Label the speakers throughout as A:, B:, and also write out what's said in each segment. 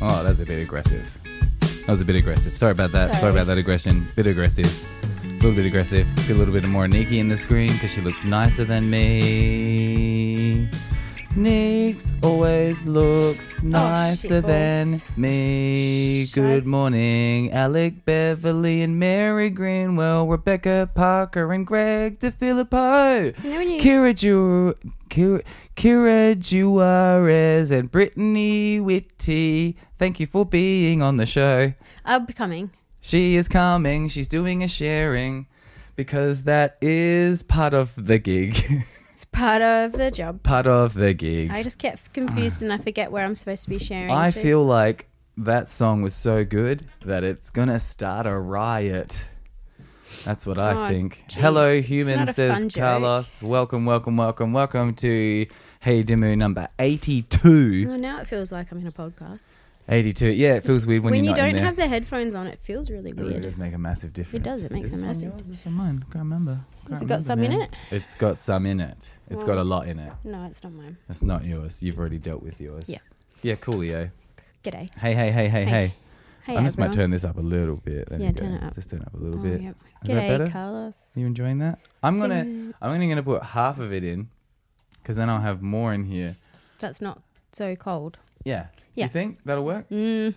A: Oh, that's a bit aggressive. That was a bit aggressive. Sorry about that. Sorry,
B: Sorry.
A: about that aggression. Bit aggressive. A little bit aggressive. Let's get a little bit more Nikki in the screen because she looks nicer than me. Nix always looks nicer than
B: balls.
A: me.
B: Shaz-
A: Good morning, Alec, Beverly, and Mary Greenwell, Rebecca Parker, and Greg DeFilippo.
B: You know when you-
A: Kira, Ju- Kira, Kira Juarez and Brittany Whitty, thank you for being on the show.
B: I'll be coming.
A: She is coming, she's doing a sharing because that is part of the gig.
B: It's part of the job.
A: part of the gig.
B: I just get confused and I forget where I'm supposed to be sharing.
A: I
B: to.
A: feel like that song was so good that it's gonna start a riot. That's what I
B: Oh,
A: think.
B: jeez.
A: Hello,
B: It's
A: human
B: not a fun
A: says
B: joke.
A: Carlos. Welcome, welcome, welcome, welcome to Hey Dimu number 82.
B: Well, now it feels like I'm in a podcast.
A: 82. Yeah, it feels weird when,
B: When, you
A: you're not in
B: don't
A: there.
B: have the headphones on, it feels really
A: it really
B: weird.
A: does make a massive difference.
B: does, it makes
A: Is
B: a
A: this one
B: massive-
A: yours? Is this one mine? Can't remember. Can't
B: Has it got
A: remember,
B: some in
A: man.
B: it?
A: It's got some in it. It's got a lot in it.
B: No, it's not mine.
A: It's not yours. You've already dealt with yours.
B: Yeah.
A: Yeah, coolio.
B: G'day.
A: Hey, hey, hey, hey,
B: Hey.
A: hey.
B: Hey,
A: I just might
B: everyone.
A: turn this up a little bit. There
B: Yeah,
A: you go.
B: turn it up.
A: Just turn it up a little
B: Oh,
A: bit.
B: yep.
A: Is that
B: G'day,
A: better?
B: Carlos.
A: You enjoying that? I'm gonna,
B: Ding.
A: I'm only gonna put half of it in, because then I'll have more in here.
B: That's not so cold.
A: Yeah.
B: Yeah.
A: You think that'll work?
B: Mm.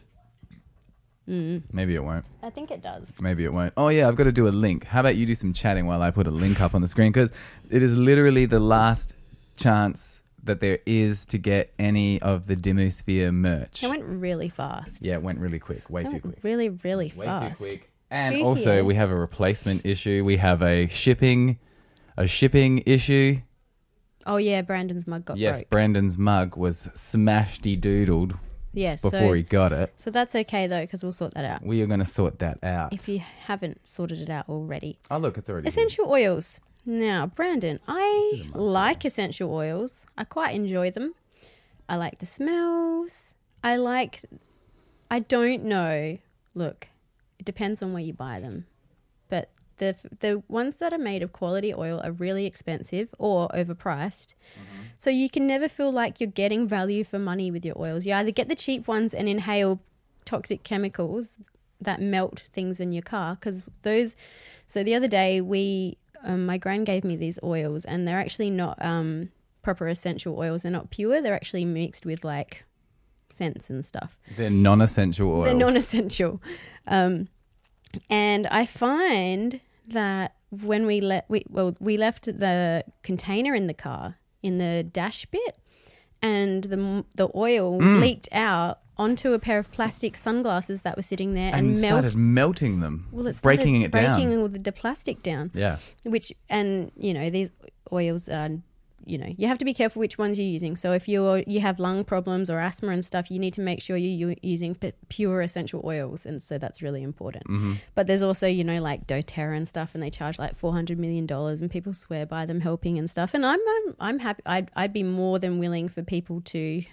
B: Mm.
A: Maybe it won't.
B: I think it does.
A: Maybe it won't. Oh yeah, I've got to do a link. How about you do some chatting while I put a link up on the screen? Because it is literally the last chance that there is to get any of the Demosphere merch.
B: It went really fast.
A: yeah, it went really quick. Way
B: It
A: too
B: went
A: quick.
B: really, really
A: way
B: fast. eh?
A: too quick. And
B: Who
A: also,
B: here?
A: we have a replacement issue. We have a shipping, a shipping issue.
B: Oh yeah, Brandon's mug got
A: yes,
B: broke.
A: Brandon's mug was smashed doodled
B: yes.
A: before
B: So,
A: he got it.
B: so that's okay though, because we'll sort that out.
A: We are going to sort that out.
B: If you haven't sorted it out already,
A: oh look, it's already. here.
B: essential oils. Now, Brandon, I like essential oils. I quite enjoy them. I like the smells. I like. I don't know. Look, it depends on where you buy them, but the the ones that are made of quality oil are really expensive or overpriced. So you can never feel like you're getting value for money with your oils. You either get the cheap ones and inhale toxic chemicals that melt things in your car because those. So the other day we, um, my gran gave me these oils and they're actually not um, proper essential oils. They're not pure. They're actually mixed with like scents and stuff.
A: They're non-essential oils.
B: They're non-essential, um, and I find that when we let we well we left the container in the car in the dash bit, and the m- the oil
A: Mm.
B: leaked out onto a pair of plastic sunglasses that were sitting there
A: and
B: and, melted.
A: started melting them.
B: Well, it started
A: breaking it
B: breaking
A: down.
B: all the, the plastic down,
A: Yeah,
B: which and you know these oils are. You know, you have to be careful which ones you're using. So if you're you have lung problems or asthma and stuff, you need to make sure you're u- using p- pure essential oils, and so that's really important. But there's also you know like DoTerra and stuff, and they charge like four hundred million dollars, and people swear by them helping and stuff. And I'm I'm, I'm happy. I'd, I'd be more than willing for people to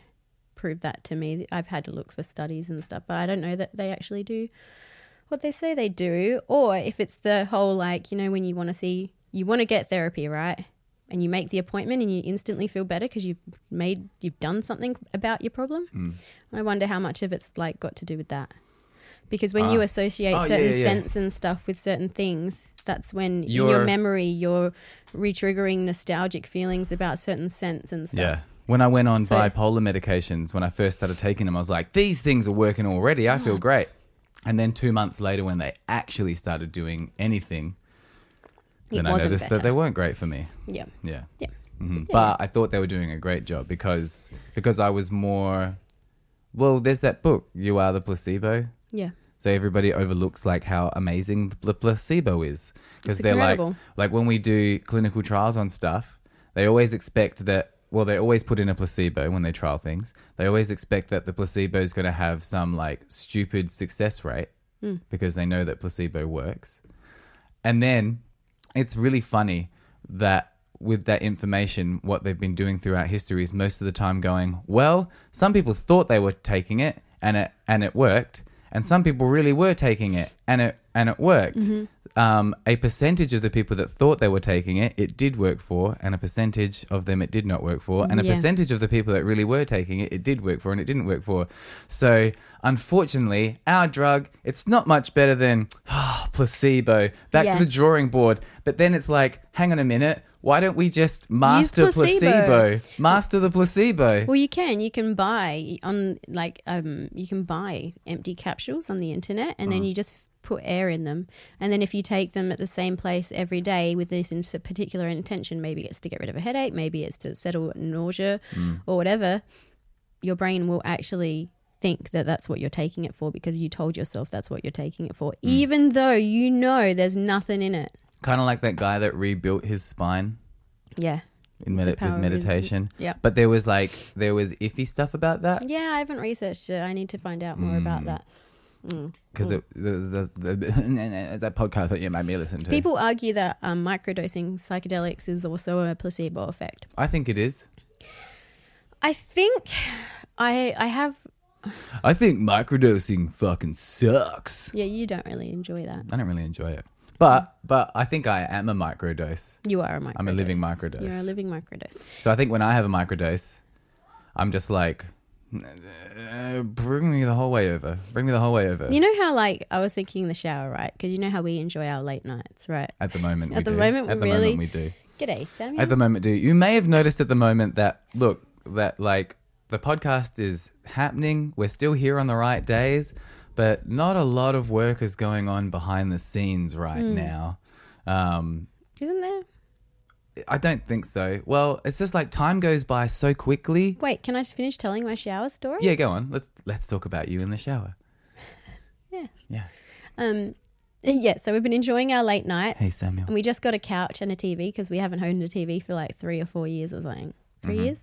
B: prove that to me. I've had to look for studies and stuff, but I don't know that they actually do what they say they do. Or if it's the whole like, you know, when you want to see, you want to get therapy, right? And you make the appointment and you instantly feel better because you've made, you've done something about your problem.
A: Hmm.
B: I wonder how much of it's like got to do with that. Because when you
A: Ah.
B: associate
A: Oh, yeah,
B: certain
A: yeah, yeah.
B: scents and stuff with certain things, that's when in your
A: Your-
B: memory you're retriggering nostalgic feelings about certain scents and stuff.
A: yeah. When I went on
B: So-
A: bipolar medications, when I first started taking them, I was like, "These things are working already. I
B: Oh.
A: feel great." And then two months later, when they actually started doing anything,
B: It
A: then I
B: wasn't
A: noticed
B: better.
A: that they weren't great for me.
B: yeah.
A: Yeah.
B: Yeah.
A: Mhm. But I thought they were doing a great job because because I was more well, there's that book, You Are the Placebo.
B: Yeah.
A: So everybody overlooks like how amazing the placebo is because
B: It's
A: they're like
B: incredible.
A: like when we do clinical trials on stuff, they always expect that well, they always put in a placebo when they trial things. They always expect that the placebo is going to have some like stupid success rate because they know that placebo works. And then it's really funny that with that information, what they've been doing throughout history is most of the time going, well, some people thought they were taking it and it and it worked, and some people really were taking it and it and it worked. um, a percentage of the people that thought they were taking it, it did work for, and a percentage of them it did not work for, and a
B: Yeah.
A: percentage of the people that really were taking it, it did work for, and it didn't work for. So, unfortunately, our drug, it's not much better than ah, placebo. Back
B: Yeah.
A: to the drawing board. But then it's like, hang on a minute, why don't we just master placebo.
B: placebo.
A: Master the placebo.
B: Well, you can. You can buy on like um, you can buy empty capsules on the internet, and then you just put air in them. And then if you take them at the same place every day with this in- particular intention, maybe it's to get rid of a headache, maybe it's to settle nausea or whatever, your brain will actually think that that's what you're taking it for because you told yourself that's what you're taking it for, even though you know there's nothing in it.
A: Kind of like that guy that rebuilt his spine
B: Yeah.
A: in medi-
B: power
A: with
B: of-
A: meditation.
B: yeah.
A: But there was like, there was iffy stuff about that.
B: Yeah, I haven't researched it. I need to find out more about that.
A: because the, the, the, the that podcast that you made me listen to.
B: People argue that um, microdosing psychedelics is also a placebo effect.
A: I think it is.
B: I think I I have
A: I think microdosing fucking sucks.
B: yeah. You don't really enjoy that.
A: I don't really enjoy it, but but I think I am a microdose.
B: You are a microdose.
A: I'm a living microdose.
B: You're a living microdose.
A: So I think when I have a microdose, I'm just like, "Uh, bring me the whole way over. Bring me the whole way over.
B: You know how like I was thinking in the shower, right? Because you know how we enjoy our late nights, right?
A: at the moment,
B: At
A: we
B: the
A: do.
B: moment,
A: at
B: we
A: the
B: really-
A: moment we do.
B: G'day, Samuel.
A: At the moment, do you may have noticed at the moment that look that like the podcast is happening. We're still here on the right days, but not a lot of work is going on behind the scenes right
B: Hmm.
A: now. Um,
B: Isn't there?
A: I don't think so. Well, it's just like time goes by so quickly.
B: Wait, can I just finish telling my shower story?
A: Yeah, go on. Let's let's talk about you in the shower.
B: Yes.
A: Yeah.
B: Um. Yeah. So we've been enjoying our late nights.
A: Hey, Samuel.
B: And we just got a couch and a TV because we haven't owned a TV for like three or four years or something. 3
A: Mm-hmm,
B: years.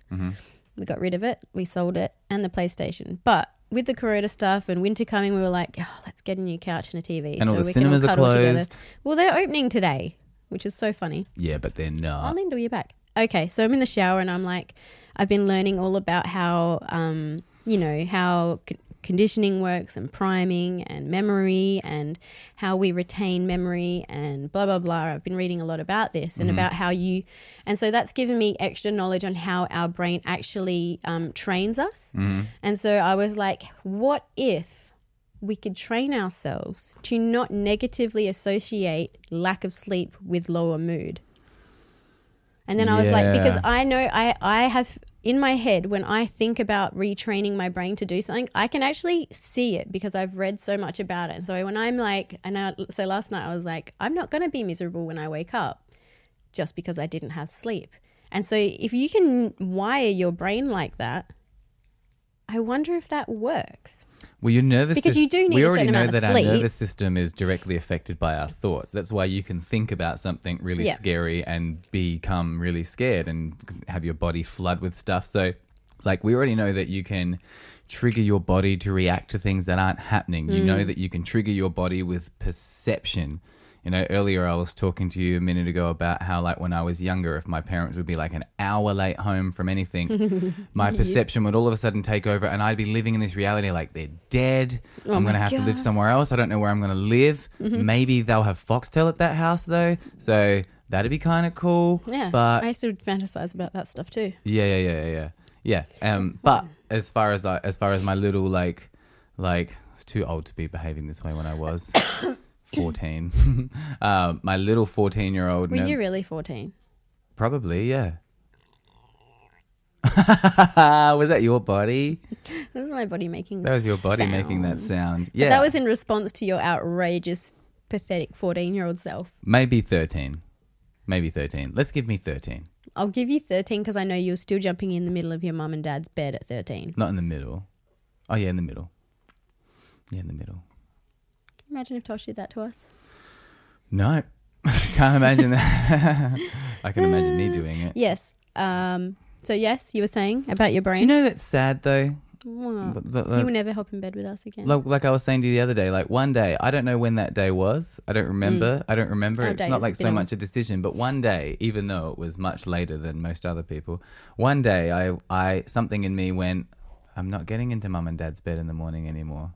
B: We got rid of it. We sold it and the PlayStation. But with the Corona stuff and winter coming, we were like, oh, let's get a new couch and a TV.
A: And all the
B: we
A: cinemas are
B: cuddle
A: closed.
B: Well, they're opening today, which is so funny.
A: Yeah, but they're
B: I'll
A: not.
B: Linda, you're back. Okay, so I'm in the shower and I'm like, I've been learning all about how, um, you know, how c- conditioning works and priming and memory and how we retain memory and blah, blah, blah. I've been reading a lot about this and about how you, and so that's given me extra knowledge on how our brain actually um, trains us. And so I was like, what if we could train ourselves to not negatively associate lack of sleep with lower mood. And then I was like, because
A: Yeah.
B: I know I, I have in my head when I think about retraining my brain to do something, I can actually see it because I've read so much about it. So when I'm like, and I, so last night I was like, I'm not going to be miserable when I wake up just because I didn't have sleep. And so if you can wire your brain like that, I wonder if that works.
A: Well, your nervous
B: Because you do need
A: we
B: a
A: already
B: certain
A: know
B: amount of
A: that our
B: sleep.
A: nervous system is directly affected by our thoughts. That's why you can think about something really
B: Yeah.
A: scary and become really scared and have your body flood with stuff. So, like, we already know that you can trigger your body to react to things that aren't happening. You
B: Mm.
A: know that you can trigger your body with perception. You know, earlier I was talking to you a minute ago about how, like, when I was younger, if my parents would be like an hour late home from anything, my perception would all of a sudden take over, and I'd be living in this reality like they're dead. I'm
B: Oh my
A: going to have to live
B: God. Mm-hmm.
A: somewhere else. I don't know where I'm going to live. Maybe they'll have Foxtel at that house, though. So that'd be kind of cool.
B: Yeah,
A: But
B: I used to fantasize about that stuff too.
A: yeah, yeah, yeah, yeah, yeah. Yeah. Um, but as far as I, as far as my little like, like, I was too old to be behaving this way when I was fourteen. um, my little fourteen-year-old.
B: Were you really fourteen?
A: Probably, yeah. was that your body?
B: That was my body making.
A: That was your body making that
B: sounds.
A: sound.
B: But
A: Yeah,
B: that was in response to your outrageous, pathetic fourteen-year-old self.
A: maybe thirteen, maybe thirteen. Let's give me thirteen.
B: I'll give you thirteen because I know you were still jumping in the middle of your mum and dad's bed at thirteen.
A: Not in the middle. Oh yeah, in the middle. Yeah, in the middle.
B: Can you imagine if Tosh did that to us?
A: No, can't imagine that. I can imagine me doing it.
B: Yes. Um. So yes, you were saying about your brain.
A: Do you know that's sad though?
B: Mwah.
A: Th- th-
B: you will never hop in bed with us again.
A: like, like I was saying to you the other day, like one day, I don't know when that day was. I don't remember. I don't remember.
B: Our
A: it's
B: days
A: not like
B: have been
A: so
B: a-
A: much a decision, but one day, even though it was much later than most other people, one day I, I something in me went, I'm not getting into mum and dad's bed in the morning anymore.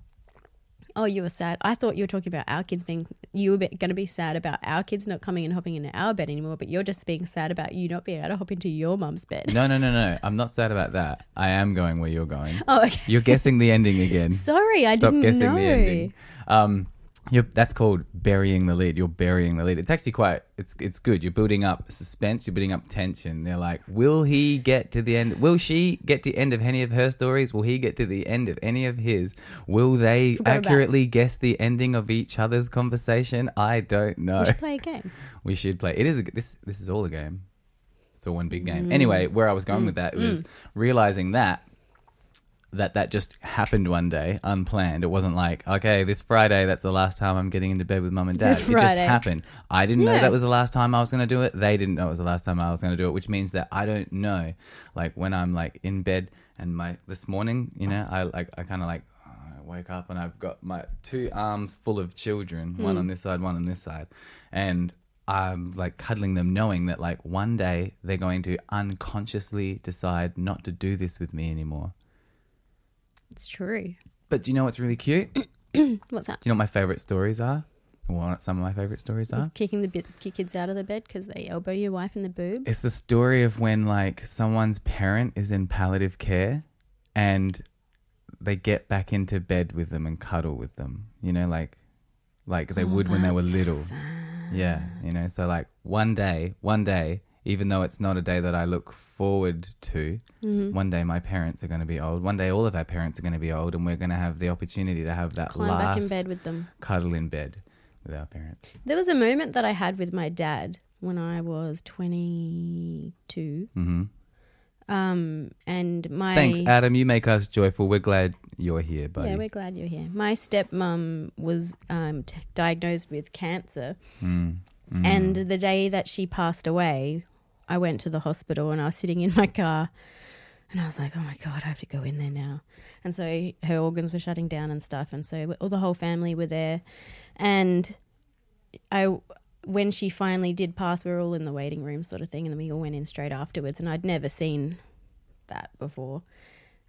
B: Oh, you were sad. I thought you were talking about our kids being, you were going to be sad about our kids not coming and hopping into our bed anymore, but you're just being sad about you not being able to hop into your mum's bed.
A: No, no, no, no. I'm not sad about that. I am going where you're going.
B: Oh, okay.
A: You're guessing the ending again.
B: Sorry, I
A: Stop
B: didn't
A: guessing
B: know.
A: the ending. Um, you're, that's called burying the lead. You're burying the lead. It's actually quite. It's it's good. You're building up suspense. You're building up tension. They're like, will he get to the end? Will she get to the end of any of her stories? Will he get to the end of any of his? Will they
B: Forgot about-
A: accurately guess the ending of each other's conversation? I don't know.
B: We should play a game.
A: We should play. It is a, this. This is all a game. It's all one big game.
B: Mm.
A: Anyway, where I was going with that was realizing that that that just happened one day, unplanned. It wasn't like, okay, this Friday, that's the last time I'm getting into bed with mum and dad.
B: This
A: it just
B: Friday.
A: happened. I didn't know
B: Yeah.
A: that was the last time I was going to do it. They didn't know it was the last time I was going to do it, which means that I don't know. Like when I'm like in bed and my this morning, you know, I like I kind of like I woke up and I've got my two arms full of children, one on this side, one on this side, and I'm like cuddling them, knowing that like one day they're going to unconsciously decide not to do this with me anymore.
B: It's true.
A: But do you know what's really cute? Do
B: What's that?
A: you know what my favorite stories are? Well, some of my favorite stories are.
B: Kicking the bit, kick kids out of the bed because they elbow your wife in the boob.
A: It's the story of when like someone's parent is in palliative care and they get back into bed with them and cuddle with them. You know, like like
B: Oh,
A: they would when they were little. Yeah, you know, so like one day, one day, even though it's not a day that I look forward to,
B: Mm-hmm.
A: one day my parents are going to be old. One day all of our parents are going to be old and we're going to have the opportunity to have that
B: Climb
A: last
B: back in bed with them.
A: cuddle in bed with our parents.
B: There was a moment that I had with my dad when I was 22.
A: hmm
B: Um, and my
A: Thanks, Adam. You make us joyful. We're glad you're here, buddy.
B: Yeah, we're glad you're here. My stepmom was um, t- diagnosed with cancer, and the day that she passed away, I went to the hospital and I was sitting in my car, and I was like, "Oh my god, I have to go in there now." And so her organs were shutting down and stuff, and so all the whole family were there, and I. When she finally did pass, we were all in the waiting room, sort of thing, and then we all went in straight afterwards. And I'd never seen that before.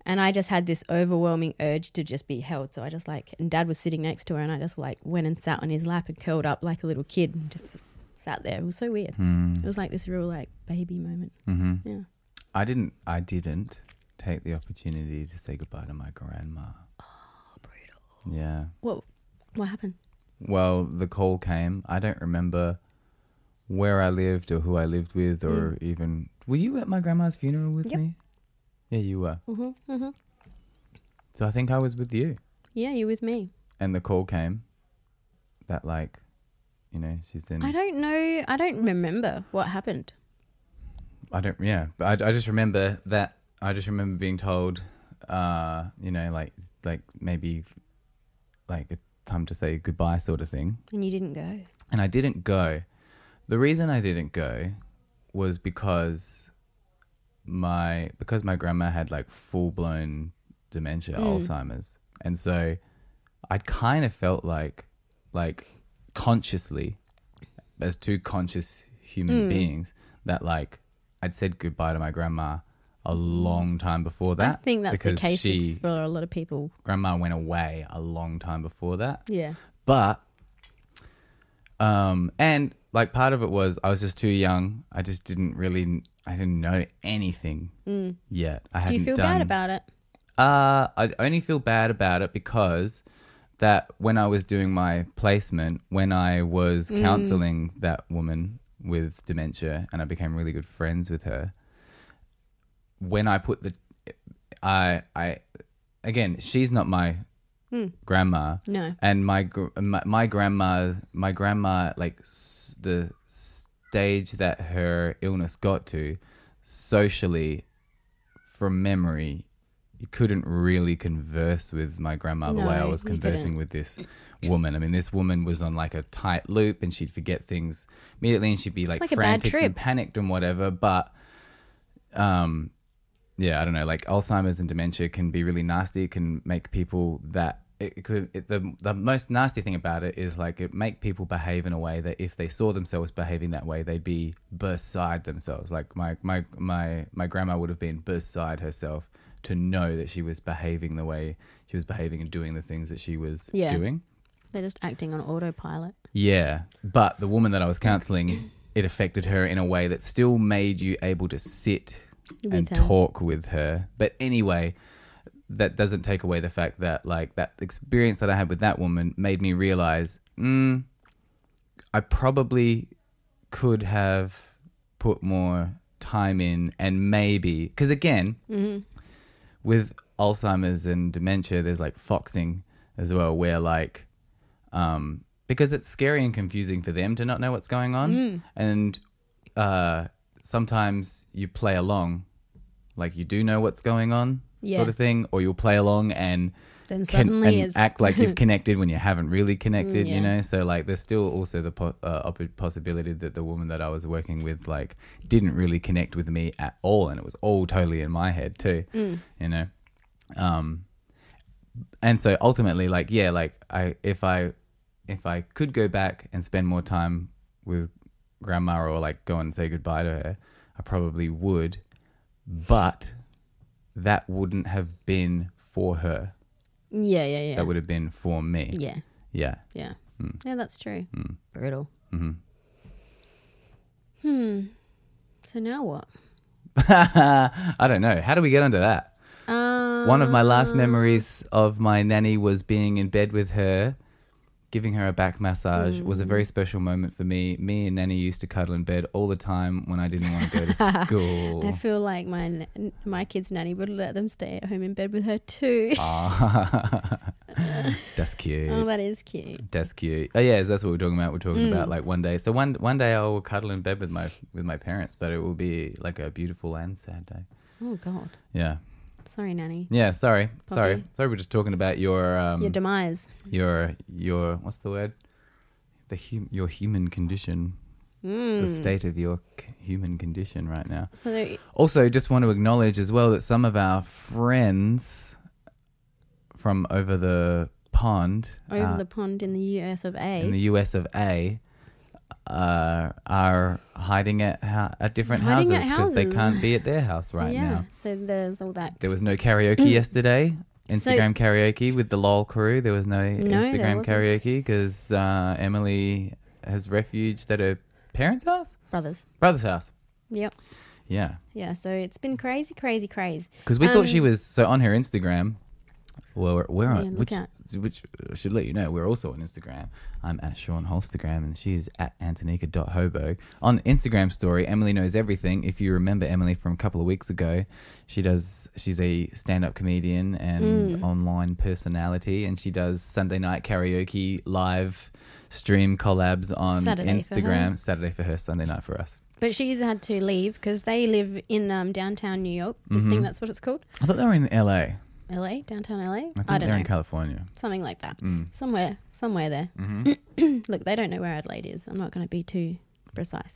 B: And I just had this overwhelming urge to just be held. So I just like, and dad was sitting next to her, and I just like went and sat on his lap and curled up like a little kid and just sat there. It was so weird. It was like this real like baby moment.
A: hmm
B: Yeah.
A: I didn't. I didn't take the opportunity to say goodbye to my grandma.
B: Oh, brutal.
A: Yeah.
B: What, what happened?
A: Well, the call came. I don't remember where I lived or who I lived with or even. Were you at my grandma's funeral with
B: Mm. Yep.
A: me? Yeah, you were.
B: hmm hmm
A: So I think I was with you.
B: Yeah, you with me.
A: And the call came that, like, you know, she's in.
B: I don't know. I don't remember what happened.
A: I don't. Yeah, but I, I just remember that. I just remember being told, uh, you know, like like maybe like it's time to say goodbye, sort of thing.
B: And you didn't go.
A: And I didn't go. The reason I didn't go was because my because my grandma had like full blown dementia,
B: Hmm.
A: Alzheimer's, and so I kind of felt like like consciously as two conscious human
B: Hmm.
A: beings that like I'd said goodbye to my grandma a long time before that.
B: I think that's the
A: because
B: case
A: She
B: for a lot of people.
A: grandma went away a long time before that
B: Yeah.
A: but um and like part of it was i was just too young i just didn't really i didn't know anything yet i
B: Mm. Do
A: hadn't
B: you feel
A: done
B: bad about it?
A: uh, I only feel bad about it because that when I was doing my placement, when I was
B: Mm.
A: counseling that woman with dementia and I became really good friends with her, when I put the I I again, she's not my
B: Hmm.
A: grandma.
B: No.
A: And my gr- my, my grandma my grandma like s- the stage that her illness got to socially from memory, you couldn't really converse with my grandma the way I
B: No,
A: was
B: you
A: conversing
B: didn't.
A: with this woman. I mean, this woman was on like a tight loop and she'd forget things immediately and she'd be like,
B: like a bad
A: frantic and
B: trip.
A: panicked and whatever. But, um, yeah, I don't know. Like Alzheimer's and dementia can be really nasty. It can make people that it it could it, the the most nasty thing about it is like it make people behave in a way that if they saw themselves behaving that way, they'd be beside themselves. Like my my my my grandma would have been beside herself to know that she was behaving the way she was behaving and doing the things that she was
B: Yeah.
A: doing.
B: They're just acting on autopilot.
A: Yeah. But the woman that I was counseling, it affected her in a way that still made you able to sit
B: With
A: and
B: her.
A: talk with her. But anyway, that doesn't take away the fact that, like, that experience that I had with that woman made me realize, mm, I probably could have put more time in and maybe, because again, with Alzheimer's and dementia, there's like foxing as well, where like, um, because it's scary and confusing for them to not know what's going on, and uh, sometimes you play along, like you do know what's going on,
B: Yeah.
A: sort of thing, or you'll play along and
B: Then
A: con-
B: suddenly
A: and
B: it's
A: act like you've connected when you haven't really connected,
B: yeah.
A: you know. So like, there's still also the po- uh, oppo- possibility that the woman that I was working with like didn't really connect with me at all, and it was all totally in my head too,
B: Mm.
A: you know. Um, and so ultimately, like, yeah, like I if I if I could go back and spend more time with grandma or like go and say goodbye to her, I probably would, but that wouldn't have been for her
B: yeah, yeah, yeah.
A: that Hmm. would have been for me.
B: yeah,
A: Yeah.
B: yeah. Yeah, that's true.
A: Hmm.
B: Brutal.
A: Mhm.
B: Hmm. So now what?
A: I don't know. How do we get under that?
B: Um,
A: One of my last memories of my nanny was being in bed with her, giving her a back massage. was a
B: Mm.
A: very special moment for me. Me and nanny used to cuddle in bed all the time when I didn't want to go to
B: I
A: school.
B: feel like my n- my kid's nanny would let them stay at home in bed with her too.
A: Oh, Ah. That's cute.
B: oh, that is cute.
A: That's cute. Oh yeah, that's what we're talking about. We're talking about
B: Mm.
A: like one day. So one one day I will cuddle in bed with my with my parents, but it will be like a beautiful and sad day.
B: Oh God.
A: Yeah.
B: Sorry, nanny.
A: Yeah, sorry, sorry,
B: Poppy.
A: sorry. We're just talking about your um,
B: Your demise.
A: your your what's the word? The hum- your human condition,
B: Mm.
A: the state of your c- human condition right now.
B: So there-
A: Also, just want to acknowledge as well that some of our friends from over the pond
B: over
A: uh,
B: the pond in the U.S. of A.
A: in the U.S. of A. Uh, are hiding at ha- at different
B: Hiding at
A: houses because they
B: houses.
A: can't be at their house right
B: yeah.
A: now.
B: So there's all that.
A: There was no
B: Mm.
A: karaoke yesterday. Instagram karaoke with the LOL crew. There was no,
B: there
A: Instagram
B: wasn't.
A: karaoke because uh, Emily has refuge at her parents' house,
B: Brothers.
A: brother's house.
B: Yep.
A: Yeah,
B: Yeah. So it's been crazy, crazy, crazy.
A: because we thought
B: Um,
A: she was so on her Instagram. Well, we're, we're
B: Yeah,
A: on
B: look
A: which
B: out.
A: which I should let you know we're also on Instagram. I'm at Sean Holstagram and she is at Antonika.hobo. On Instagram story, Emily knows everything. If you remember Emily from a couple of weeks ago, she does she's a stand-up comedian and
B: Mm.
A: online personality and she does Sunday night karaoke live stream collabs on
B: Saturday for her.
A: Instagram. Saturday for her, Sunday night for us.
B: But she's had to leave because they live in um, downtown New York. I think that's what it's called.
A: I thought they were in LA.
B: LA, downtown LA.
A: Mm-hmm. I think
B: I,
A: they're
B: don't know.
A: in California.
B: Something like that.
A: Mm.
B: Somewhere, somewhere there.
A: Mm-hmm.
B: Look, they don't know where Adelaide is. I'm not going to be too precise.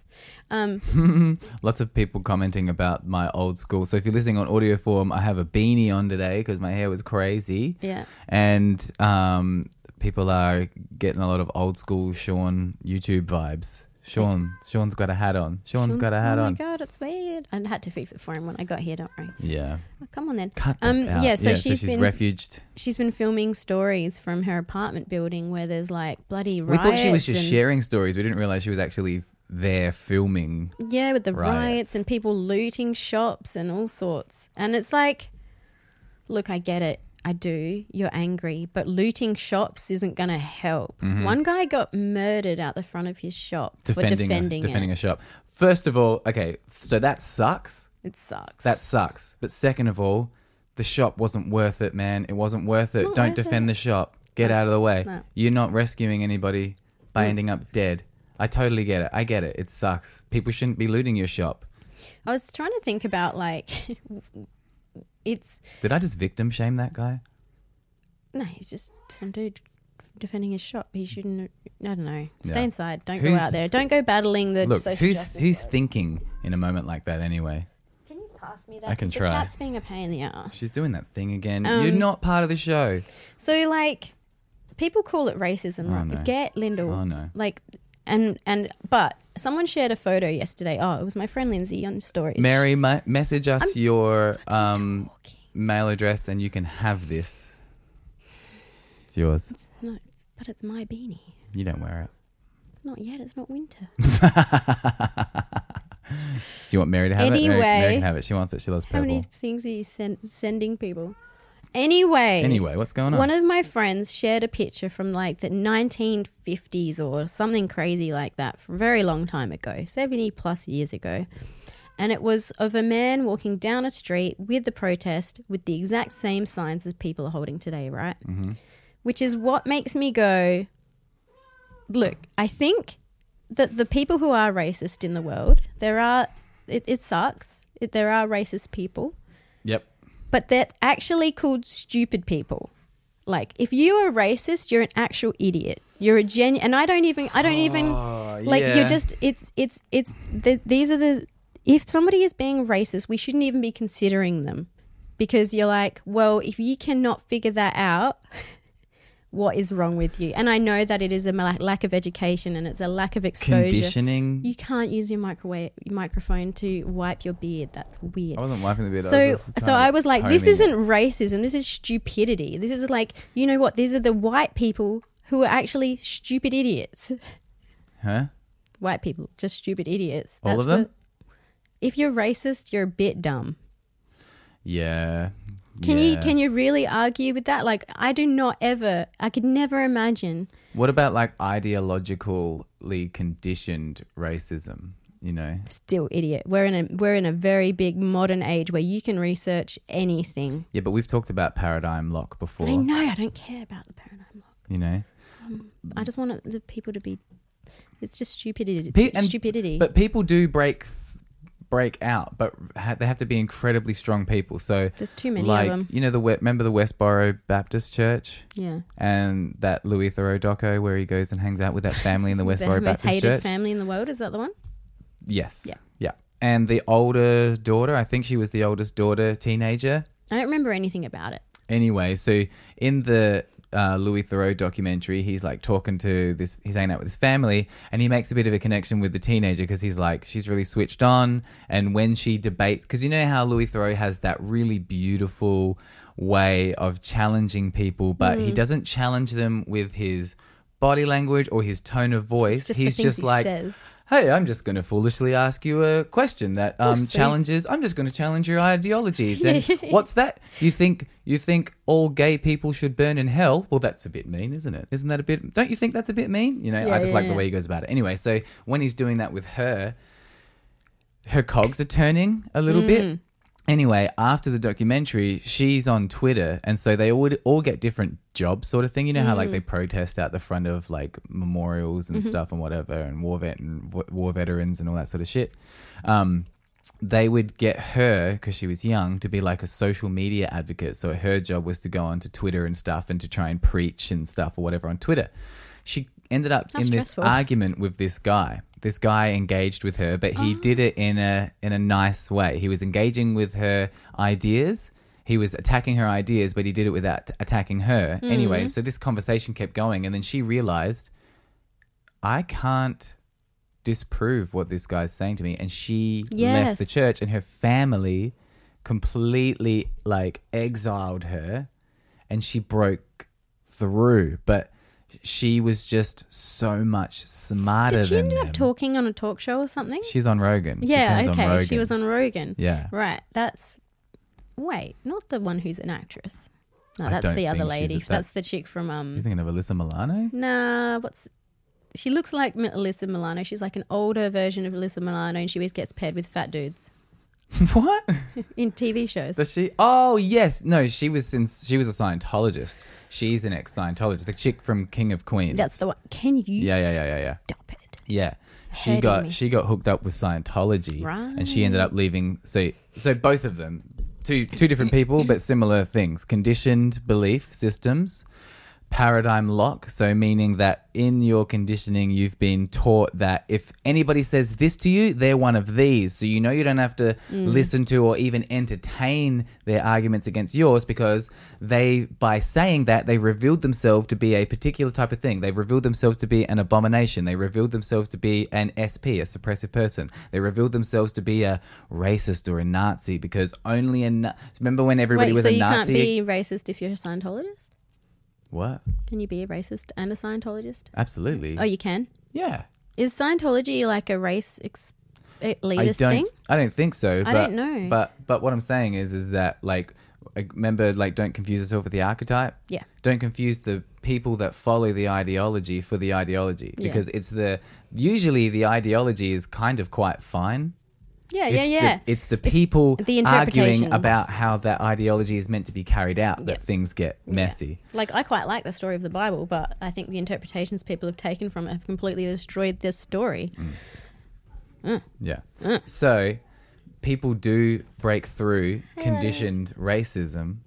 B: Um,
A: Mm-hmm. Lots of people commenting about my old school. So if you're listening on audio form, I have a beanie on today because my hair was crazy.
B: yeah.
A: And um, people are getting a lot of old school Sean YouTube vibes. Sean, Sean's got a hat on. Sean's
B: Sean-
A: got a hat
B: oh
A: on.
B: my god, it's weird. I had to fix it for him when I got here. Don't worry.
A: Yeah.
B: Oh, come on then.
A: Cut that
B: Um,
A: out.
B: yeah, so she's
A: she's
B: been-
A: refuged.
B: She's been filming stories from her apartment building where there's like bloody
A: We
B: riots.
A: thought she was just
B: and-
A: sharing stories. We didn't realize she was actually there filming.
B: Yeah, with the riots.
A: Riots.
B: and people looting shops and all sorts. And it's like, look, I get it. I do. You're angry, but looting shops isn't going to help. One guy got murdered out the front of his shop for
A: Mm-hmm. Defending,
B: defending,
A: a, defending
B: it.
A: a shop. First of all, okay, so that sucks.
B: It sucks.
A: That sucks. But second of all, the shop wasn't worth it, man. It wasn't worth it.
B: Not
A: Don't
B: worth
A: defend
B: it.
A: the shop. Get out of the way.
B: No.
A: You're not rescuing anybody by ending up dead. I totally get it. I get it. It sucks. People shouldn't be looting your shop.
B: I was trying to think about like, it's
A: Did I just victim shame that guy?
B: no, he's just some dude defending his shop. He shouldn't. I don't know. Stay
A: Yeah.
B: inside. Don't go
A: Who's-
B: out there. Don't go battling the
A: Look,
B: social
A: who's
B: justice.
A: who's thinking in a moment like that anyway?
B: Can you pass me that?
A: I can
B: 'Cause
A: try.
B: The cat's being a pain in the ass.
A: She's doing that thing again.
B: Um,
A: You're not part of the show.
B: So like people call it racism,
A: Oh,
B: right?
A: no.
B: Get Lindell.
A: Oh, no.
B: Like and and but someone shared a photo yesterday. Oh, it was my friend Lindsay on stories.
A: Mary, me- message us your um
B: Talking.
A: mail address and you can have this. It's yours.
B: It's, no, it's, but it's my beanie.
A: You don't wear it.
B: Not yet. It's not winter.
A: Do you want Mary to have it? Mary, Mary
B: Anyway.
A: can have it. She wants it. She loves
B: How many
A: purple.
B: things are you sen- sending people? Anyway,
A: Anyway, what's going on?
B: one of my friends shared a picture from like the 1950s or something crazy like that, from a very long time ago, 70 plus years ago. And it was of a man walking down a street with the protest with the exact same signs as people are holding today, right? Which is what makes me go, look, I think that the people who are racist in the world, there are, it, it sucks. It, there are racist people
A: yep.
B: but they're actually called stupid people. Like, if you are racist, you're an actual idiot. You're a genu and I don't even, I don't even, like,
A: Oh, yeah.
B: you're just, it's, it's, it's, th- these are the, if somebody is being racist, we shouldn't even be considering them because you're like, well, if you cannot figure that out, what is wrong with you? And I know that it is a ma- lack of education and it's a lack of exposure.
A: Conditioning.
B: You can't use your microwave microphone to wipe your beard. That's weird.
A: I wasn't wiping the beard. I
B: So,
A: was just
B: so
A: kind
B: I
A: of
B: was like, this
A: combing it.
B: isn't racism. This is stupidity. This is like, you know what? These are the white people who are actually stupid idiots.
A: Huh?
B: White people, just stupid idiots.
A: All of
B: what-
A: them?
B: if you're racist, you're a bit dumb.
A: Yeah.
B: Can you
A: Yeah.
B: can you really argue with that? Like, I do not ever. I could never imagine.
A: What about like ideologically conditioned racism? You know,
B: Still, idiot. We're in a we're in a very big modern age where you can research anything.
A: yeah, but we've talked about paradigm lock before.
B: I know. I don't care about the paradigm. law.
A: You know,
B: I just want the people to be. It's just stupidity.
A: Pe- and-
B: stupidity.
A: but people do break break out, but ha- they have to be incredibly strong people. So,
B: There's too many
A: like
B: of them.
A: you know, the we- remember the Westboro Baptist Church
B: Yeah.
A: and that Louis Thoreau doco where he goes and hangs out with that family in the
B: the
A: Westboro
B: most
A: Baptist
B: hated
A: Church.
B: family in the world. Is that the one?
A: yes.
B: Yeah.
A: Yeah. And the older daughter, I think she was the oldest daughter, teenager.
B: I don't remember anything about it.
A: Anyway, so in the uh, Louis Thoreau documentary, he's like talking to this, he's hanging out with his family, and he makes a bit of a connection with the teenager because he's like, she's really switched on. And when she debates, because you know how Louis Thoreau has that really beautiful way of challenging people, but
B: Mm.
A: he doesn't challenge them with his body language or his tone of voice.
B: It's just the
A: he's
B: things
A: just
B: he
A: like,
B: says.
A: hey, I'm just going to foolishly ask you a question that um,
B: see.
A: challenges. I'm just going to challenge your ideologies. And what's that? You think you think all gay people should burn in hell? Well, that's a bit mean, isn't it? Isn't that a bit? Don't you think that's a bit mean? You know,
B: Yeah,
A: I just
B: yeah,
A: like the
B: yeah.
A: way he goes about it. Anyway, so when he's doing that with her, her cogs are turning a little
B: Mm.
A: bit. Anyway, after the documentary, she's on Twitter, and so they all all get different jobs, sort of thing. You know how like
B: Mm.
A: they protest out the front of like memorials
B: Mm-hmm.
A: and stuff and whatever, and war vet and wa- war veterans and all that sort of shit. Um, they would get her because she was young to be like a social media advocate. So her job was to go onto Twitter and stuff and to try and preach and stuff or whatever on Twitter. She ended up
B: How
A: in
B: stressful.
A: this argument with this guy. This guy engaged with her, but he did it in a in a nice way. He was engaging with her ideas. He was attacking her ideas, but he did it without attacking her. Anyway, so this conversation kept going, and then she realized, I can't disprove what this guy's saying to me, and she left the
B: Yes.
A: church, and her family completely like exiled her, and she broke through, but she was just so much smarter
B: Did she
A: than
B: end up
A: them.
B: talking on a talk show or something?
A: She's on Rogan. She
B: yeah.
A: comes on
B: okay.
A: Rogan.
B: She was on Rogan.
A: Yeah.
B: Right. That's. Wait, not the one who's an actress. No,
A: I
B: that's
A: don't
B: the other
A: think she's
B: lady.
A: a- that-
B: That's the chick from
A: You
B: um.
A: thinking of Alyssa Milano?
B: Nah, what's. She looks like Mi- Alyssa Milano. She's like an older version of Alyssa Milano, and she always gets paired with fat dudes
A: what?
B: in TV shows.
A: Does she? Oh yes. No, she was in, she was a Scientologist. She's an ex-Scientologist. The chick from King of Queens.
B: That's the one. Can you
A: yeah, yeah, yeah, yeah, yeah.
B: stop it?
A: Yeah. She
B: Hurting
A: got
B: me.
A: she got hooked up with Scientology and she ended up leaving so so both of them two two different people but similar things conditioned belief systems paradigm lock. So, meaning that in your conditioning, you've been taught that if anybody says this to you, they're one of these. So, you know, you don't have to
B: Mm.
A: listen to or even entertain their arguments against yours because they, by saying that, they revealed themselves to be a particular type of thing. They revealed themselves to be an abomination. They revealed themselves to be an SP, a suppressive person. They revealed themselves to be a racist or a Nazi because only a. Na- Remember when everybody
B: Wait,
A: was
B: so
A: a
B: you
A: Nazi?
B: can't be racist if you're a Scientologist?
A: what?
B: Can you be a racist and a Scientologist?
A: Absolutely.
B: Oh, you can.
A: yeah.
B: Is Scientology like a race ex-
A: I
B: elitist
A: don't.
B: thing?
A: I don't think so. But,
B: don't know.
A: But but what I'm saying is is that like remember like don't confuse yourself with the archetype.
B: Yeah.
A: Don't confuse the people that follow the ideology for the ideology
B: Yeah.
A: because it's the usually the ideology is kind of quite fine.
B: Yeah,
A: It's
B: yeah, yeah.
A: The, it's the people
B: the
A: arguing
B: interpretations.
A: about how that ideology is meant to be carried out that
B: Yeah.
A: things get messy.
B: like I quite like the story of the Bible, but I think the interpretations people have taken from it have completely destroyed this story.
A: Mm. Yeah. So people do break through conditioned racism,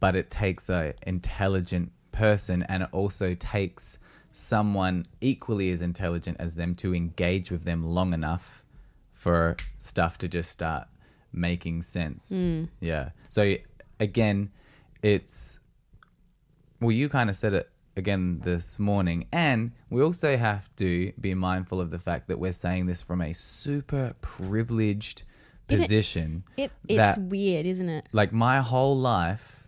A: but it takes a intelligent person and it also takes someone equally as intelligent as them to engage with them long enough for stuff to just start making sense. Yeah. So again, it's well, you kind of said it again this morning. And we also have to be mindful of the fact that we're saying this from a super privileged
B: It-
A: position.
B: It it's
A: that,
B: weird, isn't it?
A: like, my whole life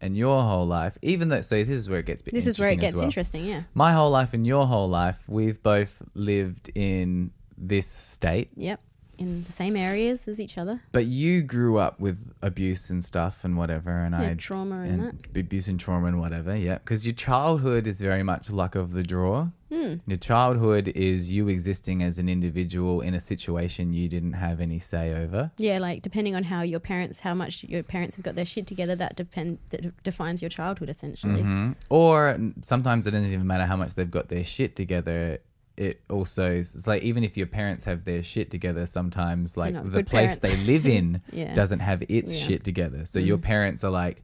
A: and your whole life, even though, so this is where it gets a bit
B: This is where it
A: interesting as
B: gets
A: well.
B: interesting. Yeah,
A: My whole life and your whole life, we've both lived in this state,
B: yep. In the same areas as each other.
A: but you grew up with abuse and stuff and whatever, and
B: Yeah,
A: I
B: trauma and
A: abuse and trauma and whatever. Yeah, because your childhood is very much luck of the draw.
B: Hmm.
A: Your childhood is you existing as an individual in a situation you didn't have any say over.
B: Yeah, like depending on how your parents, how much your parents have got their shit together, that depend that defines your childhood essentially.
A: Mm. Or n- sometimes it doesn't even matter how much they've got their shit together. It also is it's like even if your parents have their shit together, sometimes like
B: not
A: the
B: good
A: place they
B: parents.
A: live in
B: Yeah.
A: doesn't have its
B: Yeah. Mm-hmm.
A: shit together. So your parents are like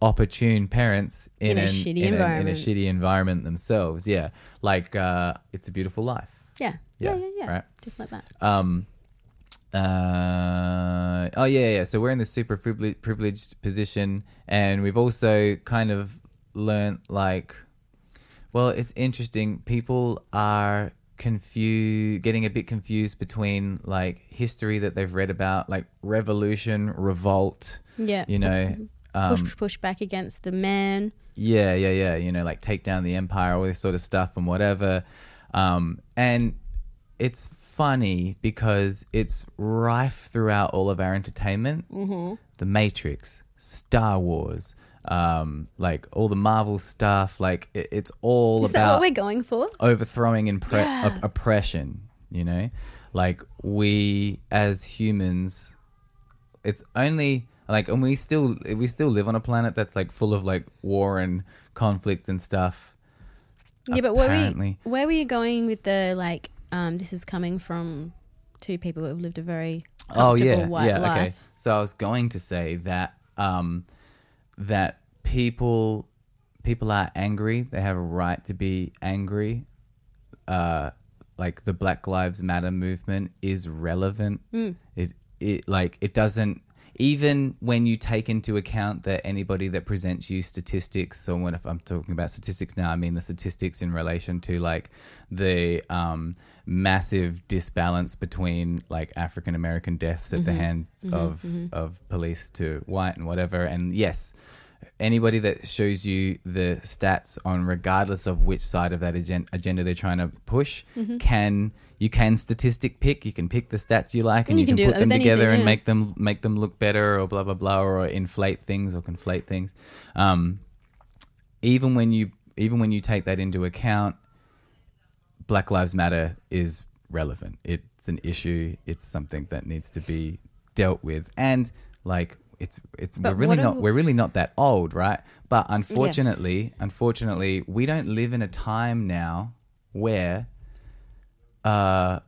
A: opportune parents in,
B: In a
A: an- in,
B: shitty
A: an- in a
B: environment.
A: shitty environment themselves. Yeah, like uh, it's a beautiful life.
B: Yeah.
A: Yeah,
B: Yeah, yeah, yeah.
A: right.
B: Just like that.
A: Um, uh, oh yeah, yeah. So we're in this super privile- privileged position, and we've also kind of learnt like, well, it's interesting. People are confused, getting a bit confused between like history that they've read about, like revolution, revolt.
B: Yeah.
A: You know, um,
B: push push back against the man.
A: yeah, yeah, yeah. You know, like take down the empire, all this sort of stuff, and whatever. Um, and it's funny because it's rife throughout all of our entertainment. Mm-hmm. The Matrix, Star Wars, um, like all the Marvel stuff. Like it, it's all
B: Is that
A: about
B: what we're going for?
A: overthrowing and pre- op- oppression you know like we as humans it's only like and we still we still live on a planet that's like full of like war and conflict and stuff
B: Yeah, but where were you,
A: Apparently.
B: where were you going with the like? Um, this is coming from two people who have lived a very
A: Oh,
B: comfortable white life.
A: So I was going to say that um, that people people are angry. They have a right to be angry. Uh, like the Black Lives Matter movement is relevant. It it like it doesn't even when you take into account that anybody that presents you statistics or when if I'm talking about statistics now, I mean the statistics in relation to like the um, massive disbalance between like African American deaths at the hands of of police to white and whatever. And yes, anybody that shows you the stats on regardless of which side of that agen- agenda they're trying to push
B: Mm-hmm.
A: can you can statistic pick you can pick the stats you like and you, can,
B: do
A: put
B: it
A: them
B: with anything,
A: together and
B: yeah.
A: make them make them look better or blah blah blah or inflate things or conflate things um, even when you even when you take that into account black lives matter is relevant it's an issue it's something that needs to be dealt with and like it's it's we're
B: But
A: really
B: what are
A: not
B: we-
A: we're really not that old right but unfortunately unfortunately we don't live in a time now where uh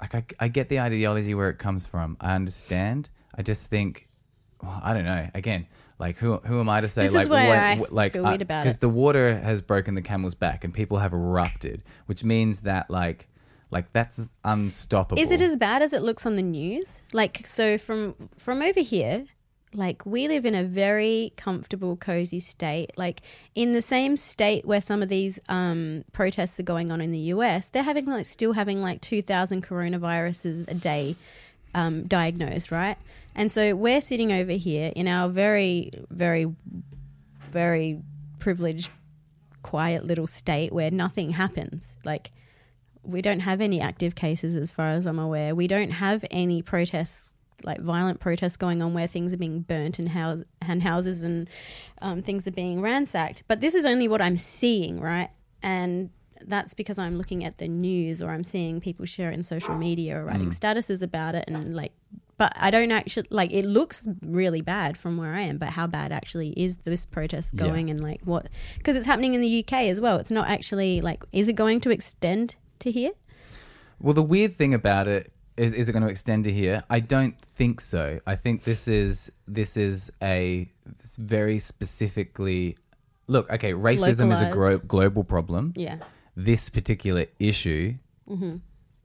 A: like I, I get the ideology where it comes from i understand i just think well, I don't know. Again, like who who am I to say?
B: This
A: like
B: is where
A: what,
B: I
A: what- like
B: feel weird about
A: because
B: it.
A: the water has broken the camel's back and people have erupted, which means that like like that's unstoppable.
B: Is it as bad as it looks on the news? Like so from from over here, like we live in a very comfortable, cozy state. Like in the same state where some of these um, protests are going on in the US, they're having like still having like two thousand coronaviruses a day um, diagnosed, right? And so we're sitting over here in our very, very, very privileged, quiet little state where nothing happens. Like we don't have any active cases as far as I'm aware. We don't have any protests, like violent protests going on where things are being burnt and, house- and houses and um, things are being ransacked. But this is only what I'm seeing, right? And that's because I'm looking at the news or I'm seeing people share it in social media or writing statuses about it and like but I don't actually like it looks really bad from where I am but how bad actually is this protest
A: Yeah.
B: going and like what because it's happening in the UK as well it's not actually like is it going to extend to here
A: Well, the weird thing about it is, is it going to extend to here? I don't think so. I think this is this is a very specifically look. Okay, racism is a gro-
B: Localized.
A: global problem.
B: yeah Mm-hmm.
A: This particular issue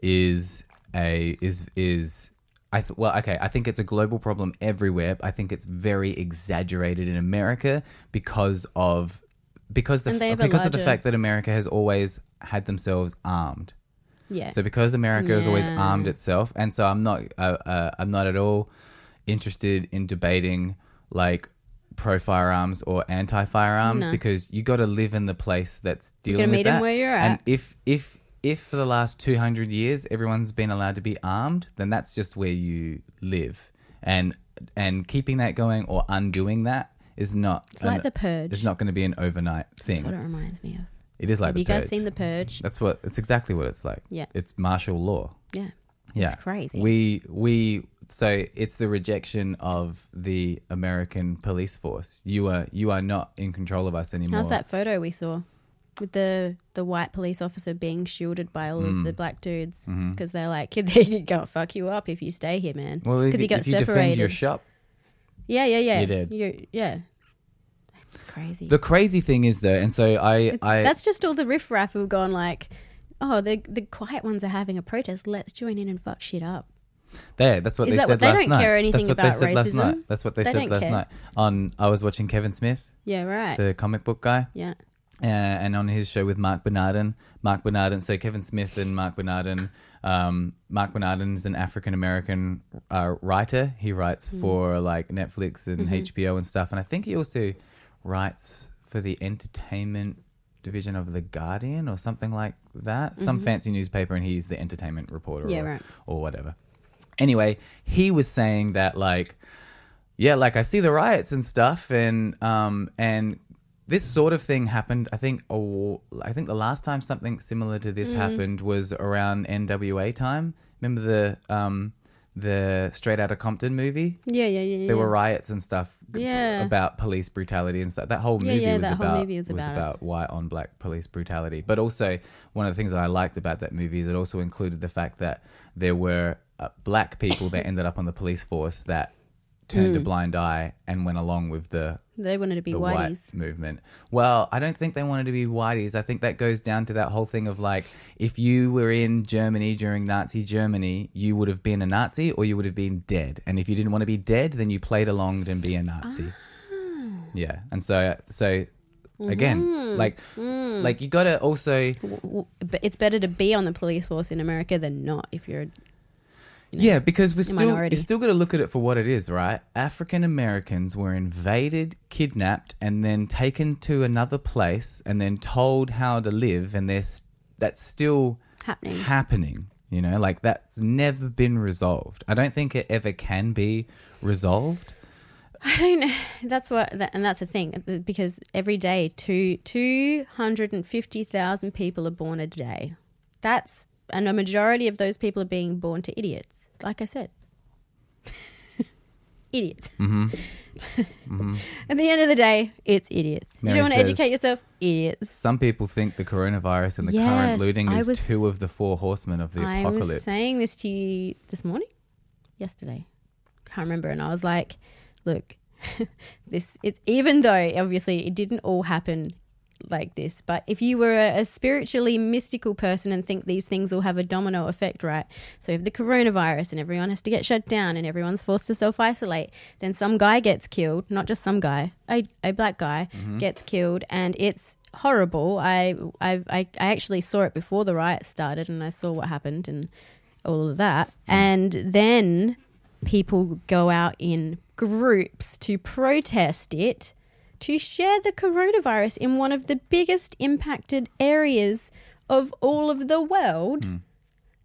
A: is a is is. I th- well, okay. I think it's a global problem everywhere. but I think it's very exaggerated in America because of because the
B: And they
A: f-
B: have a
A: because of the
B: larger-
A: fact that America has always had themselves armed.
B: yeah
A: So because America has always
B: Yeah.
A: armed itself, and so I'm not, uh, uh, I'm not at all interested in debating like pro firearms or anti firearms
B: No.
A: because you got to live in the place that's dealing
B: gotta
A: with
B: meet 'em
A: that.
B: where you're
A: And
B: at.
A: if if if for the last 200 years everyone's been allowed to be armed, then that's just where you live, and and keeping that going or undoing that is not.
B: it's like the purge
A: it's not going to be an overnight
B: that's what it
A: thing.
B: reminds me of
A: It is like
B: have
A: the
B: you guys
A: purge.
B: seen the purge
A: That's what. It's exactly what it's like.
B: Yeah.
A: It's martial law.
B: yeah
A: Yeah.
B: it's crazy
A: We we so it's the rejection of the American police force. You are you are not in control of us anymore.
B: How's that photo we saw with the the white police officer being shielded by all
A: Mm.
B: of the black dudes
A: Mm-hmm.
B: because they're like, "They gonna fuck you up if you stay here, man."
A: Well, if,
B: because he got
A: if you defend
B: separated.
A: your shop,
B: yeah, yeah, yeah.
A: You did.
B: You- yeah. It's crazy.
A: the crazy thing is though, and so I I
B: That's just all the riffraff who've gone like, "Oh, the the quiet ones are having a protest. Let's join in and fuck shit up."
A: there that's what
B: Is
A: they
B: that
A: said
B: what- they
A: last
B: don't
A: night.
B: care anything
A: that's what
B: about
A: they said last
B: racism?
A: night. That's what they,
B: They
A: said
B: don't
A: last
B: care.
A: night. On I was watching Kevin Smith,
B: Yeah, right.
A: the comic book guy.
B: yeah,
A: uh, and on his show with Mark Bernardin. Mark Bernardin, so Kevin Smith and Mark Bernardin. Um, Mark Bernardin is an African American uh, writer. He writes
B: Hmm.
A: for like Netflix and
B: Mm-hmm.
A: HBO and stuff, and I think he also writes for the entertainment division of the Guardian or something like that, some fancy newspaper, and he's the entertainment reporter
B: Mm-hmm. Yeah,
A: or,
B: right.
A: or whatever. Anyway, he was saying that like yeah, like I see the riots and stuff, and um, and this sort of thing happened. I think a wa- I think the last time something similar to this happened was around NWA time. Remember the um, the Straight Outta Compton movie?
B: yeah, yeah, yeah. yeah.
A: There were riots and stuff g-
B: Yeah.
A: about police brutality and stuff. That whole
B: Yeah,
A: movie,
B: yeah,
A: was,
B: that whole
A: about,
B: movie was about it.
A: white on black police brutality. But also, one of the things that I liked about that movie is it also included the fact that there were uh, black people that ended up on the police force that turned
B: Hmm.
A: a blind eye and went along with the
B: they wanted to be
A: the
B: whiteys.
A: white movement. Well, I don't think they wanted to be whiteys. I think that goes down to that whole thing of like, if you were in Germany during Nazi Germany, you would have been a Nazi or you would have been dead. And if you didn't want to be dead, then you played along and be a Nazi. Yeah, and so so again, like like you gotta also
B: W- w- But it's better to be on the police force in America than not if you're
A: Yeah, because we're
B: a
A: still
B: minority.
A: you still got to look at it for what it is, right? African Americans were invaded, kidnapped, and then taken to another place, and then told how to live, and there's that's still
B: happening.
A: happening. You know, like that's never been resolved. I don't think it ever can be resolved.
B: I don't know. That's what, that, and that's the thing, uh, because every day two two hundred and fifty thousand people are born a day. That's and a majority of those people are being born to idiots. Like I said, idiots. At the end of the day, it's idiots.
A: Mm-hmm. Mary
B: you don't want
A: says-
B: to educate yourself, idiots.
A: Some people think the coronavirus and the current
B: Yes,
A: looting
B: I
A: is
B: was-
A: two of the four horsemen of the
B: I
A: apocalypse.
B: was saying this to you this morning, yesterday. Can't remember, and I was like, look, this it's even though obviously it didn't all happen like this, but if you were a, a spiritually mystical person and think these things will have a domino effect, right? So if the coronavirus and everyone has to get shut down and everyone's forced to self isolate, then some guy gets killed, not just some guy, a, a black guy gets killed, and it's horrible. I, I I I actually saw it before the riot started, and I saw what happened and all of that, and then people go out in groups to protest it to share the coronavirus in one of the biggest impacted areas of all of the world.
A: Hmm.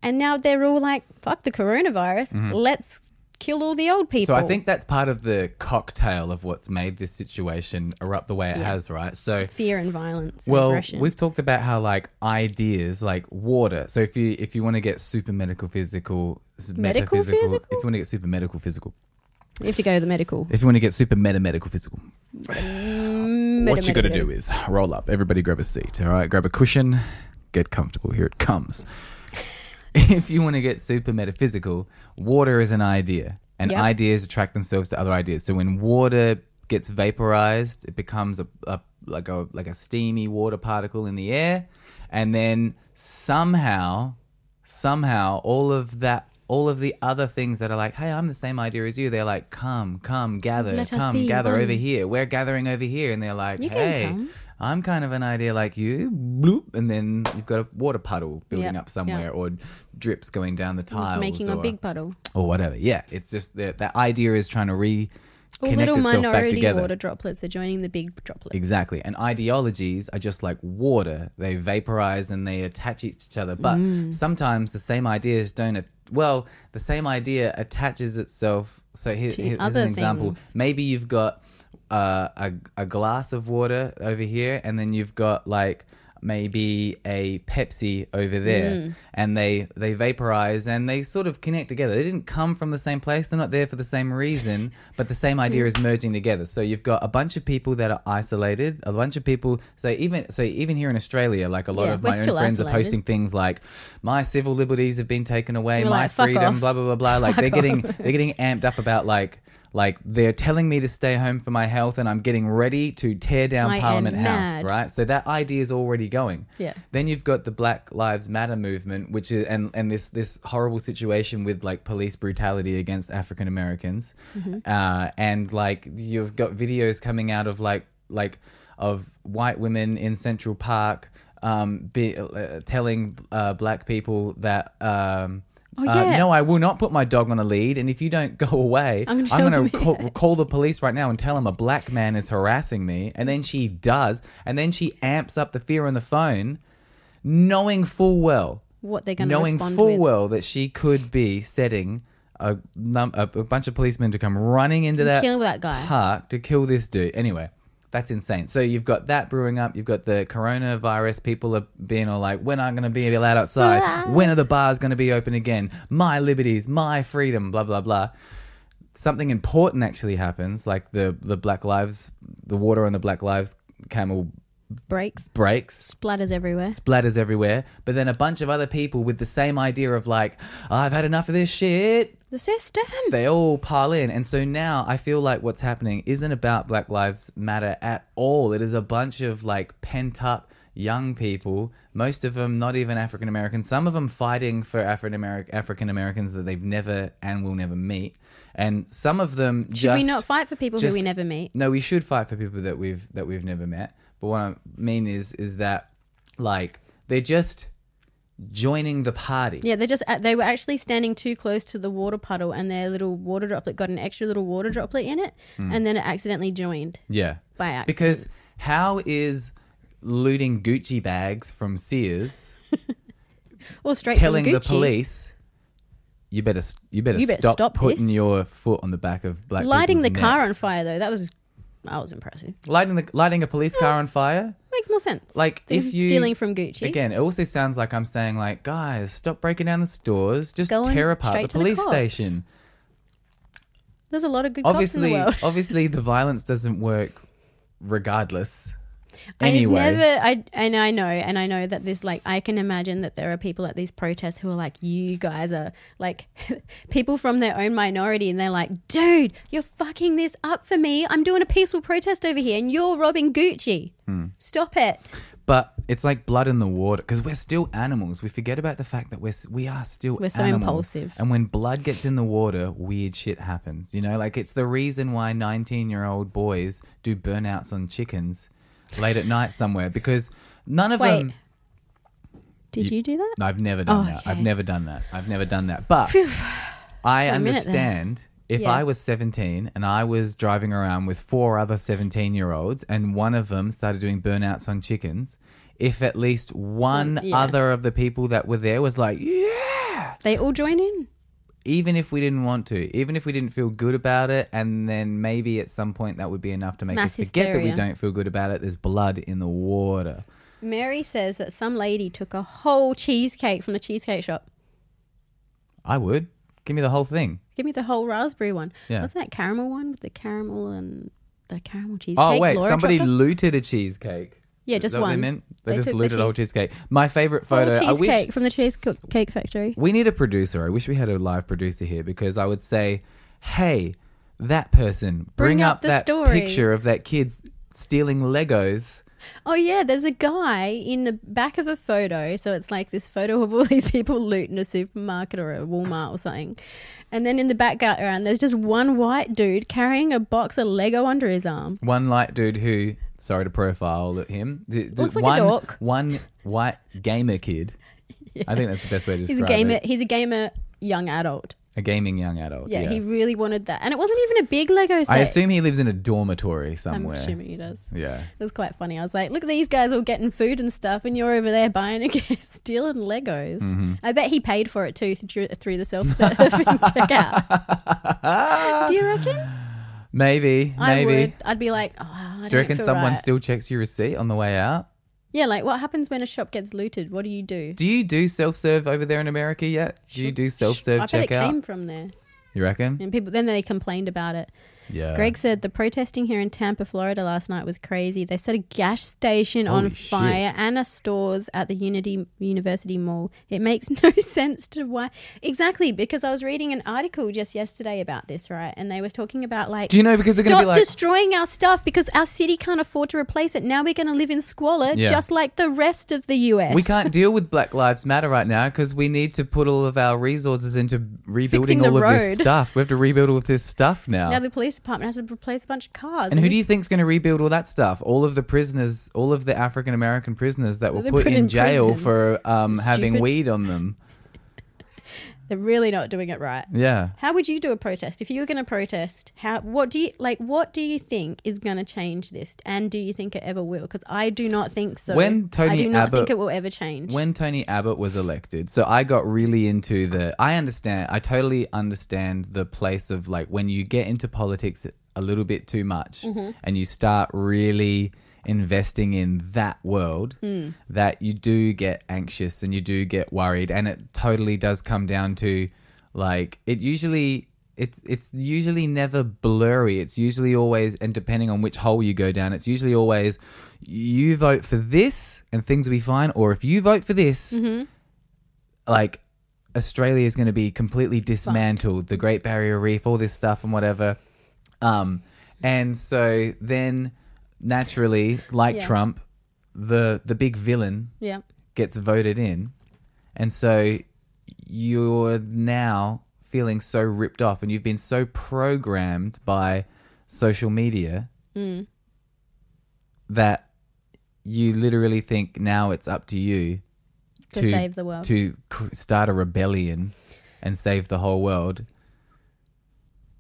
B: And now they're all like, fuck the coronavirus, let's kill all the old people.
A: Mm-hmm. So I think that's part of the cocktail of what's made this situation erupt the way it has, right? So
B: fear and violence.
A: well,
B: and aggression.
A: we've talked about how like ideas, like water. So if you if you want to get super medical physical, s-
B: Medical
A: metaphysical,
B: physical?
A: if you want to get super medical physical,
B: you have to go to the medical.
A: if you want to get super meta medical physical, what you got to
B: Meta-
A: do is roll up. Everybody grab a seat. All right, grab a cushion, get comfortable. Here it comes. if you want to get super metaphysical, water is an idea, and
B: Yep.
A: ideas attract themselves to other ideas. So when water gets vaporized, it becomes a, a like a like a steamy water particle in the air, and then somehow, somehow, all of that. All of the other things that are like, hey, I'm the same idea as you. They're like, come, come, gather,
B: Let us
A: come,
B: be
A: gather
B: one.
A: over here. We're gathering over here. And they're like,
B: You can
A: hey,
B: come.
A: I'm kind of an idea like you, bloop, and then you've got a water puddle building
B: Yep,
A: up somewhere,
B: yep.
A: or drips going down the tiles,
B: Making
A: or,
B: a big puddle.
A: or whatever. Yeah, it's just that that idea is trying to re
B: Or
A: connect
B: little
A: itself back
B: minority
A: together.
B: water droplets are joining the big droplets.
A: Exactly, and ideologies are just like water; they vaporize and they attach each other. But
B: Mm.
A: sometimes the same ideas don't. At- well, the same idea attaches itself. So here,
B: To
A: here- here's
B: other
A: an example.
B: things.
A: Maybe you've got uh, a a glass of water over here, and then you've got like maybe a Pepsi over there,
B: Hmm.
A: and they they vaporize and they sort of connect together. They didn't come from the same place; they're not there for the same reason, but the same idea is merging together. So you've got a bunch of people that are isolated, a bunch of people. So even so, even here in Australia, like a lot
B: Yeah,
A: of
B: we're
A: my own
B: still
A: friends are
B: isolated.
A: posting things like, "My civil liberties have been taken away,
B: You're
A: my
B: like, "Fuck
A: freedom,
B: off."
A: blah blah blah blah." Like they're getting they're getting amped up about like like they're telling me to stay home for my health and I'm getting ready to tear down
B: I am
A: Parliament House,
B: mad.
A: right? So that idea is already going.
B: Yeah.
A: Then you've got the Black Lives Matter movement, which is and and this this horrible situation with like police brutality against African Americans,
B: Mm-hmm.
A: uh, and like you've got videos coming out of like like of white women in Central Park. Um, be, uh, telling uh, black people that um,
B: Oh,
A: uh,
B: yeah.
A: no, I will not put my dog on a lead, and if you don't go away,
B: I'm
A: I'm
B: gonna show
A: going to
B: them.
A: call, call the police right now and tell them a black man is harassing me. And then she does. And then she amps up the fear on the phone, knowing full well,
B: What they're going to
A: knowing
B: respond
A: full
B: with.
A: well that she could be setting a, num- a, a bunch of policemen to come running into that
B: kill that guy.
A: park to kill this dude. Anyway, that's insane. So you've got that brewing up. You've got the coronavirus. People are being all like, "When aren't going to be allowed outside? when are the bars going to be open again? My liberties, my freedom, blah blah blah." Something important actually happens, like the the Black Lives, the water on the Black Lives camel
B: Breaks,
A: breaks
B: splatters everywhere.
A: splatters everywhere. But then a bunch of other people with the same idea of like, I've had enough of this shit.
B: The system.
A: They all pile in. And so now I feel like what's happening isn't about Black Lives Matter at all. It is a bunch of like pent up young people, most of them not even African Americans, some of them fighting for African African Americans that they've never and will never meet. And some of them
B: Should
A: just
B: we not fight for people
A: just-
B: who we never meet?
A: no, we should fight for people that we've that we've never met. But what I mean is is that like they're just joining the party.
B: Yeah, they just uh, they were actually standing too close to the water puddle, and their little water droplet got an extra little water droplet in it, and then it accidentally joined
A: Yeah.
B: by accident.
A: Hmm. Because how is looting Gucci bags from Sears
B: or straight
A: telling
B: from
A: the
B: Gucci,
A: police you better s- you better,
B: You better
A: stop,
B: stop
A: putting
B: this."
A: your foot on the back of black
B: lighting the
A: people's
B: car on
A: necks.
B: fire though that was that was impressive.
A: lighting the lighting a police car on fire
B: Makes more sense.
A: Like,
B: than
A: if you-
B: stealing from Gucci
A: Again, it also sounds like I'm saying, like, guys, stop breaking down the stores. Just
B: Going
A: tear apart the
B: straight to the
A: police
B: cops.
A: station.
B: There's a lot of good cops in the
A: obviously
B: world.
A: obviously the violence doesn't work regardless Anyway.
B: I never, I and I know, and I know that this, like, I can imagine that there are people at these protests who are like, you guys are like people from their own minority, and they're like, dude, you're fucking this up for me. I'm doing a peaceful protest over here, and you're robbing Gucci.
A: Hmm.
B: Stop it.
A: But it's like blood in the water because we're still animals. We forget about the fact that we're s- we are still
B: We're so
A: animals.
B: impulsive.
A: And when blood gets in the water, weird shit happens. You know, like it's the reason why nineteen-year-old boys do burnouts on chickens late at night somewhere because none of
B: Wait.
A: them.
B: Did you, do that?
A: No, I've never done
B: Oh,
A: that. I've
B: okay.
A: never done that. I've never done that. But I
B: a minute there.
A: understand if
B: Yeah.
A: I was 17 and I was driving around with four other 17 year olds and one of them started doing burnouts on chickens, if at least one
B: yeah.
A: other of the people that were there was like, yeah,
B: They all join in.
A: even if we didn't want to, even if we didn't feel good about it, and then maybe at some point that would be enough to make
B: Mass
A: us forget that we
B: hysteria.
A: don't feel good about it. There's blood in the water.
B: Mary says that some lady took a whole cheesecake from the cheesecake shop.
A: I would. Give me the whole thing.
B: Give me the whole raspberry one.
A: Yeah.
B: Wasn't that caramel one with the caramel and the caramel cheesecake?
A: Oh wait,
B: Laura
A: somebody
B: chocolate?
A: looted a cheesecake.
B: Yeah,
A: Is
B: just
A: that what They,
B: one.
A: meant? they,
B: They
A: just
B: took the
A: looted a whole
B: cheese-
A: cheesecake. My favorite photo.
B: Full
A: I
B: cheesecake
A: wish
B: from the cheesecake factory.
A: we need a producer. I wish we had a live producer here because I would say, "Hey, that person, bring, up,
B: the
A: that
B: story."
A: picture of that kid stealing Legos."
B: Oh yeah, there's a guy in the back of a photo, so it's like this photo of all these people looting a supermarket or a Walmart or something, and then in the background there's just one white dude carrying a box of Lego under his arm.
A: One light dude who, sorry to profile him, d- d-
B: Looks like a
A: one
B: dork.
A: one white gamer kid. I think that's the best way to
B: He's
A: describe
B: a gamer.
A: it.
B: He's a gamer, young adult.
A: A gaming young adult.
B: Yeah,
A: Yeah,
B: he really wanted that, and it wasn't even a big Lego set.
A: I assume he lives in a dormitory
B: I'm
A: somewhere.
B: assuming he does.
A: Yeah.
B: It was quite funny. I was like, look at these guys all getting food and stuff, and you're over there buying a stealing Legos.
A: Mm-hmm.
B: I bet he paid for it too through, through the self serve checkout. Do you reckon?
A: Maybe,
B: I
A: maybe.
B: would. I'd be like, oh, I don't
A: Do you reckon
B: feel
A: someone
B: right."
A: still checks your receipt on the way out?
B: Yeah, like what happens when a shop gets looted? What do you do?
A: Do you do self serve over there in America yet? Do you do self serve
B: I bet it
A: checkout?
B: came from there,
A: You reckon?
B: and people then they complained about it.
A: Yeah.
B: Greg said the protesting here in Tampa, Florida last night was crazy. They set a gas station
A: Holy
B: on
A: shit.
B: fire and a stores at the Unity University Mall. It makes no sense to why exactly because I was reading an article just yesterday about this, right? And they were talking about like
A: Do you know because they're going to
B: stop
A: be like
B: destroying our stuff because our city can't afford to replace it. Now we're going to live in squalor
A: Yeah.
B: just like the rest of the US.
A: we can't deal with Black Lives Matter right now because we need to put all of our resources into rebuilding
B: Fixing the
A: all of this
B: road.
A: stuff. We have to rebuild all of this stuff now.
B: Now the police department has to replace a bunch of cars.
A: and who do you think's going to rebuild all that stuff? All of the prisoners, all of the African American prisoners that were
B: They
A: put,
B: put
A: in,
B: in
A: jail
B: prison.
A: for um, having
B: Stupid.
A: weed on them.
B: They're really not doing it right.
A: Yeah.
B: How would you do a protest if you were going to protest? How what do you like? What do you think is going to change this? And do you think it ever will? Because I do not think so.
A: When Tony
B: I do not
A: Abbott-
B: think it will ever change.
A: When Tony Abbott was elected, so I got really into the. I understand. I totally understand the place of like when you get into politics a little bit too much and you start really investing in that world, that you do get anxious and you do get worried, and it totally does come down to like it usually. It's it's usually never blurry. It's usually always, and depending on which hole you go down, it's usually always you vote for this and things will be fine, or if you vote for this, like Australia is going to be completely dismantled, the Great Barrier Reef, all this stuff and whatever. Um, and so then naturally, like
B: Yeah.
A: Trump, the the big villain
B: yeah,
A: gets voted in, and so you're now feeling so ripped off, and you've been so programmed by social media
B: Mm.
A: that you literally think now it's up to you
B: To save the world.
A: to cr- start a rebellion and save the whole world.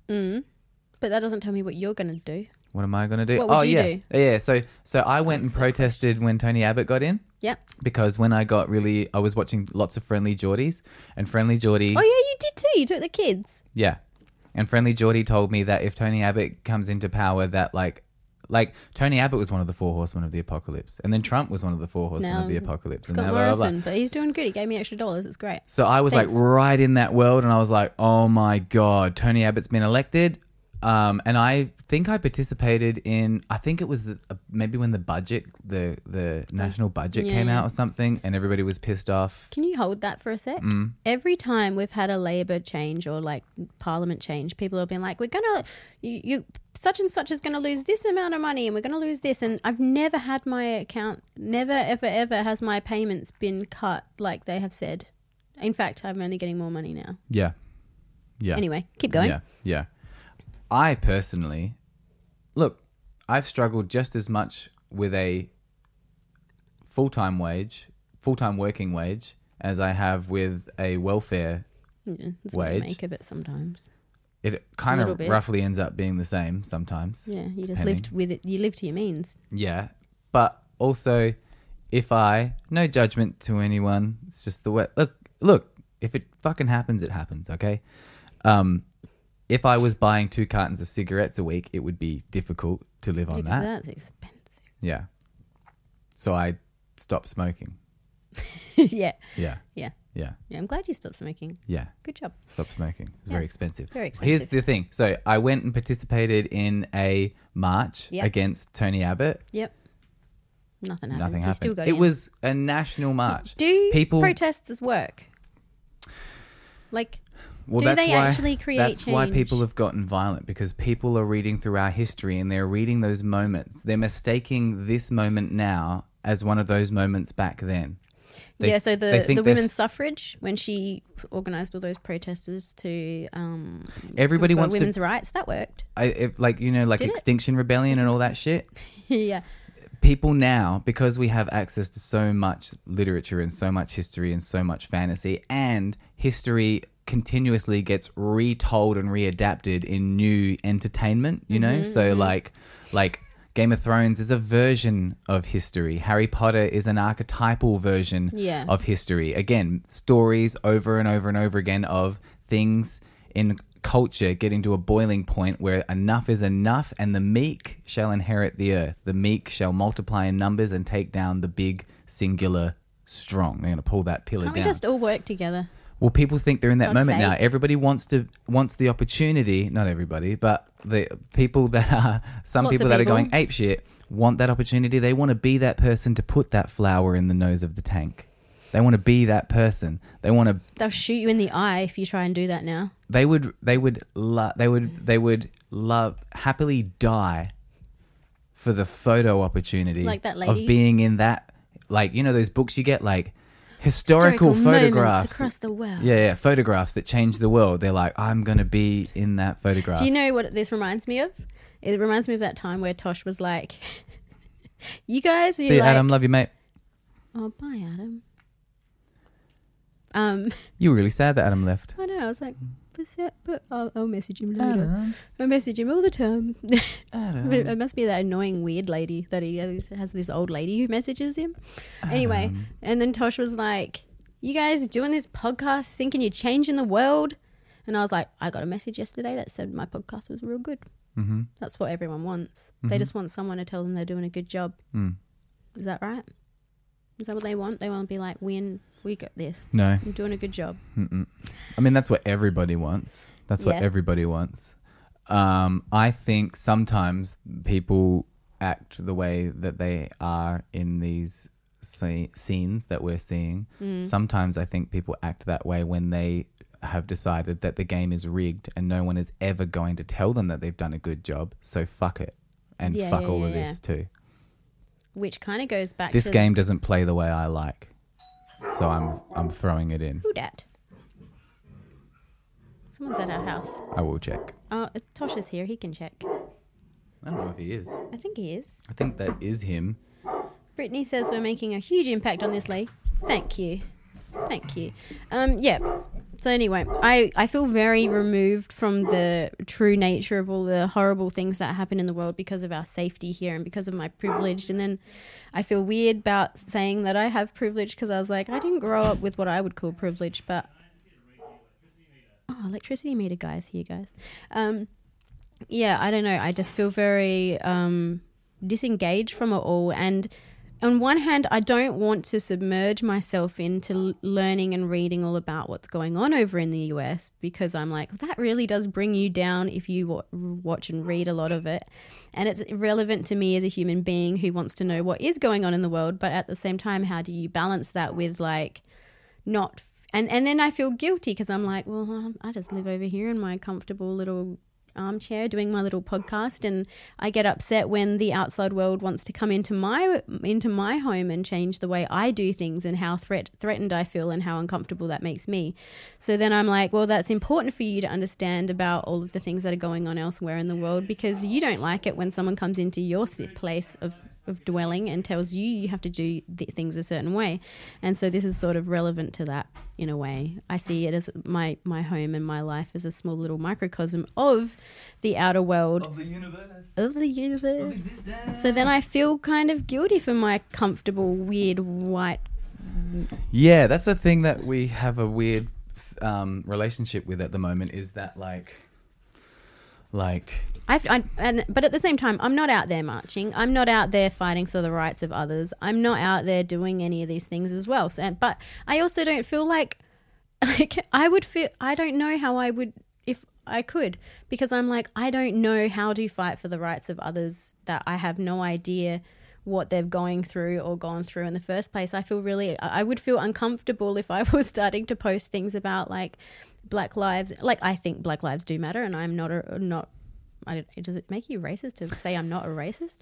B: but that doesn't tell me what you're going to do.
A: What am I gonna do?
B: What would
A: oh
B: you
A: yeah,
B: do?
A: yeah. So so I went and
B: That's the
A: protested when Tony Abbott got in.
B: Yep.
A: because when I got really, I was watching lots of Friendly Geordies, and Friendly Geordie,
B: Oh yeah, you did too. You took the kids.
A: yeah, and Friendly Geordie told me that if Tony Abbott comes into power, that like, like Tony Abbott was one of the four horsemen of the apocalypse, and then Trump was one of the four horsemen
B: Now,
A: of the apocalypse, and
B: Scott
A: now blah, blah, blah.
B: Morrison, but he's doing good. He gave me extra dollars. It's great.
A: So I was
B: Thanks.
A: like right in that world, and I was like, oh my god, Tony Abbott's been elected. Um, and I think I participated in. I think it was the, uh, maybe when the budget, the the national budget
B: Yeah,
A: came
B: yeah.
A: out or something, and everybody was pissed off.
B: Can you hold that for a sec?
A: Mm.
B: Every time we've had a Labour change or like Parliament change, people have been like, "We're gonna, you, you such and such is gonna lose this amount of money, and we're gonna lose this." And I've never had my account, never ever ever has my payments been cut like they have said. In fact, I'm only getting more money now.
A: Yeah, yeah.
B: Anyway, keep going.
A: Yeah, yeah. I personally, look, I've struggled just as much with a full time wage, full time working wage, as I have with a welfare.
B: Yeah, Mm, that's what you
A: Wage.
B: make of it sometimes.
A: It kind
B: Little
A: of
B: bit.
A: roughly ends up being the same sometimes.
B: Yeah, you just
A: Depending.
B: lived with it. You live to your means.
A: Yeah. But also, if I, no judgment to anyone, it's just the way, look, look, if it fucking happens, it happens, okay? Um, if I was buying two cartons of cigarettes a week, it would be difficult to live on
B: Because
A: that.
B: That's expensive.
A: Yeah. So I stopped smoking.
B: yeah,
A: Yeah.
B: yeah,
A: Yeah.
B: yeah. I'm glad you stopped smoking.
A: Yeah.
B: Good job.
A: Stop smoking. It's
B: Yeah.
A: very expensive.
B: Very
A: Here's
B: expensive.
A: the thing. So I went and participated in a march
B: Yeah.
A: against Tony Abbott.
B: Yep. Nothing happened.
A: Nothing
B: You
A: happened.
B: Still got
A: it
B: in.
A: was a national march.
B: Do
A: people-
B: protests work? Like,
A: Well,
B: Do
A: that's
B: they
A: why,
B: actually create
A: That's why
B: change?
A: people have gotten violent because people are reading through our history and they're reading those moments. They're mistaking this moment now as one of those moments back then. They-
B: yeah. So the
A: they think
B: the
A: they're
B: women's
A: s-
B: suffrage when she organised all those protesters to um
A: Everybody
B: for
A: wants
B: women's
A: to,
B: rights that worked.
A: I, if, like you know, like
B: Did it?
A: Extinction Rebellion and all that shit.
B: yeah.
A: people now because we have access to so much literature and so much history and so much fantasy and history continuously gets retold and readapted in new entertainment you know so like like Game of Thrones is a version of history. Harry Potter is an archetypal version
B: Yeah.
A: of history. Again, stories over and over and over again of things in culture getting to a boiling point where enough is enough and the meek shall inherit the earth. The meek shall multiply in numbers and take down the big, singular, strong. They're going to pull that pillar
B: Can't we
A: down.
B: just all work together?
A: Well, people think they're in that
B: God's
A: moment now.
B: sake.
A: Everybody wants to wants the opportunity. Not everybody, but the people that are some
B: Lots of
A: people that are
B: people.
A: going ape shit want that opportunity. They want to be that person to put that flower in the nose of the tank. They want to be that person. They want to.
B: They'll shoot you in the eye if you try and do that now.
A: They would. They would. Lo- they would. They would love happily die for the photo opportunity
B: Like that
A: of
B: lady.
A: being in that. Like you know those books you get like historical,
B: moments
A: photographs
B: across the world.
A: yeah, yeah, photographs that change the world. They're like, I'm gonna be in that photograph.
B: Do you know what this reminds me of? It reminds me of that time where Tosh was like, "You guys, you
A: See, you,
B: like,
A: Adam, love you, mate.
B: oh, bye, Adam." Um,
A: You were really sad that Adam left.
B: I know. I was like,
A: Mm.
B: but, se- but I'll, I'll message him later. I message him all the time.
A: Adam.
B: it must be that annoying weird lady that he has, has this old lady who messages him. Anyway, and then Tosh was like, "You guys doing this podcast, thinking you're changing the world." And I was like, I got a message yesterday that said my podcast was real good.
A: Mm-hmm.
B: That's what everyone wants. They just want someone to tell them they're doing a good job.
A: Mm.
B: Is that right? Is that what they want? They want to be like, "When we got this,
A: No,
B: I'm doing a good job."
A: Mm-mm. I mean that's what everybody wants. That's what
B: Yeah.
A: everybody wants. Um, I think sometimes people act the way that they are in these sce- scenes that we're seeing.
B: Mm.
A: Sometimes I think people act that way when they have decided that the game is rigged and no one is ever going to tell them that they've done a good job. So fuck it and
B: Yeah,
A: fuck
B: yeah,
A: all of
B: yeah,
A: this too.
B: Which kind of goes back
A: This
B: to
A: game doesn't play the way I like. So I'm I'm throwing it in.
B: Who dat? Someone's at our house.
A: I will check.
B: Oh, it's Tosh is here. He can check.
A: I don't know if he is.
B: I think he is.
A: I think that is him.
B: Brittany says we're making a huge impact on this lady. Thank you. Thank you. Um, yeah. So anyway, I, I feel very removed from the true nature of all the horrible things that happen in the world because of our safety here and because of my privilege. And then I feel weird about saying that I have privilege because I was like, I didn't grow up with what I would call privilege, but oh, electricity meter guys here, guys. Um, yeah, I don't know. I just feel very um, disengaged from it all, and on one hand, I don't want to submerge myself into l- learning and reading all about what's going on over in the US because I'm like, that really does bring you down if you wa- watch and read a lot of it. And it's relevant to me as a human being who wants to know what is going on in the world. But at the same time, how do you balance that with like not. And, and then I feel guilty because I'm like, well, um, I just live over here in my comfortable little armchair doing my little podcast and I get upset when the outside world wants to come into my into my home and change the way I do things and how threat threatened I feel and how uncomfortable that makes me. So then I'm like, well that's important for you to understand about all of the things that are going on elsewhere in the world because you don't like it when someone comes into your si- place of of dwelling and tells you you have to do th- things a certain way. And so this is sort of relevant to that in a way. I see it as my my home and my life as a small little microcosm of the outer world
C: Of the universe.
B: of the universe.
C: existence.
B: So then I feel kind of guilty for my comfortable, weird, white.
A: Yeah, that's the thing that we have a weird um, relationship with at the moment is that like, like
B: I, I and but at the same time, I'm not out there marching. I'm not out there fighting for the rights of others. I'm not out there doing any of these things as well. So, but I also don't feel like like I would feel. I don't know how I would if I could because I'm like I don't know how to fight for the rights of others that I have no idea what they're going through or gone through in the first place. I feel really, I I would feel uncomfortable if I was starting to post things about like black lives. Like I think black lives do matter, and I'm not a not. I don't, does it make you racist to say I'm not a racist?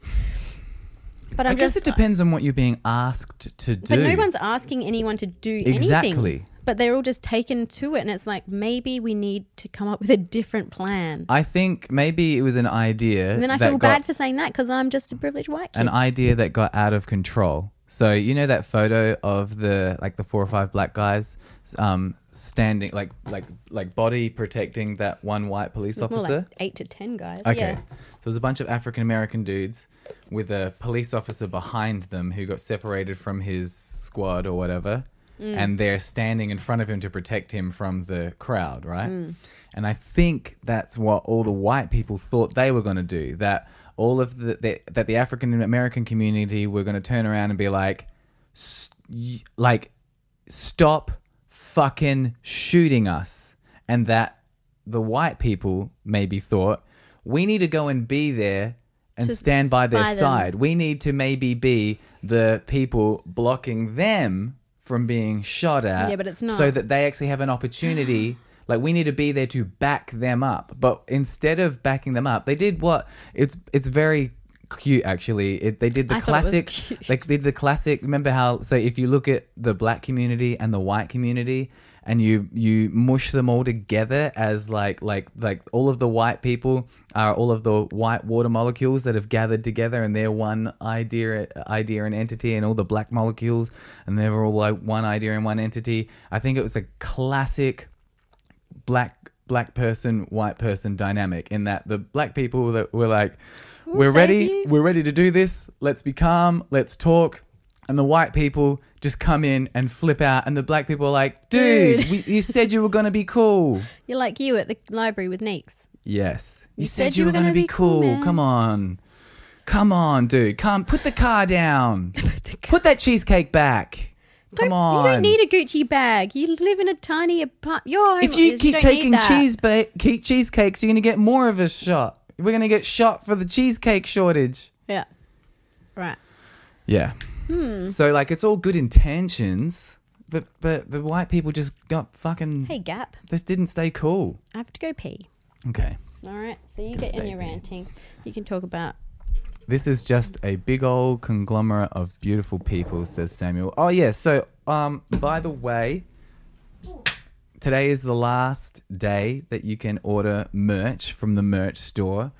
B: But I'm
A: I guess
B: just. uh,
A: it depends on what you're being asked to do.
B: but no one's asking anyone to do anything.
A: exactly.
B: But they're all just taken to it, and it's like maybe we need to come up with a different plan.
A: I think maybe it was an idea.
B: And then I
A: that
B: feel
A: got-
B: bad for saying that because I'm just a privileged white kid.
A: an idea that got out of control. So you know that photo of the like the four or five black guys um, standing like like like body protecting that one white police
B: More
A: officer.
B: like eight to ten guys.
A: Okay.
B: Yeah.
A: So it was a bunch of African American dudes with a police officer behind them who got separated from his squad or whatever. And they're standing in front of him to protect him from the crowd, right? And I think that's what all the white people thought they were going to do. That all of the, the that the African American community were going to turn around and be like, "S- y- like, stop fucking shooting us. And that the white people maybe thought, we need to go and be there and
B: To
A: stand by their
B: spy them.
A: side. We need to maybe be the people blocking them from being shot at.
B: Yeah, but it's not.
A: So that they actually have an opportunity. Like we need to be there to back them up. But instead of backing them up, they did what it's it's very cute actually. It, they did the
B: I thought it was
A: classic
B: cute.
A: like they did the classic remember how so if you look at the black community and the white community and you you mush them all together as like like like all of the white people are all of the white water molecules that have gathered together and they're one idea idea and entity and all the black molecules and they're all like one idea and one entity i think it was a classic black black person white person dynamic in that the black people that were like we're
B: save
A: ready
B: you."
A: we're ready to do this let's be calm let's talk and the white people just come in and flip out and the black people are like dude,
B: Dude.
A: We, you said you were going to be cool
B: You're like you at the library with Neeks.
A: yes you, said, you were going to be cool,
B: man."
A: come on come on dude come put the car down put that cheesecake back
B: Don't,
A: come on
B: You don't need a Gucci bag. You live in a tiny apartment. Your home
A: if you
B: is-
A: keep
B: don't need
A: taking
B: that.
A: cheese ba- keep cheesecakes, you're gonna get more of a shot. We're gonna get shot for the cheesecake shortage.
B: Yeah. Right.
A: Yeah. So like, it's all good intentions, but but the white people just got fucking
B: Hey, Gap.
A: just didn't stay cool.
B: I have to go pee.
A: Okay.
B: All right. So you
A: Can
B: get in
A: stay
B: your
A: pee.
B: ranting. You can talk about.
A: This is just a big old conglomerate of beautiful people, says Samuel. Oh yeah, so um by the way, today is the last day that you can order merch from the merch store.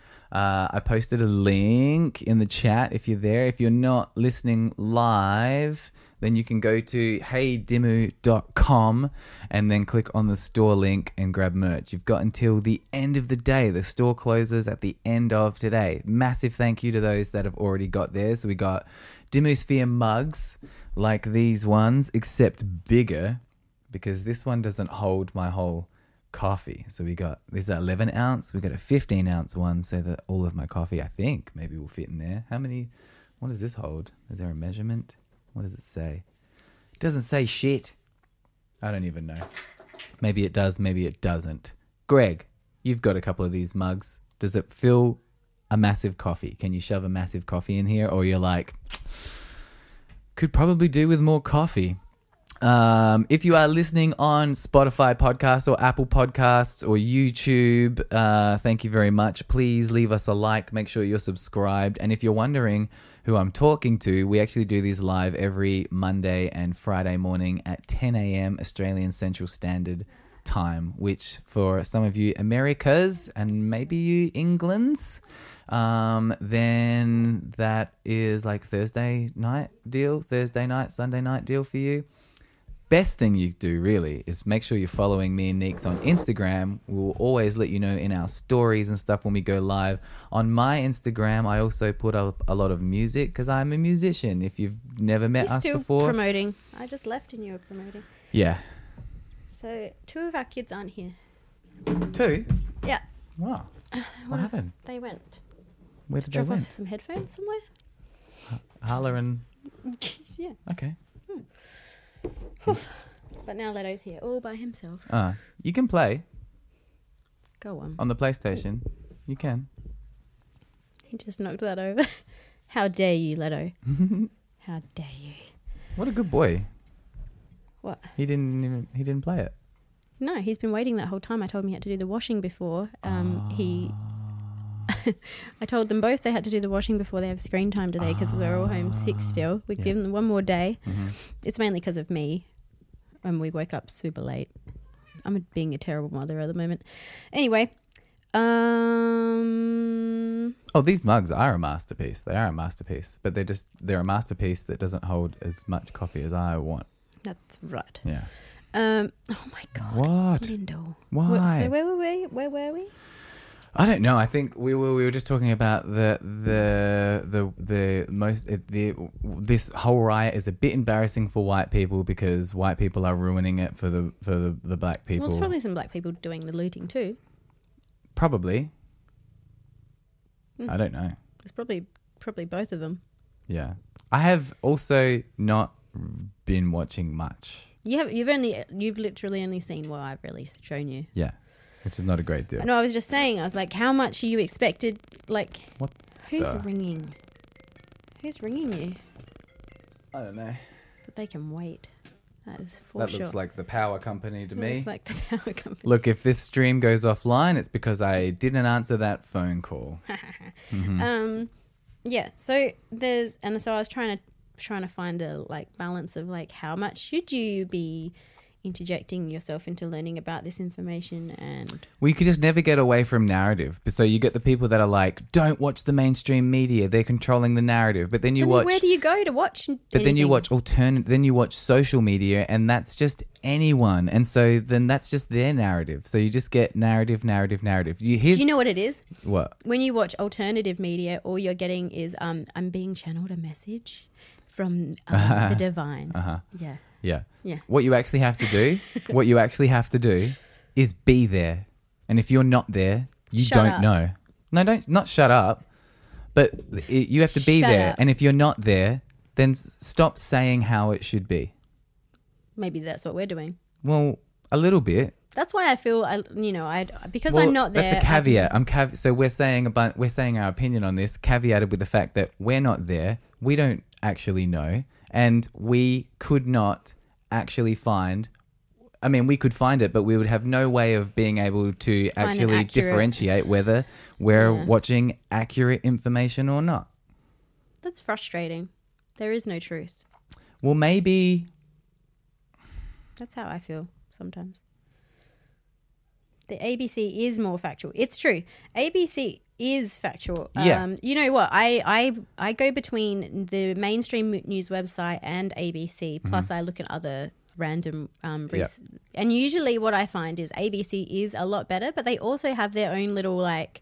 A: Uh, I posted a link in the chat if you're there. If you're not listening live, then you can go to heydimu.com and then click on the store link and grab merch. You've got until the end of the day. The store closes at the end of today. Massive thank you to those that have already got theirs. We got Dimu Sphere mugs like these ones, except bigger because this one doesn't hold my whole coffee. So we got this is an 11 ounce. We got a 15 ounce one, so that all of my coffee, I think, maybe will fit in there. How many? What does this hold? Is there a measurement? What does it say? It doesn't say shit. I don't even know. Maybe it does, maybe it doesn't. Greg, you've got a couple of these mugs. Does it fill a massive coffee? Can you shove a massive coffee in here? Or you're like, could probably do with more coffee. Um, if you are listening on Spotify podcasts or Apple podcasts or YouTube, uh, thank you very much. Please leave us a like. Make sure you're subscribed. And if you're wondering who I'm talking to, we actually do these live every Monday and Friday morning at 10 a.m. Australian Central Standard Time, which for some of you Americas and maybe you Englands, um, then that is like Thursday night deal, Thursday night, Sunday night deal for you best thing you do really is make sure you're following me and Neeks on Instagram. We'll always let you know in our stories and stuff when we go live. On my Instagram, I also put up a lot of music because I'm a musician. If you've never met
B: You're
A: us
B: still
A: before,
B: promoting. I just left and you were promoting.
A: yeah,
B: So two of our kids aren't here.
A: two.
B: Yeah,
A: Wow, what happened?
B: they went.
A: Where did they
B: Drop
A: win?
B: off some headphones somewhere.
A: Holler and
B: yeah,
A: okay.
B: but now Leto's here all by himself.
A: Uh, you can play
B: Go on.
A: on the PlayStation. You can.
B: He just knocked that over. How dare you, Leto? How dare you?
A: What a good boy.
B: What?
A: He didn't even he didn't play it.
B: No, he's been waiting that whole time. I told him he had to do the washing before. Um, He,
A: Ah.
B: I told them both they had to do the washing before they have screen time today because we're all home sick still. We've
A: yeah.
B: given them one more day. It's mainly because of me, and we woke up super late. I'm a- being a terrible mother at the moment. Anyway, um,
A: Oh, these mugs are a masterpiece. They are a masterpiece, but they're just they're a masterpiece that doesn't hold as much coffee as I want.
B: that's right.
A: Yeah.
B: Um, oh my god,
A: What?
B: Lindell. What,
A: Why?
B: so where were we? Where were we?
A: I don't know. I think we were we were just talking about the the the the most it- the this whole riot is a bit embarrassing for white people because white people are ruining it for the for the, the black people.
B: Well, it's probably some black people doing the looting too.
A: Probably.
B: Hmm.
A: I don't know.
B: It's probably probably both of them.
A: Yeah. I have also not been watching much.
B: You have you've only you've literally only seen what I've really shown you.
A: Yeah. Which is not a great deal.
B: No, I was just saying. I was like, how much are you expected? Like,
A: What
B: Who's
A: the-
B: ringing? Who's ringing you?
A: I don't know.
B: But they can wait. That is for
A: That
B: sure.
A: looks like the power company to me.
B: Looks like the power company.
A: Look, if this stream goes offline, it's because I didn't answer that phone call.
B: Um, yeah. So there's, and so I was trying to trying to find a like balance of like how much should you be interjecting yourself into learning about this information and
A: We could just never get away from narrative. So you get the people that are like, "Don't watch the mainstream media; they're controlling the narrative." But then you
B: Then
A: watch,
B: where do you go to watch?
A: but then you
B: anything?
A: watch alternate, then you watch social media, and that's just anyone. And so then that's just their narrative. So you just get narrative, narrative, narrative. You here's
B: Do you know what it is?
A: what?
B: when you watch alternative media, all you're getting is um, I'm being channeled a message from um, the divine.
A: Uh-huh.
B: Yeah.
A: Yeah.
B: Yeah.
A: What you actually have to do, what you actually have to do is be there. And if you're not there, you
B: Shut
A: don't
B: up.
A: know. No, don't not shut up. But it, you have to be
B: Shut
A: there.
B: up.
A: And if you're not there, then s- stop saying how it should be.
B: Maybe that's what we're doing.
A: Well, a little bit.
B: That's why I feel I, you know, I because
A: Well,
B: I'm not there.
A: That's a caveat. I'm cav- so we're saying a bun- we're saying our opinion on this, caveated with the fact that we're not there. We don't actually know, and we could not actually find. I mean, we could find it, but we would have no way of being able to
B: an
A: actually
B: accurate-
A: differentiate whether we're watching accurate information or not.
B: that's frustrating. There is no truth.
A: Well, maybe
B: That's how I feel sometimes. The ABC is more factual. It's true. ABC is factual.
A: Yeah.
B: Um, you know what? I, I I go between the mainstream news website and ABC. Plus, I look at other random um,
A: Mm-hmm. Yeah.
B: res- and usually what I find is ABC is a lot better, but they also have their own little like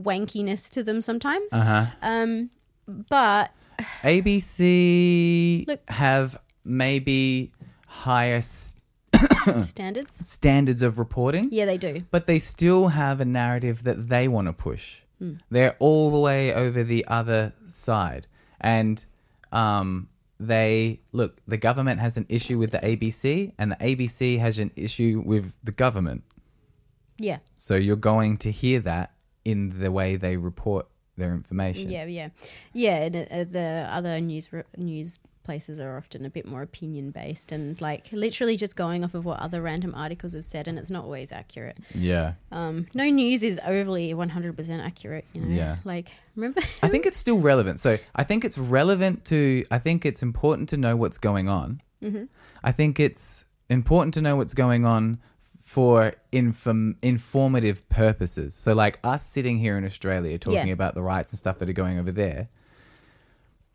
B: wankiness to them sometimes.
A: uh-huh.
B: Um, but
A: ABC
B: Look-
A: have maybe higher s- Mm.
B: standards,
A: standards of reporting.
B: yeah, they do.
A: but they still have a narrative that they want to push. They're all the way over the other side. And um, they look, the government has an issue with the ABC, and the ABC has an issue with the government.
B: Yeah.
A: So you're going to hear that in the way they report their information.
B: Yeah, yeah, yeah. And uh, the other news re- news places are often a bit more opinion based and like literally just going off of what other random articles have said, and it's not always accurate.
A: Yeah.
B: Um, no news is overly one hundred percent accurate. You know,
A: Yeah.
B: like remember.
A: I think it's still relevant. So I think it's relevant to. I think it's important to know what's going on. I think it's important to know what's going on for inform- informative purposes. So like us sitting here in Australia talking
B: Yeah.
A: about the rights and stuff that are going over there.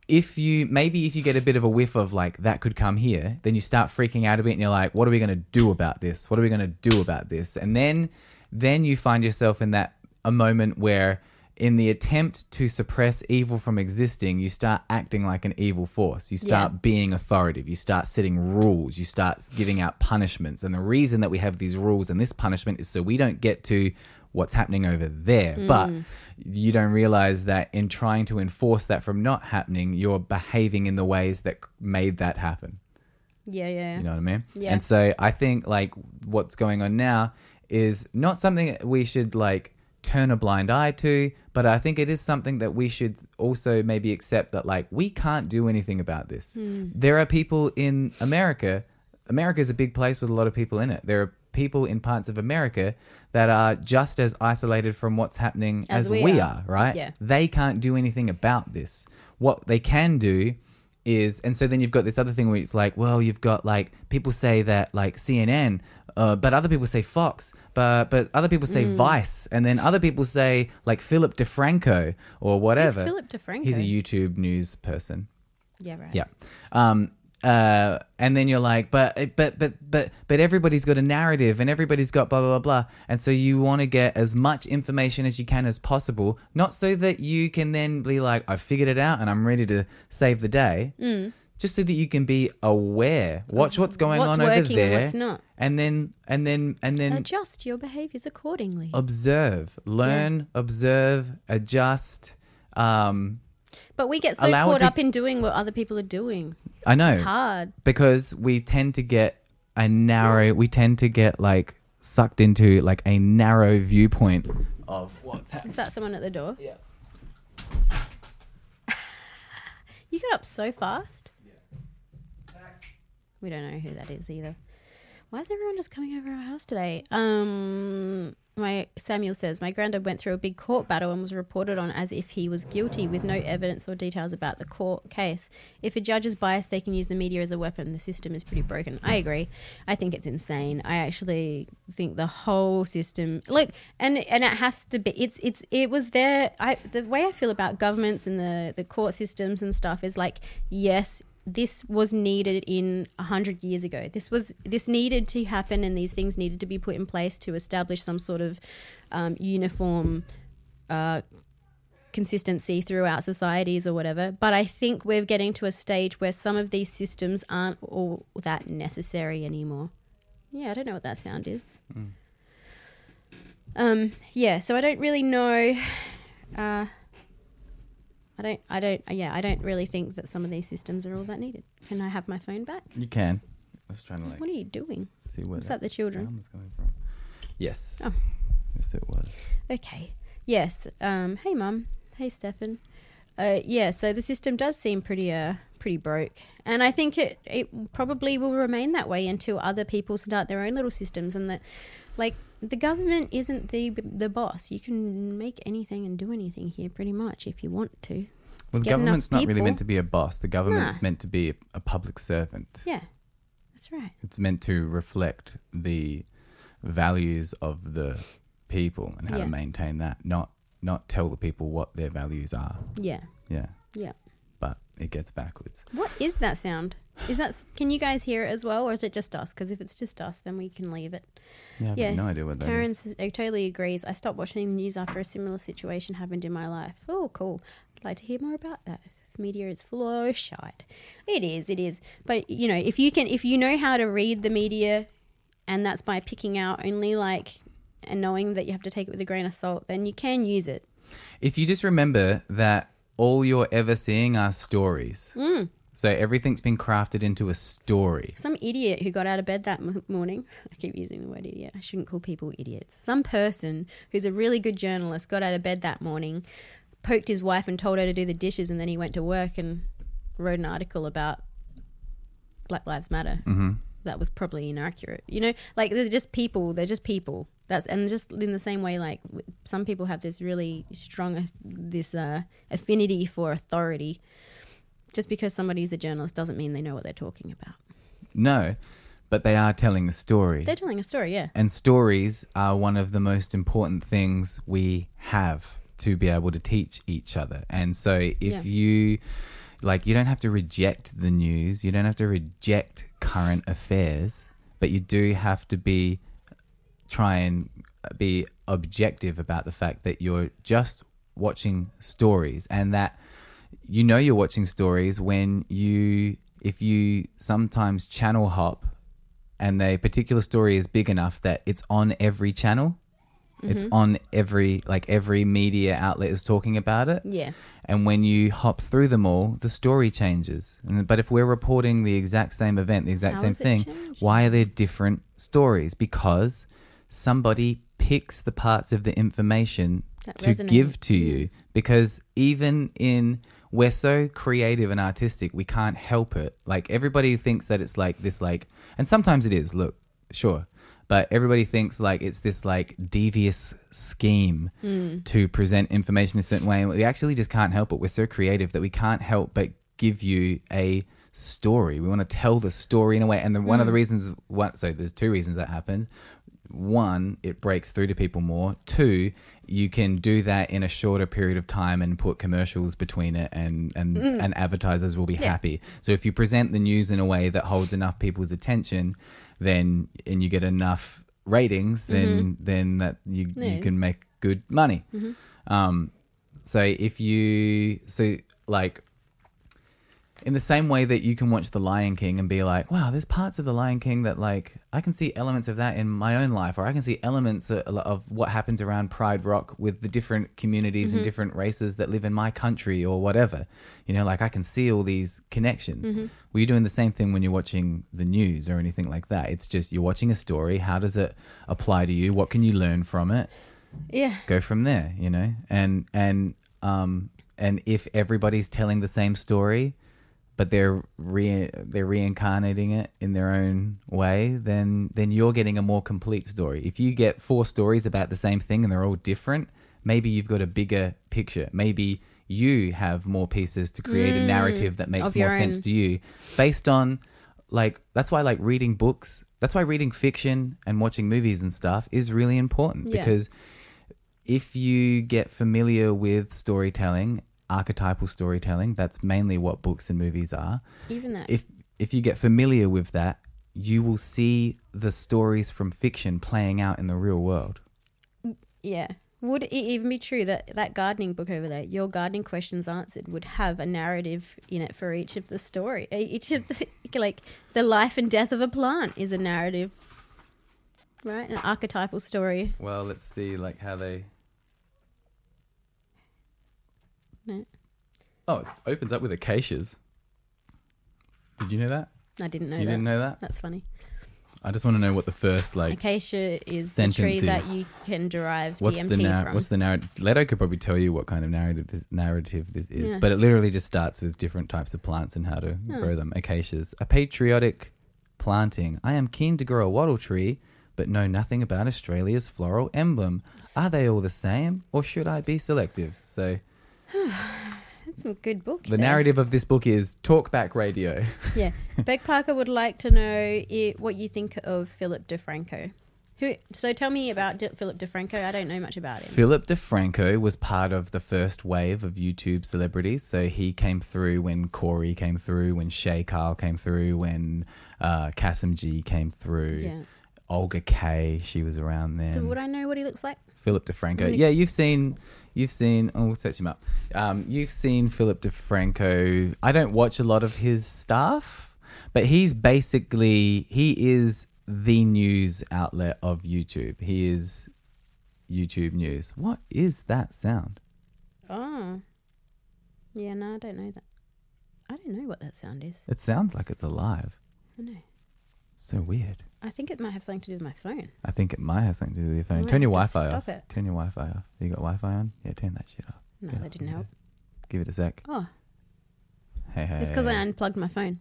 A: If you maybe if you get a bit of a whiff of like that could come here, then you start freaking out a bit and you're like, what are we going to do about this? What are we going to do about this? And then then you find yourself in that a moment where in the attempt to suppress evil from existing, you start acting like an evil force. You start
B: Yeah.
A: being authoritative. You start setting rules. You start giving out punishments. And the reason that we have these rules and this punishment is so we don't get to what's happening over there. But you don't realize that in trying to enforce that from not happening, you're behaving in the ways that made that happen.
B: yeah, yeah,
A: You know what I mean?
B: Yeah.
A: And so I think like what's going on now is not something that we should like turn a blind eye to, but I think it is something that we should also maybe accept that like we can't do anything about this. There are people in America. America is a big place with a lot of people in it. There are people in parts of America that are just as isolated from what's happening as, we, are, right?
B: Yeah.
A: They can't do anything about this. What they can do is, and so then you've got this other thing where it's like, well, you've got like people say that like CNN, uh, but other people say Fox, but but other people say
B: Mm.
A: Vice, and then other people say like Philip DeFranco or whatever.
B: Philip DeFranco?
A: He's a YouTube news person.
B: yeah, right.
A: Yeah. Um, uh, and then you're like, but but but but but everybody's got a narrative, and everybody's got blah blah blah, blah. and so you want to get as much information as you can as possible, not so that you can then be like, I figured it out, and I'm ready to save the day.
B: Mm.
A: Just so that you can be aware, watch what's going
B: what's
A: on over
B: working and
A: there,
B: what's not.
A: and then and then and Oh, then
B: Adjust your behaviors accordingly.
A: observe, learn, observe, adjust. Um,
B: but we get so
A: allow it
B: caught
A: to-
B: up in doing what other people are doing.
A: I know
B: It's hard.
A: because we tend to get a narrow we tend to get like sucked into like a narrow viewpoint of what's happening
B: Is that someone at the door?
A: yeah
B: You got up so fast. We don't know who that is either. Why is everyone just coming over our house today? Um, my Samuel says my granddad went through a big court battle and was reported on as if he was guilty with no evidence or details about the court case. If a judge is biased, they can use the media as a weapon. The system is pretty broken. I agree. I think it's insane. I actually think the whole system, look, and and it has to be. It's it's it was there. I the way I feel about governments and the the court systems and stuff is like yes, this was needed in 100 years ago this was this needed to happen and these things needed to be put in place to establish some sort of um, uniform uh, consistency throughout societies or whatever but i think we're getting to a stage where some of these systems aren't all that necessary anymore yeah i don't know what that sound is um, yeah so i don't really know uh, I don't, I don't, yeah, I don't really think that some of these systems are all that needed. Can I have my phone back?
A: you can i was trying to like
B: What are you doing?
A: see where
B: was that, the children?
A: sound was coming from yes
B: Oh.
A: yes it was
B: Okay. Yes. Um, hey, mum. Hey, Stefan. Uh, yeah. So the system does seem pretty, uh, pretty broke, and I think it it probably will remain that way until other people start their own little systems, and that, like, the government isn't the the boss. You can make anything and do anything here, pretty much, if you want to.
A: well the
B: Get enough
A: government's not really
B: people.
A: meant to be a boss the government's
B: Nah.
A: meant to be a, a public servant
B: Yeah. That's right.
A: it's meant to reflect the values of the people and how
B: Yeah.
A: to maintain that not not tell the people what their values are
B: Yeah.
A: yeah
B: Yeah.
A: but it gets backwards
B: What is that sound? Is that can you guys hear it as well, or is it just us? Because if it's just us, then we can leave it.
A: Yeah, I have
B: Yeah.
A: no idea what that is.
B: Karen says, I totally agrees. I stopped watching the news after a similar situation happened in my life. Oh, cool. I'd like to hear more about that. Media is full of shite. It is, it is. But you know, if you can, if you know how to read the media, and that's by picking out only like and knowing that you have to take it with a grain of salt, then you can use it.
A: If you just remember that all you're ever seeing are stories.
B: Mm.
A: So everything's been crafted into a story.
B: Some idiot who got out of bed that m- morning. I keep using the word idiot. I shouldn't call people idiots. Some person who's a really good journalist got out of bed that morning, poked his wife and told her to do the dishes, and then he went to work and wrote an article about Black Lives Matter. Mm-hmm. That was probably inaccurate. You know, like they're just people. They're just people. That's and just in the same way, like w- some people have this really strong uh, this uh, affinity for authority. Just because somebody's a journalist doesn't mean they know what they're talking about.
A: No, but they are telling a story.
B: They're telling a story, yeah.
A: and stories are one of the most important things we have to be able to teach each other. And so if
B: Yeah.
A: you like you don't have to reject the news, you don't have to reject current affairs, but you do have to be try and be objective about the fact that you're just watching stories and that you know you're watching stories when you if you sometimes channel hop and the particular story is big enough that it's on every channel it's on every like every media outlet is talking about it
B: Yeah.
A: and when you hop through them all the story changes and, but if we're reporting the exact same event the exact
B: How
A: same
B: has it
A: thing
B: changed?
A: why are there different stories because somebody picks the parts of the information
B: That
A: to
B: resonate.
A: give to you because even in we're so creative and artistic we can't help it like everybody thinks that it's like this like and sometimes it is look sure but everybody thinks like it's this like devious scheme to present information a certain way and we actually just can't help it we're so creative that we can't help but give you a story we want to tell the story in a way and the, one of the reasons what so there's two reasons that happens one, it breaks through to people more. Two, you can do that in a shorter period of time and put commercials between it, and and, and advertisers will be happy. So if you present the news in a way that holds enough people's attention, then and you get enough ratings, then then that you
B: Yeah.
A: you can make good money. Um, so if you so like in the same way that you can watch The Lion King and be like, wow, there's parts of The Lion King that, like, I can see elements of that in my own life, or I can see elements of, of what happens around Pride Rock with the different communities and different races that live in my country or whatever. You know, like, I can see all these connections. Well, you're doing the same thing when you're watching the news or anything like that. It's just you're watching a story. How does it apply to you? What can you learn from it?
B: Yeah.
A: go from there you know and and um and if everybody's telling the same story but they're re- they're reincarnating it in their own way then then you're getting a more complete story if you get four stories about the same thing and they're all different maybe you've got a bigger picture maybe you have more pieces to create a narrative that makes
B: Mm, of
A: more
B: your
A: sense
B: own.
A: to you based on like that's why like reading books that's why reading fiction and watching movies and stuff is really important
B: Yeah.
A: because if you get familiar with storytelling, archetypal storytelling, that's mainly what books and movies are.
B: Even that.
A: If if you get familiar with that, you will see the stories from fiction playing out in the real world.
B: yeah. Would it even be true that that gardening book over there, Your Gardening Questions Answered, would have a narrative in it for each of the story? e, Each of the, like, the life and death of a plant is a narrative, right? An archetypal story.
A: Well, let's see like how they
B: No,
A: Oh, it opens up with acacias. Did you know that?
B: I didn't know
A: you
B: that.
A: didn't know that?
B: That's funny.
A: I just want to know what the first like
B: Acacia is the
A: sentence
B: tree that
A: is-
B: you can derive
A: What's
B: DMT
A: the narr-
B: from.
A: what's the narrative? Leto could probably tell you what kind of narrative this narrative this is, but it
B: Yes.
A: literally just starts with different types of plants and how to grow them. Acacias, a patriotic planting. I am keen to grow a wattle tree, but know nothing about Australia's floral emblem. Are they all the same, or should I be selective? So
B: That's some good book.
A: the
B: there.
A: narrative of this book is talkback radio.
B: Yeah. Beck Parker would like to know i what you think of Philip DeFranco. Who? So tell me about De- Philip DeFranco. I don't know much about him.
A: Philip DeFranco was part of the first wave of YouTube celebrities. So he came through when Corey came through, when Shay Carl came through, when uh, Kasim G came through,
B: Yeah.
A: Olga Kay, she was around then.
B: So would I know what he looks like?
A: Philip
B: Really-
A: DeFranco. Yeah, you've seen, you've seen. Oh, we'll search him up. Um, you've seen Philip DeFranco. I don't watch a lot of his stuff, but he's basically he is the news outlet of YouTube. He is YouTube news. What is that sound?
B: Oh. Yeah, no, I don't know that. I don't know what that sound is.
A: It sounds like it's alive.
B: I know.
A: So weird.
B: I think it might have something to do with my phone.
A: I think it might have something to do with your phone.
B: Well,
A: turn your
B: just
A: Wi-Fi
B: stop
A: off.
B: it.
A: Turn your Wi-Fi off. You got Wi-Fi on? Yeah, turn that shit off.
B: No,
A: Yeah,
B: that didn't
A: yeah.
B: help.
A: Give it a sec.
B: Oh,
A: Hey, hey.
B: it's because I unplugged my phone.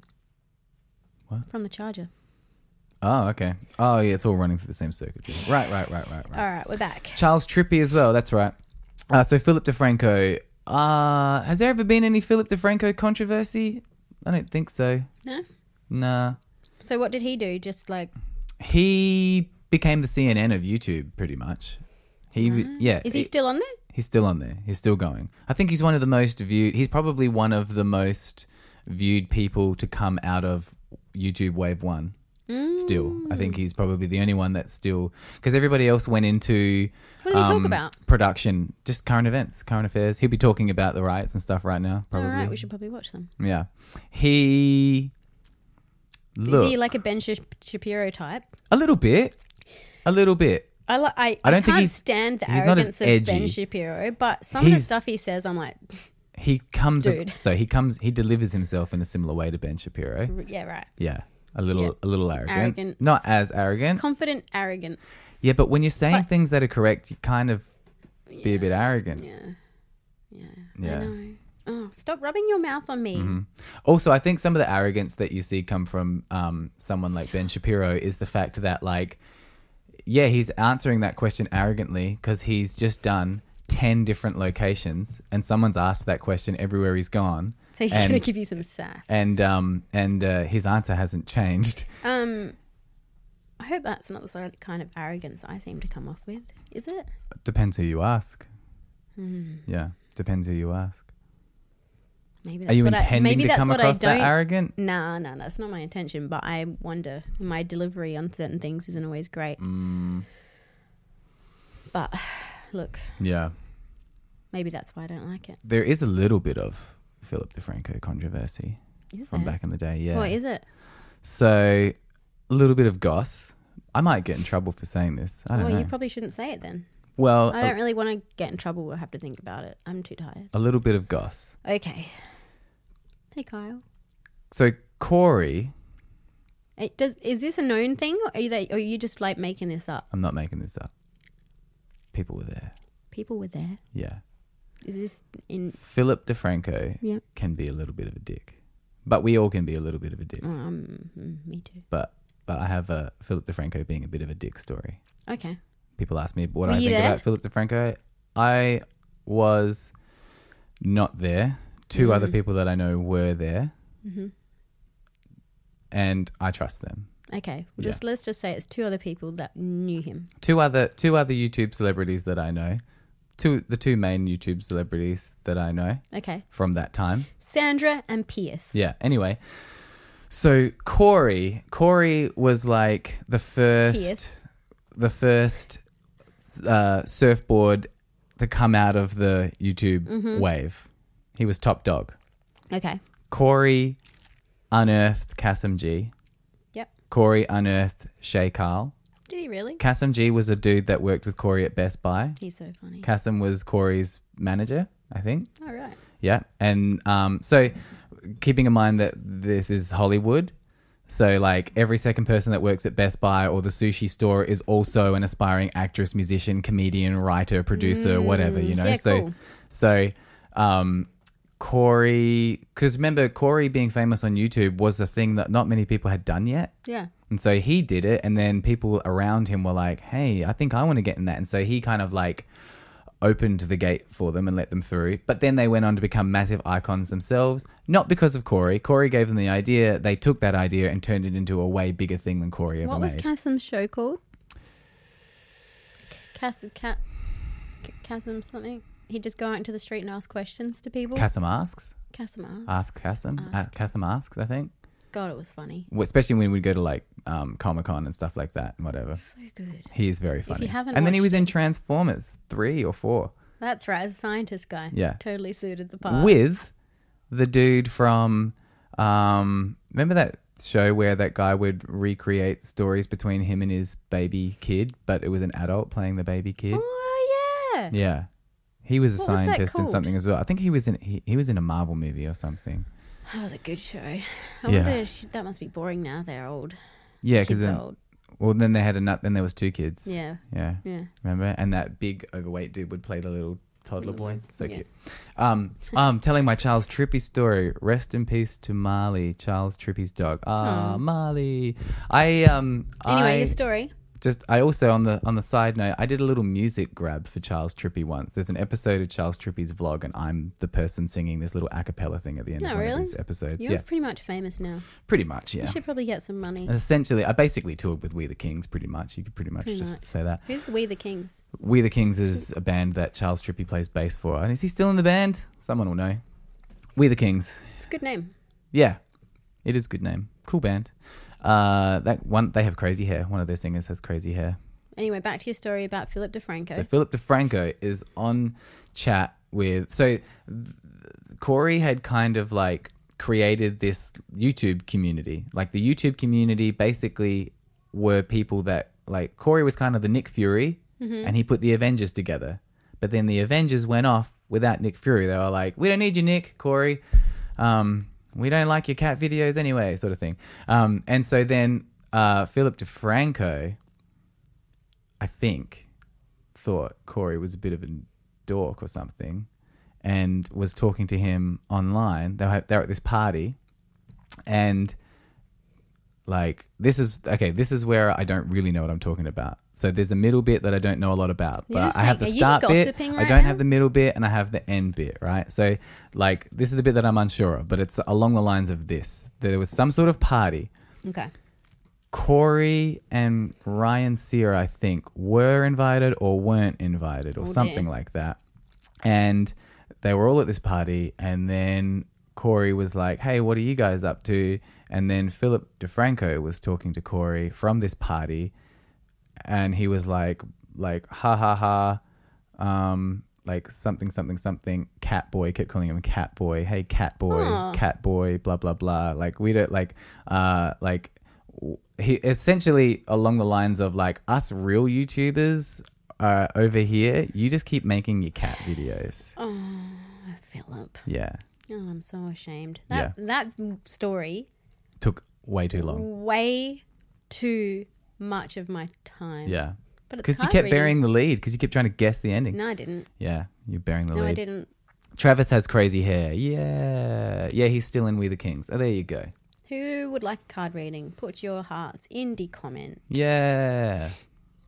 A: What?
B: From the charger.
A: Oh, okay. Oh, yeah. It's all running through the same circuitry. Right, right, right, right, right.
B: All right, we're back.
A: Charles Trippy as well. That's right. Uh, so Philip DeFranco. Uh, has there ever been any Philip DeFranco controversy? I don't think so.
B: No.
A: Nah.
B: So what did he do? Just like
A: He became the CNN of YouTube, pretty much. He yeah.
B: Mm-hmm. is he
A: he-
B: still on there?
A: he's still on there. He's still going. I think he's one of the most viewed. He's probably one of the most viewed people to come out of YouTube Wave One. Still, I
B: Mm.
A: think he's probably the only one that's still because everybody else went into um,
B: What did he talk about?
A: production, just current events, current affairs. He'll be talking about the riots and stuff right now, probably.
B: All right, we should probably watch them.
A: Yeah, he look
B: Is he like a Ben Sh- Shapiro type?
A: a little bit, a little bit.
B: I, li-
A: I
B: I, I
A: don't
B: don't
A: think
B: can't
A: he's-
B: stand the
A: he's not as
B: arrogance of Ben
A: edgy.
B: Shapiro, but some of the
A: He's-
B: stuff he says, I'm like,
A: He comes
B: Dude.
A: so he comes he delivers himself in a similar way to Ben Shapiro.
B: yeah, right.
A: Yeah. A little,
B: Yeah.
A: a little arrogant.
B: Arrogance.
A: Not as arrogant.
B: Confident, arrogant.
A: yeah, but when you're saying
B: But-
A: things that are correct, you kind of be a bit arrogant.
B: Yeah, yeah,
A: Yeah. Mm-hmm.
B: I know. Oh, stop rubbing your mouth on me.
A: Also, I think some of the arrogance that you see come from um, someone like Ben Shapiro is the fact that, like, yeah, he's answering that question arrogantly because he's just done ten different locations, and someone's asked that question everywhere he's gone.
B: So he's
A: and,
B: gonna give you some sass.
A: and um and uh, his answer hasn't changed.
B: um, I hope that's not the sort of kind of arrogance I seem to come off with. Is it?
A: Depends who you ask.
B: Hmm.
A: Yeah, depends who you ask.
B: Maybe
A: Are you
B: what I,
A: intending
B: maybe
A: to
B: that's
A: come
B: what
A: across
B: I don't.
A: that arrogant?
B: Nah, nah, that's not my intention. But I wonder, my delivery on certain things isn't always great.
A: Mm.
B: But look,
A: Yeah.
B: maybe that's why I don't like it.
A: There is a little bit of Philip DeFranco controversy
B: Is
A: from
B: there?
A: back in the day. Yeah.
B: What is it?
A: so, a little bit of goss. I might get in trouble for saying this. I don't
B: Well,
A: know.
B: you probably shouldn't say it then.
A: well, oh.
B: I don't
A: a,
B: really want to get in trouble. We'll have to think about it. I'm too tired.
A: a little bit of goss.
B: Okay. Hey, Kyle.
A: So, Corey,
B: It does is this a known thing, or are they, or are you just like making this up?
A: I'm not making this up. People were there.
B: People were there.
A: Yeah.
B: Is this in?
A: Philip DeFranco
B: Yeah.
A: can be a little bit of a dick. But we all can be a little bit of a dick.
B: Um, mm, me too.
A: But but I have a Philip DeFranco being a bit of a dick story.
B: Okay.
A: people ask me what
B: Were
A: I
B: you
A: think
B: there?
A: about Philip DeFranco. I was not there. Two other people that I know were there,
B: Mm-hmm.
A: and I trust them.
B: Okay. Well,
A: Yeah.
B: Just let's just say it's two other people that knew him.
A: Two other two other YouTube celebrities that I know, two the two main YouTube celebrities that I know
B: Okay.
A: from that time.
B: Sandra and Pierce.
A: Yeah. Anyway, so Corey, Corey was like the first,
B: Pierce.
A: the first uh, surfboard to come out of the YouTube wave. He was top dog.
B: Okay.
A: Corey unearthed Kasim G.
B: Yep.
A: Corey unearthed Shay Carl.
B: Did he really?
A: Kasim G was a dude that worked with Corey at Best Buy.
B: He's so funny.
A: Kasim was Corey's manager, I think.
B: All right.
A: Yeah, and um, so keeping in mind that this is Hollywood, so like every second person that works at Best Buy or the sushi store is also an aspiring actress, musician, comedian, writer, producer, whatever you know.
B: Mm, yeah,
A: so,
B: cool.
A: so um, Corey, because remember Corey being famous on YouTube was a thing that not many people had done yet.
B: Yeah.
A: And so he did it, and then people around him were like, "Hey, I think I want to get in that." And so he kind of like opened the gate for them and let them through. But then they went on to become massive icons themselves, not because of Corey. Corey gave them the idea. They took that idea and turned it into a way bigger thing than Corey ever
B: What was
A: made.
B: Casim's show called? Casim Cat Casim something. He'd just go out into the street and ask questions to people.
A: Kasim asks,
B: Casim asked.
A: ask Kasim, ask. Kasim asks. I think,
B: God, it was funny.
A: Well, especially when we go to like um, Comic Con and stuff like that and whatever.
B: So good.
A: He is very funny.
B: haven't
A: and then he
B: watched
A: was in Transformers three or four.
B: That's right, as a scientist guy.
A: Yeah.
B: Totally suited the part.
A: with the dude from um remember that show where that guy would recreate stories between him and his baby kid but it was an adult playing the baby kid
B: oh yeah.
A: yeah He was a
B: What was that
A: scientist in
B: called?
A: something as well. I think he was in he, he was in a Marvel movie or something.
B: That was a good show. I
A: Yeah.
B: wonder if she- that must be boring now. They're old.
A: Yeah, because
B: Kids
A: then
B: are old.
A: well then they had a nut. Then there was two kids.
B: Yeah.
A: yeah,
B: Yeah.
A: remember? And that big overweight dude would play the little toddler boy. So
B: Yeah.
A: cute. Um, I'm telling my Charles Trippy story. Rest in peace to Marley, Charles Trippy's dog. Ah,
B: Aw.
A: Marley. I um.
B: Anyway,
A: I,
B: your story.
A: just I also on the on the side note, I did a little music grab for Charles Trippy once. There's an episode of Charles Trippy's vlog, and I'm the person singing this little a cappella thing at the end
B: No,
A: of one
B: Oh, really?
A: of these episodes.
B: You're
A: yeah,
B: pretty much famous now.
A: pretty much. Yeah, Uh,
B: You should probably get some money.
A: essentially, I basically toured with We the Kings. Pretty much, you could pretty much
B: Pretty
A: just
B: much.
A: say that.
B: Who's the We the Kings?
A: We the Kings is a band that Charles Trippy plays bass for, and is he still in the band? Someone will know. We the Kings.
B: It's a good name.
A: Yeah, it is a good name. Cool band. Uh, that one they have crazy hair. One of their singers has crazy hair.
B: Anyway, back to your story about Philip DeFranco.
A: So Philip DeFranco is on chat with. So th- Corey had kind of like created this YouTube community. Like the YouTube community basically were people that like Corey was kind of the Nick Fury, and he put the Avengers together. But then the Avengers went off without Nick Fury. They were like, "We don't need you, Nick Corey. Um, we don't like your cat videos anyway," sort of thing. Um, and so then uh, Philip DeFranco, I think, thought Corey was a bit of a dork or something and was talking to him online. They were, they were at this party and like this is okay, this is where I don't really know what I'm talking about. So there's a middle bit that I don't know a lot about,
B: You're
A: but
B: just
A: I have the
B: like- are you
A: start bit,
B: gossiping
A: I
B: right
A: don't
B: now?
A: have the middle bit, and I have the end bit, right? So like this is the bit that I'm unsure of, but it's along the lines of this. There was some sort of party
B: okay.
A: Corey and Ryan Sear, I think, were invited or weren't invited or
B: dear.
A: something like that. And they were all at this party. And then Corey was like, hey, what are you guys up to? And then Philip DeFranco was talking to Corey from this party. And he was like, like, ha ha ha. Um, like something, something, something. Cat boy kept calling him cat boy. Hey, cat boy,
B: Aw.
A: cat boy, blah blah blah. Like we don't like, uh, like w- he essentially along the lines of like us real YouTubers uh, over here. You just keep making your cat videos.
B: Oh, Philip.
A: Yeah,
B: Oh, I'm so ashamed. That that story
A: took way too long.
B: way too much of my time.
A: Yeah,
B: But it's
A: because you
B: hard
A: kept
B: reading.
A: burying the lead because you kept trying to guess the ending.
B: No, I didn't.
A: Yeah, you're burying the
B: No, I
A: lead.
B: didn't.
A: Travis has crazy hair. Yeah, yeah, he's still in We the Kings. Oh, there you go.
B: Who would like card reading? Put your hearts in the comment. Mm-hmm.
A: Yeah.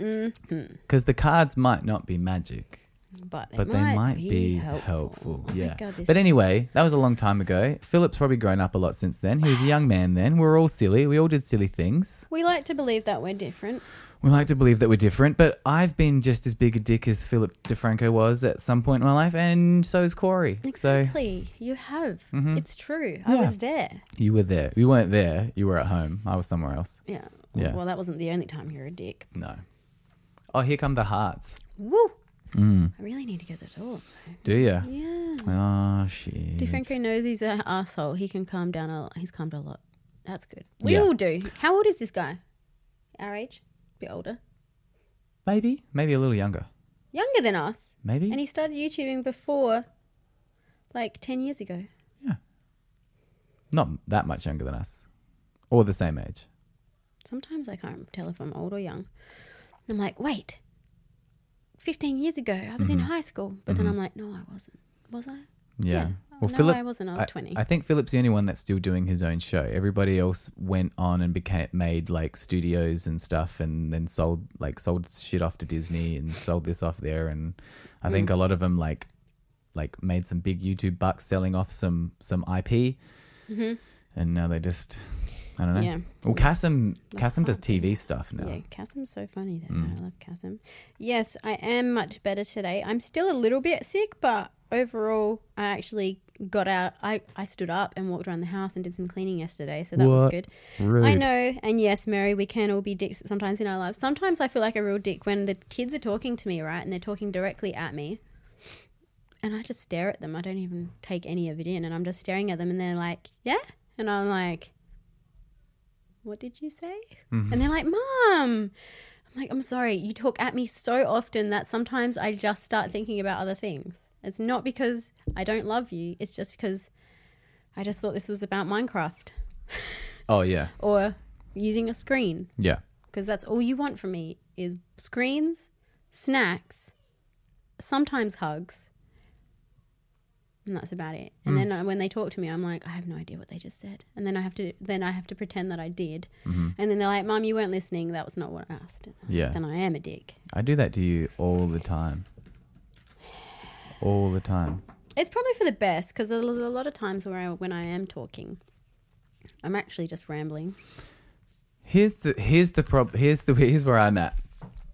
A: Because the cards might not be magic,
B: But they,
A: but
B: might,
A: they might
B: be, helpful. Oh my
A: yeah.
B: God, this
A: but anyway, that was a long time ago. Philip's probably grown up a lot since then. He was a young man then. We are all silly. We all did silly things.
B: we like to believe that we're different.
A: We like to believe that we're different, but I've been just as big a dick as Philip DeFranco was at some point in my life, and so is Corey. So Mm-hmm.
B: Exactly. you have. It's true. I
A: Yeah.
B: was there.
A: you were there. You weren't there. You were at home. I was somewhere else.
B: Yeah.
A: Yeah.
B: Well, that wasn't the only time you're a dick.
A: No. Oh, here come the hearts.
B: Woo.
A: Mm.
B: I really need to go to the toilet.
A: Do you?
B: Yeah.
A: Oh, shit.
B: DeFranco knows he's an asshole. He can calm down. A lot. He's calmed a lot. That's good. We
A: Yeah.
B: all do. How old is this guy? Our age? bit older.
A: Maybe. Maybe a little younger.
B: Younger than us.
A: Maybe.
B: And he started YouTubing before, like 10 years ago.
A: Not that much younger than us. Or the same age.
B: Sometimes I can't tell if I'm old or young. I'm like, wait, 15 years ago, I was in high school. But then I'm like, no, I wasn't. Was I?
A: Mm-hmm. Yeah.
B: Oh,
A: Well,
B: no,
A: Philip.
B: I wasn't. I was 20.
A: I think Philip's the only one that's still doing his own show. Everybody else went on and became made like studios and stuff, and then sold like sold shit off to Disney and sold this off there. And I think
B: Mm.
A: a lot of them like like made some big YouTube bucks selling off some some IP, and now they just I don't know.
B: Mm-hmm. Yeah.
A: Well, Casim Casim does
B: can't be.
A: TV stuff now. Mm.
B: Yeah, Casim's so funny though. I love Casim. Yes, I am much better today. I'm still a little bit sick, but overall, I actually got out. I, I stood up and walked around the house and did some cleaning yesterday, so that was
A: What?
B: good.
A: Rude.
B: I know, and yes, Mary, we can all be dicks sometimes in our lives. Sometimes I feel like a real dick when the kids are talking to me, right? And they're talking directly at me. And I just stare at them. I don't even take any of it in. And I'm just staring at them, and they're like, yeah? And I'm like, what did you say? And they're like, Mom. I'm like, I'm sorry. You talk at me so often that sometimes I just start thinking about other things. It's not because I don't love you. It's just because I just thought this was about Minecraft
A: Oh yeah,
B: or using a screen
A: yeah.
B: because that's all you want from me is screens, snacks, sometimes hugs. And that's about it. And
A: Hmm.
B: then uh, when they talk to me, I'm like, I have no idea what they just said. And then I have to then I have to pretend that I did. And then they're like, Mom, you weren't listening. That was not what I asked.
A: Mm-hmm. Yeah.
B: Then I am a dick.
A: I do that to you all the time. All the time.
B: It's probably for the best because there's a lot of times where I, when I am talking, I'm actually just rambling.
A: Here's the here's the prob here's the here's where I'm at.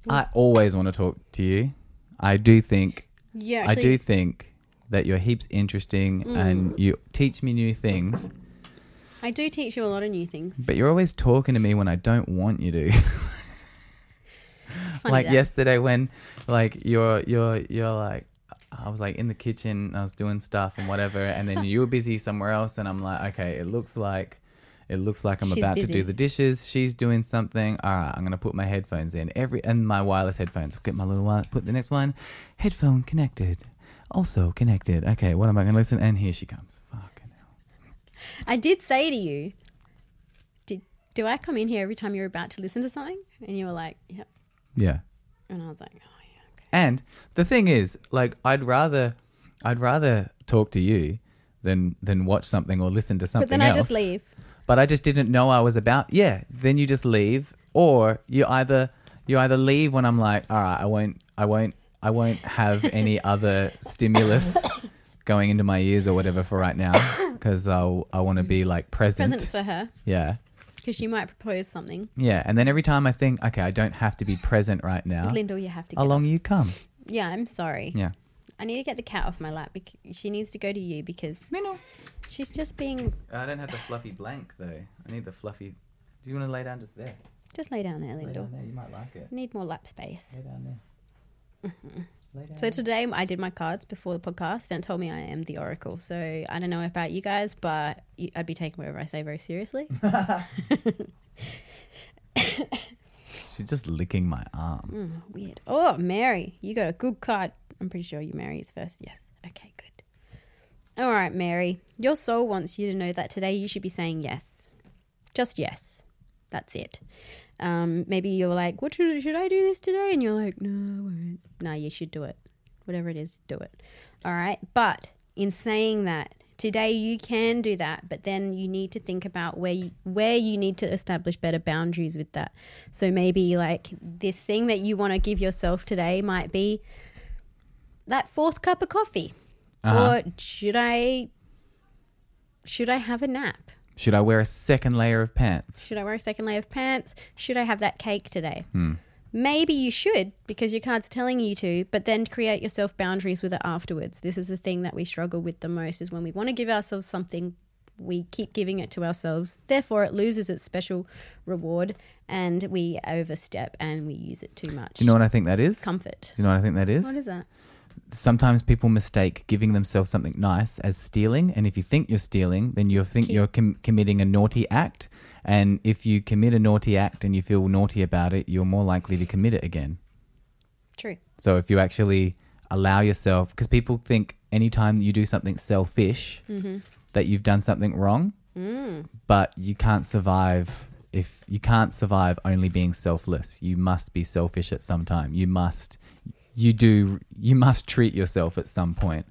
A: I always want to talk to you. I do think
B: Yeah,
A: I do think that you're heaps interesting and you teach me new things,
B: I do teach you a lot of new things.
A: but you're always talking to me when I don't want you to.
B: It's funny
A: like
B: that.
A: yesterday when like you're you're you're like I was like in the kitchen, I was doing stuff and whatever, and then you were busy somewhere else and I'm like, okay, it looks like it looks like I'm
B: She's
A: about to
B: busy.
A: do the dishes. She's doing something. All right, I'm gonna put my headphones in. Every and my wireless headphones. Get my little one. Put the next one. Headphone connected. Also connected. Okay, what am I gonna listen? And here she comes. Fucking hell.
B: I did say to you, did do I come in here every time you're about to listen to something? And you were like, yep.
A: Yeah.
B: And I was like, oh yeah, okay.
A: And the thing is, like, I'd rather, I'd rather talk to you than than watch something or listen to something.
B: But then I
A: else.
B: just leave.
A: But I just didn't know I was about. Yeah. Then you just leave, or you either you either leave when I'm like, all right, I won't, I won't, I won't have any other stimulus going into my ears or whatever for right now because I'll I want to be like present.
B: Present for her
A: Yeah.
B: because she might propose something.
A: Yeah. And then every time I think, okay, I don't have to be present right now.
B: Lindell, you have to. Get
A: Along you come.
B: Yeah, I'm sorry.
A: Ah. Yeah.
B: I need to get the cat off my lap because she needs to go to you because
A: You know.
B: she's just being.
A: I don't have the fluffy blank though. I need the fluffy. Do you want to lay down just there?
B: Just lay down there, Lindell.
A: there. You might like it.
B: I need more lap space.
A: Lay down there. Lay down.
B: Mm-hmm. So today I did my cards before the podcast and it told me I am the oracle. So I don't know about you guys, but you, I'd be taking whatever I say very seriously.
A: She's just licking my arm.
B: Mm, weird. Oh, Mary, you got a good card. I'm pretty sure you Mary is first. Yes. Okay, good. All right, Mary. Your soul wants you to know that today you should be saying yes. Just yes. That's it. Um, maybe you're like, what should, should I do this today? And you're like, no, I won't. No, you should do it. Whatever it is, do it. All right. But in saying that, today you can do that, but then you need to think about where you, where you need to establish better boundaries with that. So maybe like this thing that you want to give yourself today might be that fourth cup of coffee.
A: Uh-huh.
B: Or should I should I have a nap?
A: Should I wear a second layer of pants?
B: Should I wear a second layer of pants? Should I have that cake today?
A: Hmm.
B: Maybe you should because your card's telling you to, but then create yourself boundaries with it afterwards. This is the thing that we struggle with the most is when we want to give ourselves something, we keep giving it to ourselves. Therefore, it loses its special reward and we overstep and we use it too much.
A: Do you know what I think that is? Do
B: Comfort.
A: you know what I think that is?
B: What is that?
A: Sometimes people mistake giving themselves something nice as stealing, and if you think you're stealing, then you think you're com- committing a naughty act. And if you commit a naughty act and you feel naughty about it, you're more likely to commit it again.
B: True.
A: So if you actually allow yourself, because people think anytime you do something selfish, that you've done something wrong, but you can't survive if you can't survive only being selfless. You must be selfish at some time. You must, you do, you must treat yourself at some point.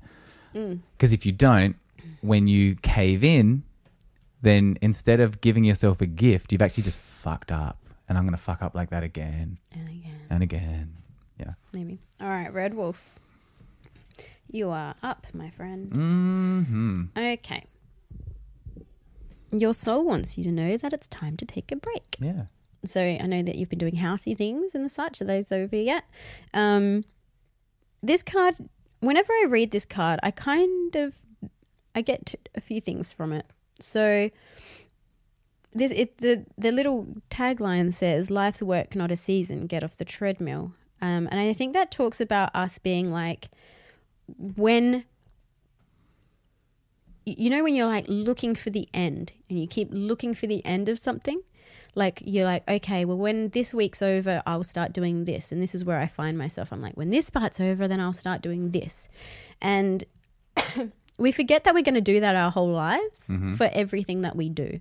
A: Because if you don't, when you cave in, then instead of giving yourself a gift, you've actually just fucked up. And I'm gonna fuck up like that again
B: And again.
A: and again. Yeah.
B: Maybe. All right, Red Wolf. You are up, my friend.
A: Mm-hmm.
B: Okay. Your soul wants you to know that it's time to take a break.
A: Yeah.
B: So I know that you've been doing housey things and such. Are those over yet? Um, this card, whenever I read this card, I kind of I get t- a few things from it. So this it the the little tagline says life's work not a season get off the treadmill um, and i think that talks about us being like when you know when you're like looking for the end and you keep looking for the end of something like you're like okay well when this week's over i'll start doing this and this is where i find myself i'm like when this part's over then i'll start doing this and we forget that we're going to do that our whole lives for everything that we do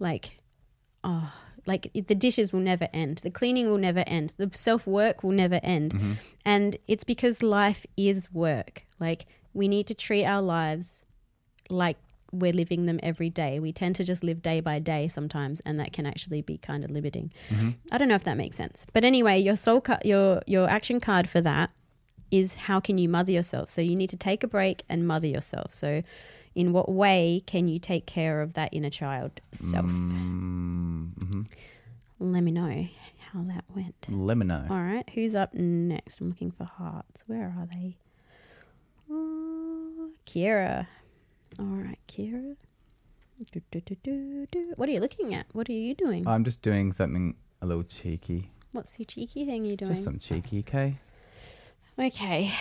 B: like oh like it- the dishes will never end the cleaning will never end the self work will never end and it's because life is work like we need to treat our lives like we're living them every day we tend to just live day by day sometimes and that can actually be kind of limiting i don't know if that makes sense but anyway your soul ca- your your action card for that is how can you mother yourself so you need to take a break and mother yourself so in what way can you take care of that inner child self
A: Mm. Mm-hmm.
B: let me know how that went.
A: Lemino.
B: All right, who's up next? I'm looking for hearts. Where are they? Oh, Kira. All right, Kira. Do, do, do, do, do. What are you looking at? What are you doing?
A: I'm just doing something a little cheeky.
B: What's the cheeky thing you're doing?
A: Just some cheeky, okay?
B: okay,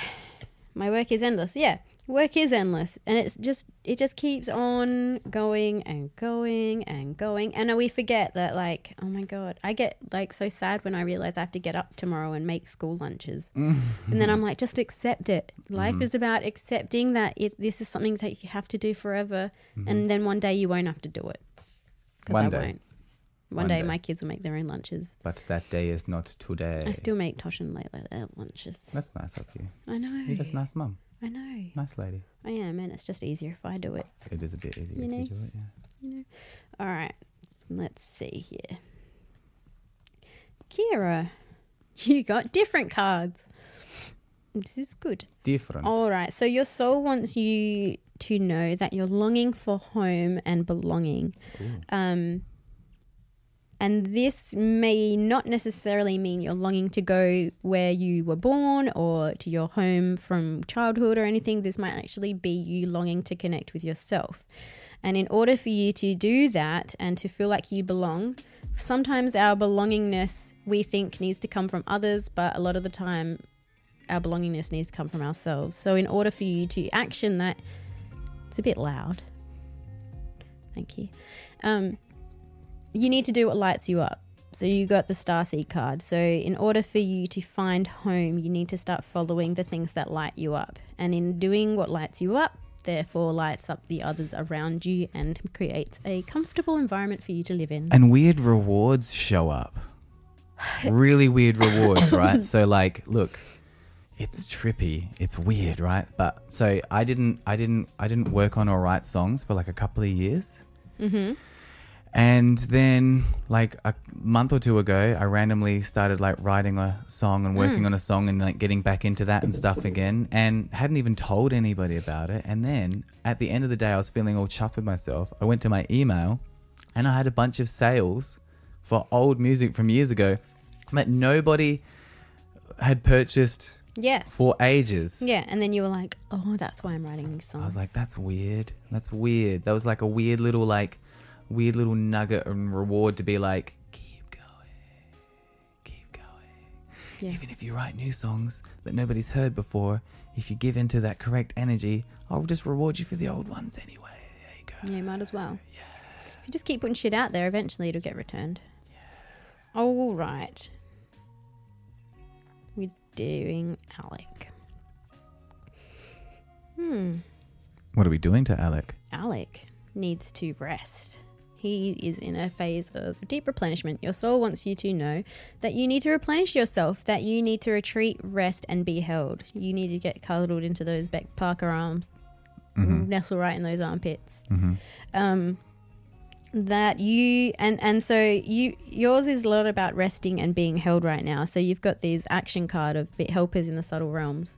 B: my work is endless. Yeah, work is endless, and it's just it just keeps on going and going and going, and we forget that like oh my god, I get like so sad when I realize I have to get up tomorrow and make school lunches. And then I'm like, just accept it. Life
A: Mm.
B: is about accepting that it, this is something that you have to do forever,
A: Mm-hmm.
B: and then one day you won't have to do it. Because
A: Mm. One
B: I
A: day.
B: won't. One,
A: One
B: day,
A: day.
B: my kids will make their own lunches.
A: But that day is not today.
B: I still make Tosh and Layla their lunches.
A: That's nice of you.
B: I know.
A: You're just nice mum.
B: I know.
A: Nice lady.
B: I am, and Oh, it's just easier if I do it.
A: It is a bit easier
B: You
A: if
B: know?
A: you do it, yeah.
B: All right, let's see here. Kira, you got different cards. This is good.
A: Different.
B: All right. So your soul wants you to know that you're longing for home and belonging.
A: Ooh.
B: Um, and this may not necessarily mean you're longing to go where you were born or to your home from childhood or anything. This might actually be you longing to connect with yourself. And in order for you to do that and to feel like you belong, sometimes our belongingness we think needs to come from others, but a lot of the time our belongingness needs to come from ourselves. So, in order for you to action that, it's a bit loud. Thank you. Um, you need to do what lights you up. So, you got the Starseed card. So, in order for you to find home, you need to start following the things that light you up. And in doing what lights you up, therefore lights up the others around you and creates a comfortable environment for you to live in.
A: And weird rewards show up. Really weird rewards, right? So like, look, it's trippy. It's weird, right? But so I didn't I didn't I didn't work on or write songs for like a couple of years.
B: Mm-hmm.
A: And then like a month or two ago, I randomly started like writing a song and working on a song and like getting back into that and stuff again and hadn't even told anybody about it. And then at the end of the day, I was feeling all chuffed with myself. I went to my email and I had a bunch of sales for old music from years ago that nobody had purchased
B: Yes.
A: for ages.
B: yeah. And then you were like, oh, that's why I'm writing these songs.
A: I was like, that's weird. That's weird. That was like a weird little like weird little nugget and reward to be like, keep going. Keep going.
B: Yeah.
A: Even if you write new songs that nobody's heard before, if you give into that correct energy, I'll just reward you for the old ones anyway. There you go.
B: Yeah, you might as well. If you just keep putting shit out there, eventually it'll get returned. All right. We're doing Alec. Hmm.
A: What are we doing to Alec?
B: Alec needs to rest. He is in a phase of deep replenishment. Your soul wants you to know that you need to replenish yourself, that you need to retreat, rest, and be held. You need to get cuddled into those Beck Parker arms, nestle right in those armpits. Um, that you and and so you yours is a lot about resting and being held right now. So you've got these action card of bit helpers in the subtle realms.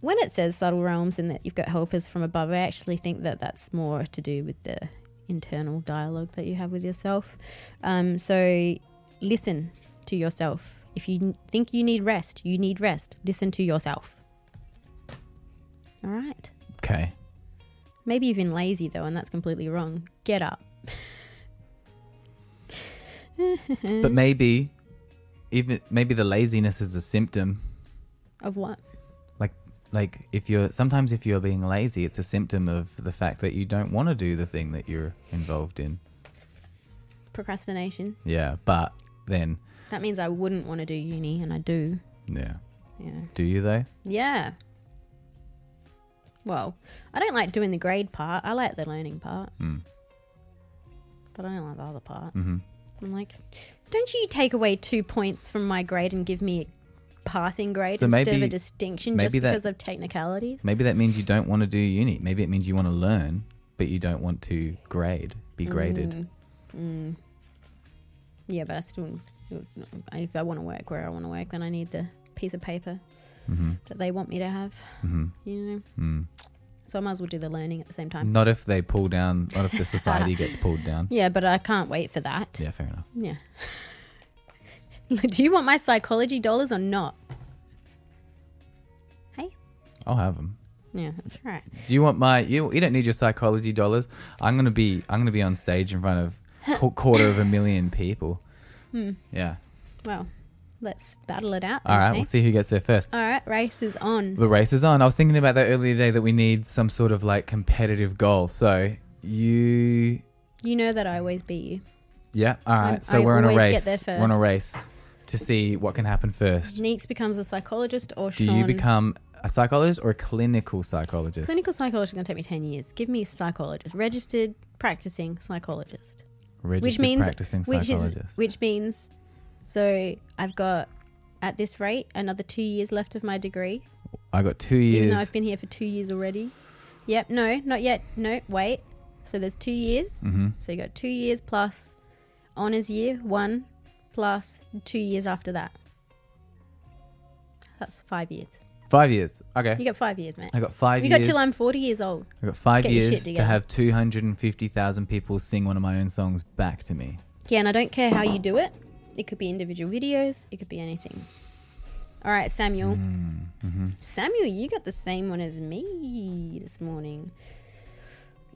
B: When it says subtle realms and that you've got helpers from above, I actually think that that's more to do with the internal dialogue that you have with yourself. Um, so listen to yourself. If you n- think you need rest, you need rest. Listen to yourself. All right.
A: Okay.
B: Maybe you've been lazy though, and that's completely wrong. Get up.
A: But maybe even maybe the laziness is a symptom.
B: Of what?
A: Like like if you're sometimes if you're being lazy, it's a symptom of the fact that you don't want to do the thing that you're involved in.
B: procrastination.
A: Yeah, but then,
B: That means I wouldn't want to do uni, and I do.
A: yeah.
B: Yeah.
A: Do you though?
B: Yeah. Well, I don't like doing the grade part. I like the learning part.
A: Mm.
B: But I don't like the other part.
A: hmm
B: I'm like, don't you take away two points from my grade and give me a passing grade
A: So
B: instead of
A: maybe-
B: a distinction
A: maybe
B: just
A: that-
B: because of technicalities?
A: Maybe that means you don't want to do uni. Maybe it means you want to learn, but you don't want to grade, be graded.
B: Mm. Yeah, but I still, if I want to work where I want to work, then I need the piece of paper
A: hmm
B: that they want me to have,
A: hmm
B: you know?
A: Mm.
B: So I might as well do the learning at the same time.
A: Not if they pull down. Not if the society gets pulled down.
B: Yeah, but I can't wait for that.
A: Yeah, fair enough.
B: Yeah. Do you want my psychology dollars or not?
A: I'll have them.
B: Yeah, that's right.
A: Do you want my? You, you don't need your psychology dollars. I'm gonna be. I'm gonna be on stage in front of qu- quarter of a million people.
B: Hmm.
A: Yeah.
B: Well, let's battle it out.
A: All right.
B: then,
A: We'll
B: eh?
A: see who gets there first.
B: All right, race is on.
A: The race is on. I was thinking about that earlier today that we need some sort of like competitive goal. So you.
B: You know that I always beat you.
A: Yeah. All right. So
B: I
A: we're on a
B: always
A: race.
B: get there
A: We're on a
B: first.
A: race to see what can happen first.
B: Neeks becomes a psychologist or
A: Do
B: Sean.
A: you become a psychologist or a clinical psychologist?
B: clinical psychologist? is Going to take me ten years. Give me psychologist, registered practicing psychologist,
A: Registered
B: which means
A: practicing
B: which is
A: psychologist.
B: which means. So I've got at this rate another two years left of my degree.
A: I got two
B: Even though
A: years.
B: I've been here for two years already. Yep, no, not yet. No, wait. So there's two years.
A: hmm
B: So you got two years plus honours year one plus two years after that. That's five years.
A: Five years. Okay.
B: You got five years, mate.
A: I got five
B: You got
A: years.
B: till I'm 40 years old.
A: I've got five
B: Get your shit
A: years to
B: together.
A: have 250,000 people sing one of my own songs back to me.
B: Yeah, and I don't care how you do it. It could be individual videos, it could be anything. All right, Samuel. Samuel, you got the same one as me this morning.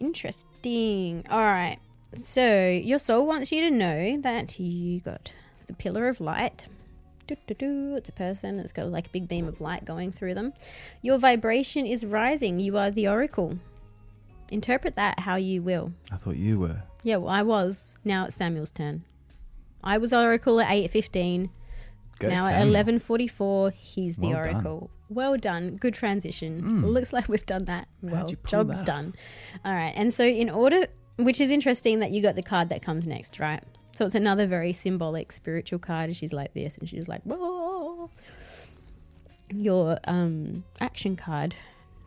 B: Interesting. All right. So, your soul wants you to know that you got the pillar of light. Doo-doo-doo. It's a person that's got like a big beam of light going through them. Your vibration is rising. You are the oracle. Interpret that how you will.
A: I thought you were.
B: Yeah, well, I was. Now it's Samuel's turn. I was Oracle at eight fifteen.
A: Go
B: now at
A: Samuel.
B: eleven forty four, he's the
A: Well done. Hmm.
B: Oracle. Well done. Good transition. Looks like we've done that. Well,
A: you pull
B: job
A: that off?
B: done. All right. And so in order, which is interesting that you got the card that comes next, right? So it's another very symbolic spiritual card. And she's like this, and she's like, whoa. Your um, action card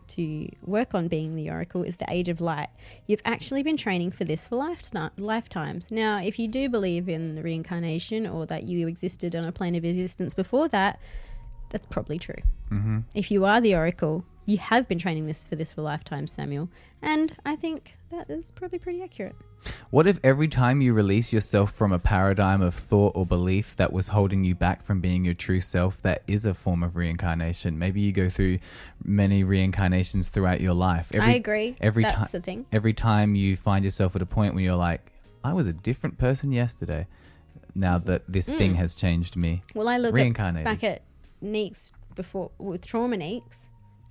B: to work on being the oracle is the age of light. You've actually been training for this for lifeti- lifetimes. Now, if you do believe in the reincarnation or that you existed on a plane of existence before that, that's probably true.
A: Mhm.
B: If you are the oracle, you have been training this for this for lifetimes, Samuel. And I think that is probably pretty accurate.
A: What if every time you release yourself from a paradigm of thought or belief that was holding you back from being your true self, that is a form of reincarnation? Maybe you go through many reincarnations throughout your life. Every,
B: I agree.
A: every
B: that's
A: ti-
B: the thing.
A: Every time you find yourself at a point where you're like, I was a different person yesterday. Now that this
B: Mm.
A: thing has changed me,
B: Well, I look at
A: reincarnated.
B: back at Neeks before with trauma Neeks,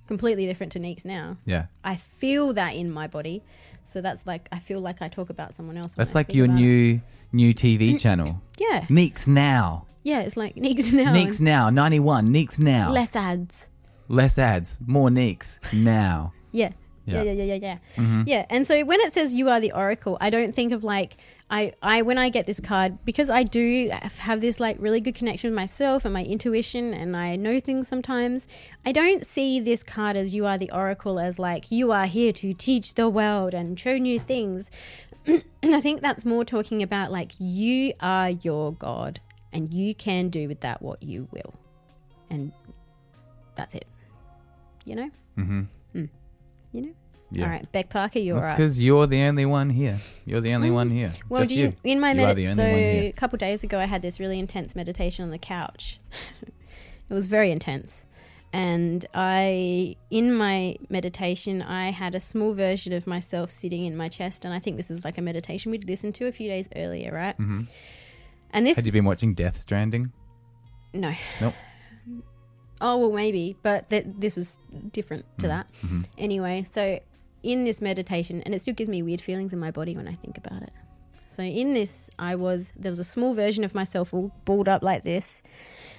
B: completely different to Neeks now.
A: yeah.
B: I feel that in my body. So that's like I feel like I talk about someone else. when
A: That's
B: I
A: like
B: speak
A: your
B: about it.
A: new
B: Mm.
A: new TV channel.
B: yeah
A: Neeks now.
B: yeah. It's like Neeks now.
A: Neeks now. 91. Neeks now. Less,
B: less ads.
A: ads. More Neeks now.
B: Yeah.
A: Yeah.
B: Yeah, yeah, yeah, yeah, yeah. Yeah. And so when it says you are the oracle, I don't think of like I, I when I get this card because I do have this like really good connection with myself and my intuition and I know things sometimes. I don't see this card as you are the oracle as like you are here to teach the world and show new things. And I think that's more talking about like you are your god and you can do with that what you will. And that's it. You know? Hmm.
A: Mm-hmm.
B: You know?
A: Yeah.
B: All right, Beck Parker, you're
A: That's
B: right. Mm.
A: because you're the only one here. You're the only one here.
B: Well,
A: Just
B: do you, in my
A: You are the
B: meditation,
A: only
B: so
A: one here.
B: a couple days ago, I had this really intense meditation on the couch. it was very intense, and I, in my meditation, I had a small version of myself sitting in my chest, and I think this was like a meditation we'd listened to a few days earlier, right?
A: Mhm.
B: And this,
A: Had you been watching Death Stranding?
B: no,
A: Nope.
B: Oh well, maybe, but th- this was different to
A: Mm.
B: that.
A: Mm-hmm.
B: Anyway, so in this meditation, and it still gives me weird feelings in my body when I think about it. So in this, I was there was a small version of myself all balled up like this,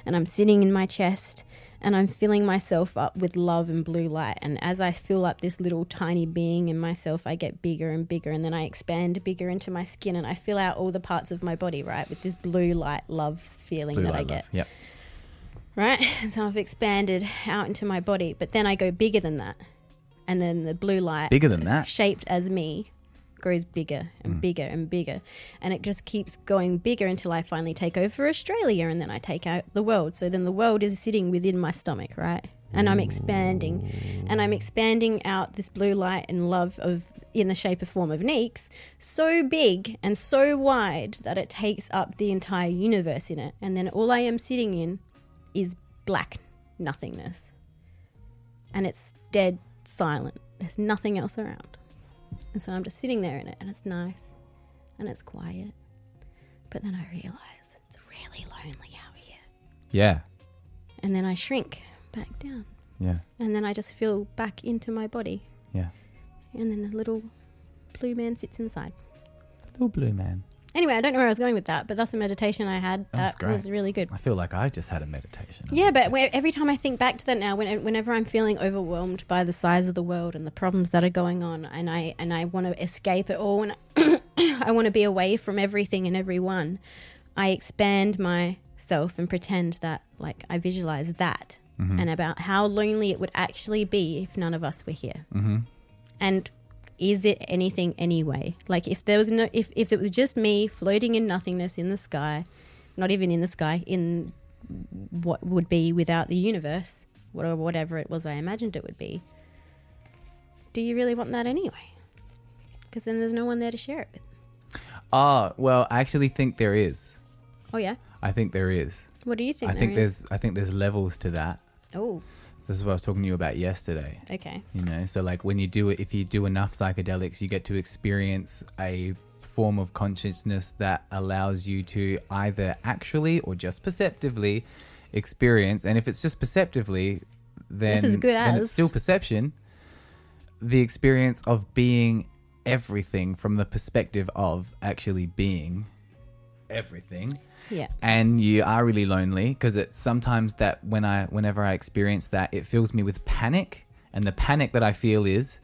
B: and I'm sitting in my chest, and I'm filling myself up with love and blue light. And as I fill up this little tiny being in myself, I get bigger and bigger, and then I expand bigger into my skin, and I fill out all the parts of my body right with this blue light love feeling
A: Blue
B: that I
A: light
B: get
A: love. Yep.
B: right? So I've expanded out into my body, but then I go bigger than that. And then the blue light,
A: Bigger than that.
B: shaped as me, grows bigger and bigger and bigger. And it just keeps going bigger until I finally take over Australia and then I take out the world. So then the world is sitting within my stomach, right? And I'm expanding. And I'm expanding out this blue light and love of in the shape of form of Neeks so big and so wide that it takes up the entire universe in it. And then all I am sitting in is black nothingness. And it's dead silent. There's nothing else around. And so I'm just sitting there in it, and it's nice and it's quiet. But then I realize it's really lonely out here.
A: Yeah.
B: And then I shrink back down.
A: Yeah.
B: And then I just feel back into my body.
A: Yeah.
B: And then the little blue man sits inside.
A: Little blue man.
B: Anyway, I don't know where I was going with that, but that's a meditation I had.
A: That's
B: That
A: great.
B: was really good.
A: I feel like I just had a meditation.
B: Yeah, but where, every time I think back to that now, when, whenever I'm feeling overwhelmed by the size of the world and the problems that are going on, and I and I want to escape it all, and I want to be away from everything and everyone, I expand myself and pretend that, like, I visualize that and about how lonely it would actually be if none of us were here. Mm-hmm. And is it anything anyway? Like, if there was no, if if it was just me floating in nothingness in the sky, not even in the sky, in what would be without the universe, what- or whatever it was I imagined it would be. Do you really want that anyway? Because then there's no one there to share it with.
A: Oh, well, I actually think there is.
B: Oh yeah,
A: I think there is.
B: what do you think?
A: I think there's I think there's levels to that.
B: Oh,
A: This is what I was talking to you about yesterday.
B: okay.
A: You know, so like when you do it, if you do enough psychedelics, you get to experience a form of consciousness that allows you to either actually or just perceptively experience. And if it's just perceptively, then,
B: is good
A: then
B: as.
A: it's still perception. The experience of being everything from the perspective of actually being everything
B: Yeah,
A: and you are really lonely because it's sometimes that when I whenever I experience that it fills me with panic and the panic that I feel is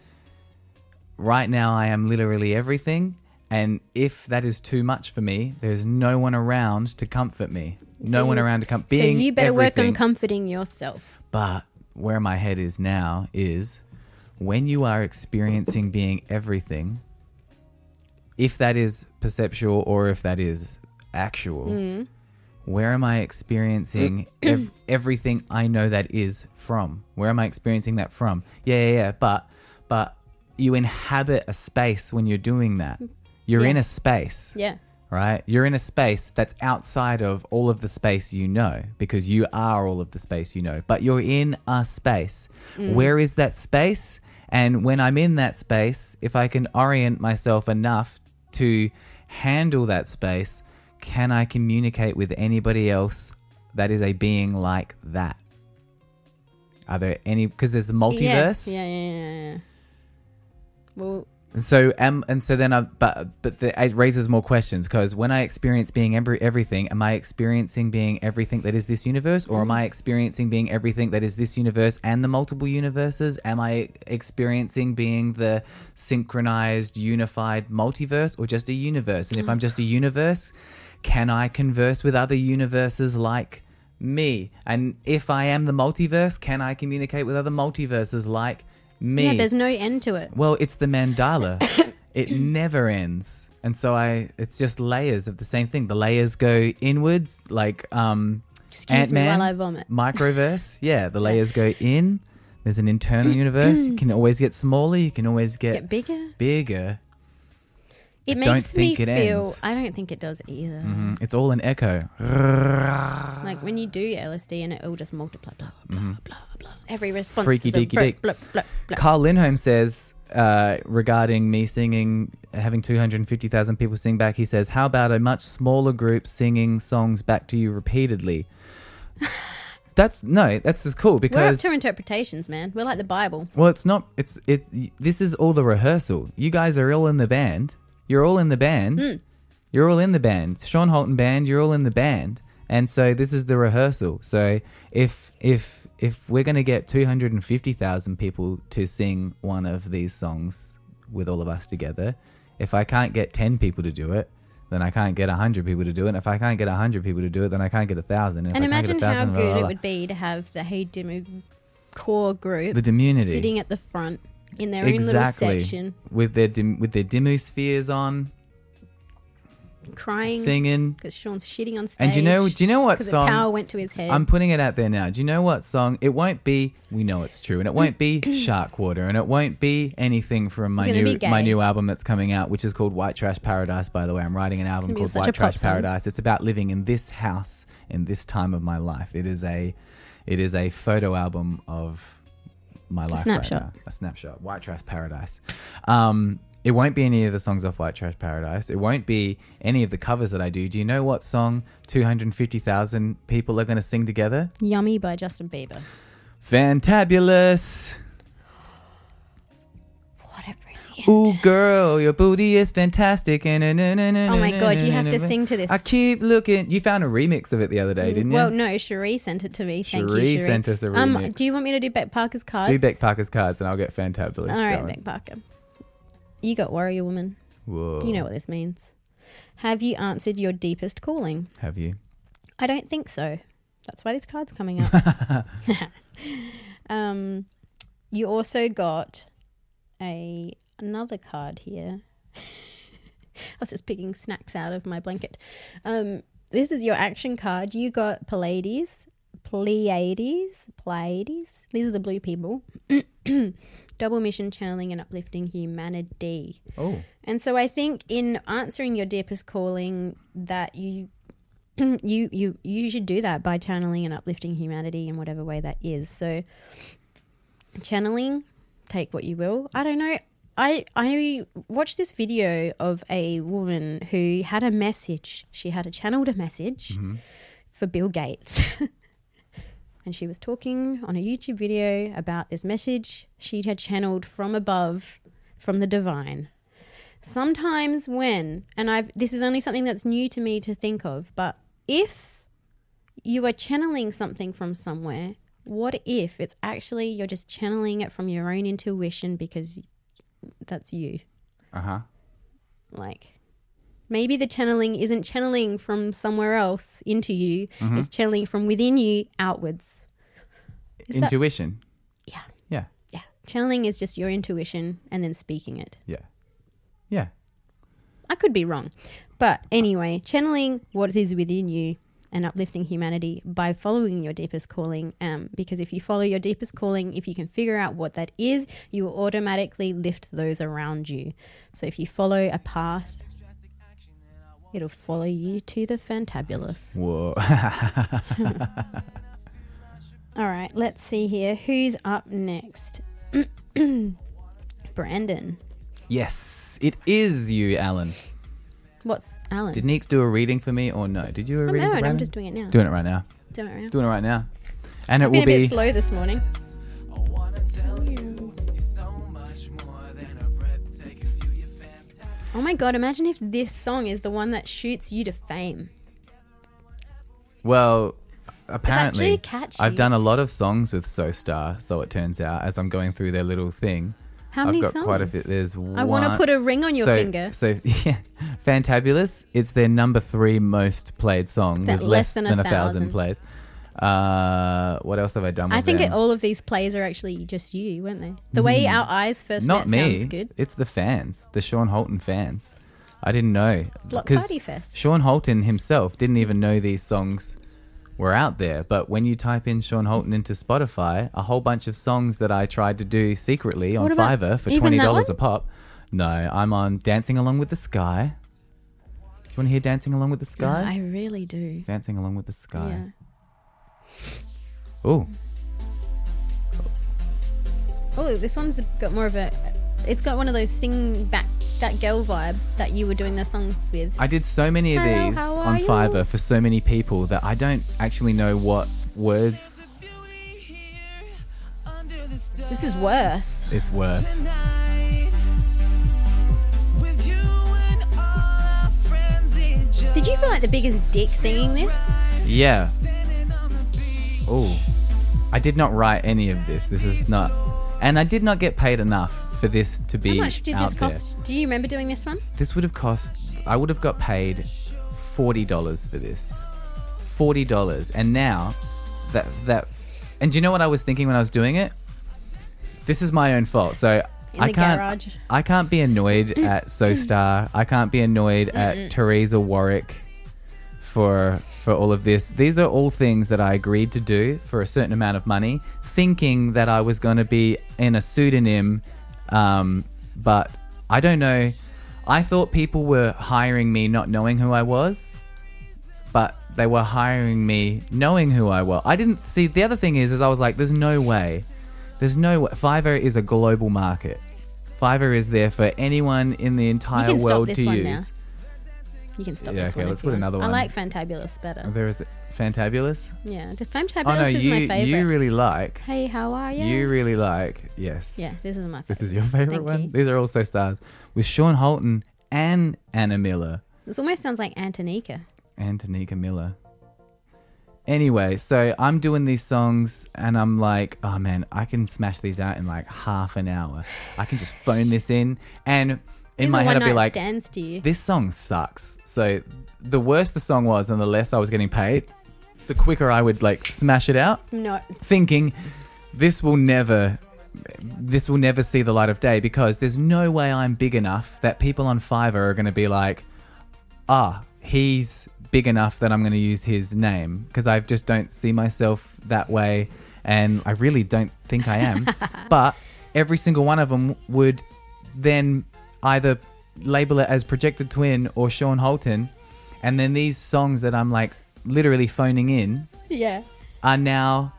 A: right now I am literally everything and if that is too much for me there's no one around to comfort me no
B: So
A: one
B: you-
A: around to comfort
B: so you better work on comforting yourself.
A: but where my head is now is when you are experiencing being everything, if that is perceptual or if that is actual, where am I experiencing ev- everything I know that is from? Where am I experiencing that from? Yeah, yeah, yeah. But, but you inhabit a space when you're doing that. You're in a
B: Yeah.
A: space
B: Yeah,
A: right? You're in a space that's outside of all of the space you know because you are all of the space you know, but you're in a space. Where is that space? And when I'm in that space, if I can orient myself enough to handle that space, can I communicate with anybody else that is a being like that? Are there any? Because there's the multiverse.
B: Yeah, yeah, yeah. yeah. Well,
A: And so um, and so then I but but the, it raises more questions because when I experience being every, everything, am I experiencing being everything that is this universe, or am I experiencing being everything that is this universe and the multiple universes? Am I experiencing being the synchronized, unified multiverse, or just a universe? And if I'm just a universe, can I converse with other universes like? Me and if I am the multiverse, can I communicate with other multiverses like me?
B: yeah. There's no end to it.
A: Well, it's the mandala. it never ends. And so I it's just layers of the same thing. The layers go inwards like um
B: Excuse me
A: Ant-Man,
B: while I vomit.
A: microverse. Yeah, the layers go in. There's an internal universe. You can always get smaller, you can always get,
B: Get bigger.
A: bigger.
B: It
A: I
B: makes
A: don't
B: me
A: think it
B: feel.
A: ends.
B: I don't think it does either.
A: Mm, It's all an echo.
B: Like when you do LSD and it all just multiply, blah, blah, blah, blah, blah. Every response
A: Mm-hmm. Freaky
B: is a
A: deaky
B: blah,
A: deek.
B: blah, blah, blah.
A: Carl Lindholm says uh, regarding me singing, having 250,000 people sing back, he says, How about a much smaller group singing songs back to you repeatedly? that's no, that's just cool
B: We're up
A: because.
B: to interpretations, man. We're like the Bible.
A: Well, it's not. It's
B: Hmm.
A: it. This is all the rehearsal. You guys are all in the band. You're all in the band. You're all in the band. Sean Holton band, you're all in the band. And so this is the rehearsal. So if if if we're going to get 250,000 people to sing one of these songs with all of us together, if I can't get 10 people to do it, then I can't get 100 people to do it. And if I can't get 100 people to do it, then I can't get 1,000.
B: And imagine how good it would be to have the Hey Dimu core group
A: The community.
B: sitting at the front in their own little
A: exactly.
B: section,
A: With their, dim, with their Dimmu spheres on,
B: crying
A: singing.
B: because Sean's shitting on stage.
A: And do you know, do you know what
B: because the
A: song?
B: power went to his head.
A: I'm putting it out there now. Do you know what song? It won't be We Know It's True, and it won't be Sharkwater, and it won't be anything from my
B: It's gonna
A: new
B: be gay.
A: my new album that's coming out, which is called White Trash Paradise. By the way, I'm writing an album
B: gonna be
A: called
B: such a
A: White
B: pop
A: Trash
B: song.
A: Paradise. It's about living in this house in this time of my life. It is a it is a photo album of my life.
B: snapshot.
A: Right now. A snapshot. White Trash Paradise. Um, it won't be any of the songs off White Trash Paradise. It won't be any of the covers that I do. Do you know what song 250,000 people are going to sing together?
B: Yummy by Justin Bieber.
A: Fantabulous.
B: What a brilliant.
A: Ooh, girl, your booty is fantastic. Oh
B: Oh
A: my
B: my god, you have to sing to this. Mm,
A: I keep looking. You found a remix of it the other day, didn't you?
B: Well, no, Cherie sent it to me. Thank
A: Cherie
B: you, Cherie.
A: sent us a
B: Um,
A: remix.
B: do you want me to do Beck Parker's cards?
A: do Beck Parker's cards and I'll get Fantabulous.
B: All right,
A: going.
B: Beck Parker. You got Warrior Woman.
A: Whoa.
B: You know what this means. Have you answered your deepest calling?
A: Have you?
B: I don't think so. That's why this card's coming up. um, you also got a another card here. I was just picking snacks out of my blanket. Um, this is your action card. You got Pleiades, Pleiades, Pleiades. These are the blue people. Double mission channeling and uplifting humanity.
A: Oh.
B: And so I think in answering your deepest calling that you you you you should do that by channeling and uplifting humanity in whatever way that is. So channeling, take what you will. I don't know. I I watched this video of a woman who had a message. She had a channeled a message for Bill Gates. and she was talking on a YouTube video about this message she had channeled from above from the divine sometimes when and i've this is only something that's new to me to think of but if you are channeling something from somewhere what if it's actually you're just channeling it from your own intuition because that's you
A: Uh huh.
B: like maybe the channeling isn't channeling from somewhere else into you it's channeling from within you outwards Is that-
A: Intuition.
B: yeah
A: Yeah.
B: yeah channeling is just your intuition and then speaking it
A: Yeah. Yeah.
B: I could be wrong. But anyway, channeling what is within you and uplifting humanity by following your deepest calling. Um, because if you follow your deepest calling, if you can figure out what that is, you will automatically lift those around you. So if you follow a path, it'll follow you to the fantabulous.
A: Whoa.
B: All right, let's see here. Who's up next? Brandon.
A: yes, it is you, Alan.
B: What's Alan?
A: Did Neeks do a reading for me or no? Did you do a
B: oh,
A: reading
B: no,
A: for
B: and
A: Brandon?
B: I'm just doing it now.
A: doing it right now.
B: Doing it right now.
A: Doing it right now. And it
B: Been
A: will
B: a bit
A: be
B: slow this morning.
C: I wanna tell you, you're so much more than a breathtaking view. You're fantastic.
B: Oh my god, imagine if this song is the one that shoots you to fame.
A: well apparently
B: actually catchy.
A: I've done a lot of songs with SoStar, so it turns out as I'm going through their little thing.
B: How
A: I've
B: many
A: got
B: songs?
A: quite a few there's one
B: I want to put a ring on your
A: so,
B: finger.
A: So yeah, Fantabulous. It's their number three most played song
B: Th-
A: with less than, a, thousand,
B: thousand.
A: plays. Uh, what else have I done? With
B: I think
A: them?
B: that all of these plays are actually just you, weren't they? The way our eyes first
A: Hmm. not
B: met
A: me.
B: sounds good.
A: It's the fans, the Sean Holton fans. I didn't know
B: Block
A: because
B: Party Fest.
A: Sean Holton himself didn't even know these songs were out there. But when you type in Sean Holton into Spotify, a whole bunch of songs that I tried to do secretly on
B: What about
A: Fiverr for
B: even
A: twenty
B: that
A: dollars a
B: one?
A: pop. No, I'm on Dancing Along with the Sky. Do you want to hear Dancing Along with the Sky?
B: I really do.
A: Dancing Along with the
B: Yeah.
A: Sky. Oh,
B: Oh, this one's got more of a. It's got one of those sing back that girl vibe that you were doing the songs with.
A: I did so many of
B: Hello,
A: these
B: how
A: on
B: are you?
A: Fiverr for so many people that I don't actually know what words
C: There's a beauty here under the stars.
B: This is worse.
A: it's worth.
C: Tonight, with you and all our friends in
B: you feel like the biggest dick singing this?
A: Yeah. Oh, I did not write any of this. This is not, and I did not get paid enough for this to be
B: How much did
A: out
B: this
A: there.
B: cost? Do you remember doing this one?
A: This would have cost. I would have got paid forty dollars for this. Forty dollars, and now that that, and do you know what I was thinking when I was doing it? This is my own fault. So
B: In
A: I
B: the
A: can't.
B: garage. Mm.
A: I can't be annoyed at SoStar. I can't be annoyed at Teresa Warwick for for all of this. These are all things that I agreed to do for a certain amount of money, thinking that I was going to be in a pseudonym. Um, but I don't know. I thought people were hiring me not knowing who I was, but they were hiring me knowing who I was. I didn't see. The other thing is, is I was like, "There's no way. There's no way." Fiverr is a global market. Fiverr is there for anyone in the entire
B: can stop
A: world
B: this
A: to
B: one
A: use.
B: now. You can stop
A: Yeah,
B: this
A: okay,
B: one.
A: let's
B: if you
A: put
B: want.
A: another one.
B: I like Fantabulous better.
A: Oh, There is Fantabulous.
B: Yeah, the
A: Oh
B: Fantabulous
A: no,
B: is
A: you
B: my favorite.
A: you really like.
B: hey, how are you?
A: You really like. Yes.
B: yeah, this is my favorite.
A: This is your favorite
B: Thank
A: one.
B: you.
A: These are also stars with Sean Holton and Anna Miller,
B: This almost sounds like Antonika.
A: Antonika Miller. Anyway, so I'm doing these songs and I'm like, oh man, I can smash these out in like half an hour. I can just phone this in, and in
B: These
A: my
B: are
A: head
B: one
A: I'll be
B: night
A: like,
B: stands to you.
A: this song sucks. So the worse the song was and the less I was getting paid, the quicker I would like smash it out.
B: No,
A: thinking this will never this will never see the light of day because there's no way I'm big enough that people on Fiverr are going to be like, ah, he's big enough that I'm going to use his name because I just don't see myself that way, and I really don't think I am. but every single one of them would then either label it as Projected Twin or Sean Holton, and then these songs that I'm like literally phoning in
B: yeah.
A: are now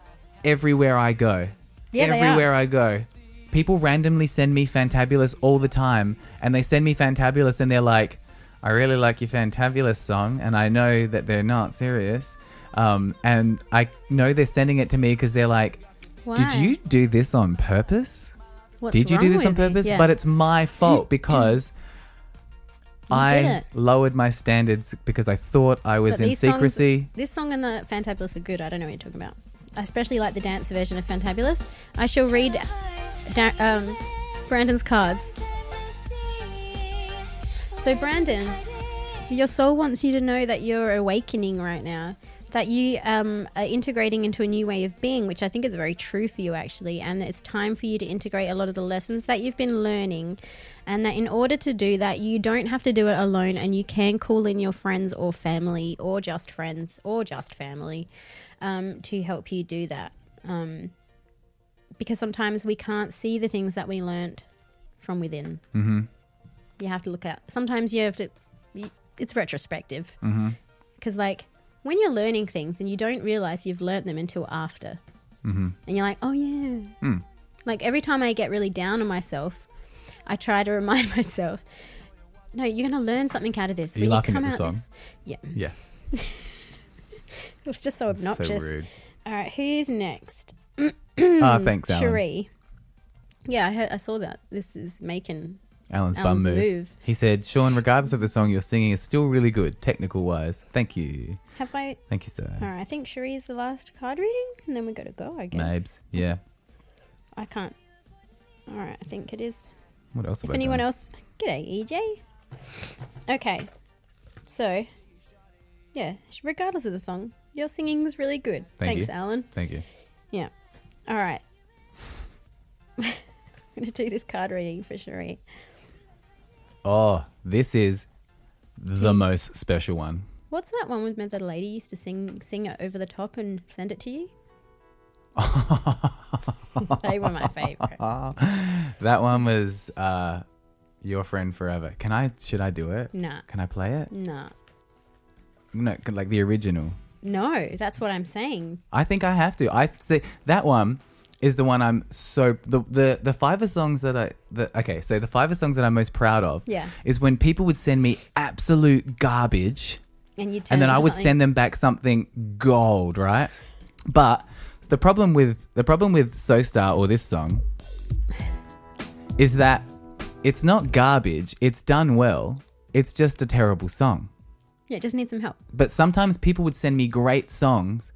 A: everywhere I go.
B: Yeah, they
A: everywhere I go. People randomly send me Fantabulous all the time, and they send me Fantabulous, and they're like, "I really like your Fantabulous song," and I know that they're not serious, um, and I know they're sending it to me because they're like,
B: Why?
A: "Did you do this on purpose?
B: What's
A: Did you do
B: wrong
A: this on
B: with you?
A: purpose?"
B: Yeah.
A: But it's my fault because
B: did
A: I
B: it.
A: lowered my standards because I thought I was
B: But
A: in
B: these songs-
A: secrecy.
B: this song and the Fantabulous are good. I don't know what you're talking about. I especially like the dance version of Fantabulous. I shall read da- um, Brandon's cards. So, Brandon, your soul wants you to know that you're awakening right now, that you um, are integrating into a new way of being, which I think is very true for you, actually. And it's time for you to integrate a lot of the lessons that you've been learning. And that in order to do that, you don't have to do it alone and you can call in your friends or family or just friends or just family um, to help you do that. Um, because sometimes we can't see the things that we learnt from within. Mm-hmm. You have to look at. Sometimes you have to. y- It's retrospective.
A: Mm-hmm.
B: Because like when you're learning things and you don't realize you've learnt them until after, mm-hmm. and you're like, oh yeah.
A: Mm.
B: Like every time I get really down on myself, I try to remind myself. No, you're going to learn something out of this.
A: Are you
B: When
A: laughing at
B: come
A: the
B: out
A: song?
B: this- Yeah,
A: Yeah,
B: it was just Hmm, so
A: so
B: obnoxious.
A: rude.
B: All right, who's next?
A: Ah, thanks, Alan.
B: Cherie. Yeah, I, heard, I saw that. This is making
A: Alan's,
B: Alan's
A: bum move.
B: move.
A: He said, Sean, regardless of the song you're singing, is still really good, technical wise. Thank you.
B: Have I?
A: Thank you, sir.
B: All right, I think Cherie's the last card reading, and then we got to go. I guess.
A: Mabes. Yeah.
B: I can't. All right, I think it is.
A: What else?
B: If anyone else, g'day EJ. Okay, so yeah, sh- regardless of the song, your singing's really good.
A: Thank
B: Thanks,
A: you.
B: Alan.
A: Thank you.
B: Yeah. All right. I'm gonna do this card reading for Cherie.
A: Oh, this is the most special one.
B: What's that one with that a lady used to sing sing it over the top and send it to you? they were my favorite.
A: That one was uh, Your Friend Forever. Can I, should I do it?
B: Nah,
A: Can I play it?
B: nah,
A: No, like the original.
B: no. That's what I'm saying.
A: I think I have to. I say that one is the one I'm so the the the Fiverr songs that I the okay. So the Fiverr songs that I'm most proud of
B: Yeah.
A: is when people would send me absolute garbage,
B: And you turn
A: and then
B: it
A: I
B: to
A: would
B: something-
A: send them back something gold, right? But the problem with the problem with SoStar or this song is that it's not garbage. It's done well. It's just a terrible song.
B: Yeah, it just needs some help.
A: But sometimes people would send me great songs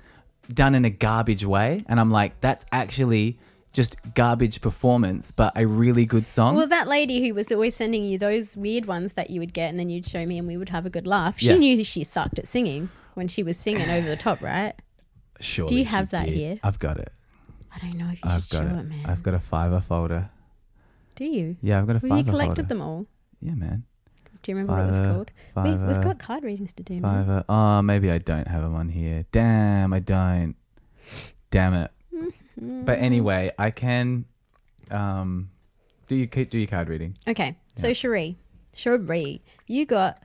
A: done in a garbage way, and I'm like, that's actually just garbage performance, but a really good song.
B: Well, that lady who was always sending you those weird ones that you would get and then you'd show me and we would have a good laugh, she
A: Yeah.
B: knew she sucked at singing when she was singing over the top, right?
A: Surely
B: do you
A: she
B: have that
A: did.
B: here?
A: I've got it.
B: I don't know if you
A: I've
B: should show
A: got
B: it,
A: it.
B: man.
A: I've got a Fiverr folder.
B: Do you?
A: Yeah, I've got a
B: Well, you
A: Fiverr
B: collected
A: folder.
B: them all.
A: Yeah, man.
B: Do you remember what it was
A: Fiverr,
B: called? We, we've
A: Fiverr,
B: got card readings to do, man.
A: Fiverr. Oh, maybe I don't have them on here. Damn, I don't. Damn it.
B: Mm-hmm.
A: But anyway, I can. Um, do you do your card reading?
B: Okay, so Cherie, Cherie, you got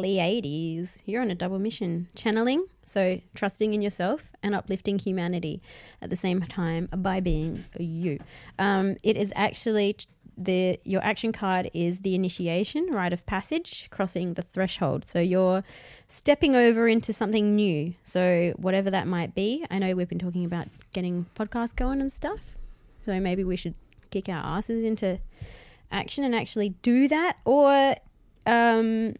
B: Pleiades. You're on a double mission channeling, so trusting in yourself and uplifting humanity at the same time by being you. Um, it is actually t- the your action card is the initiation, rite of passage, crossing the threshold. So you're stepping over into something new. So whatever that might be, I know we've been talking about getting podcasts going and stuff. So maybe we should kick our asses into action and actually do that, or um,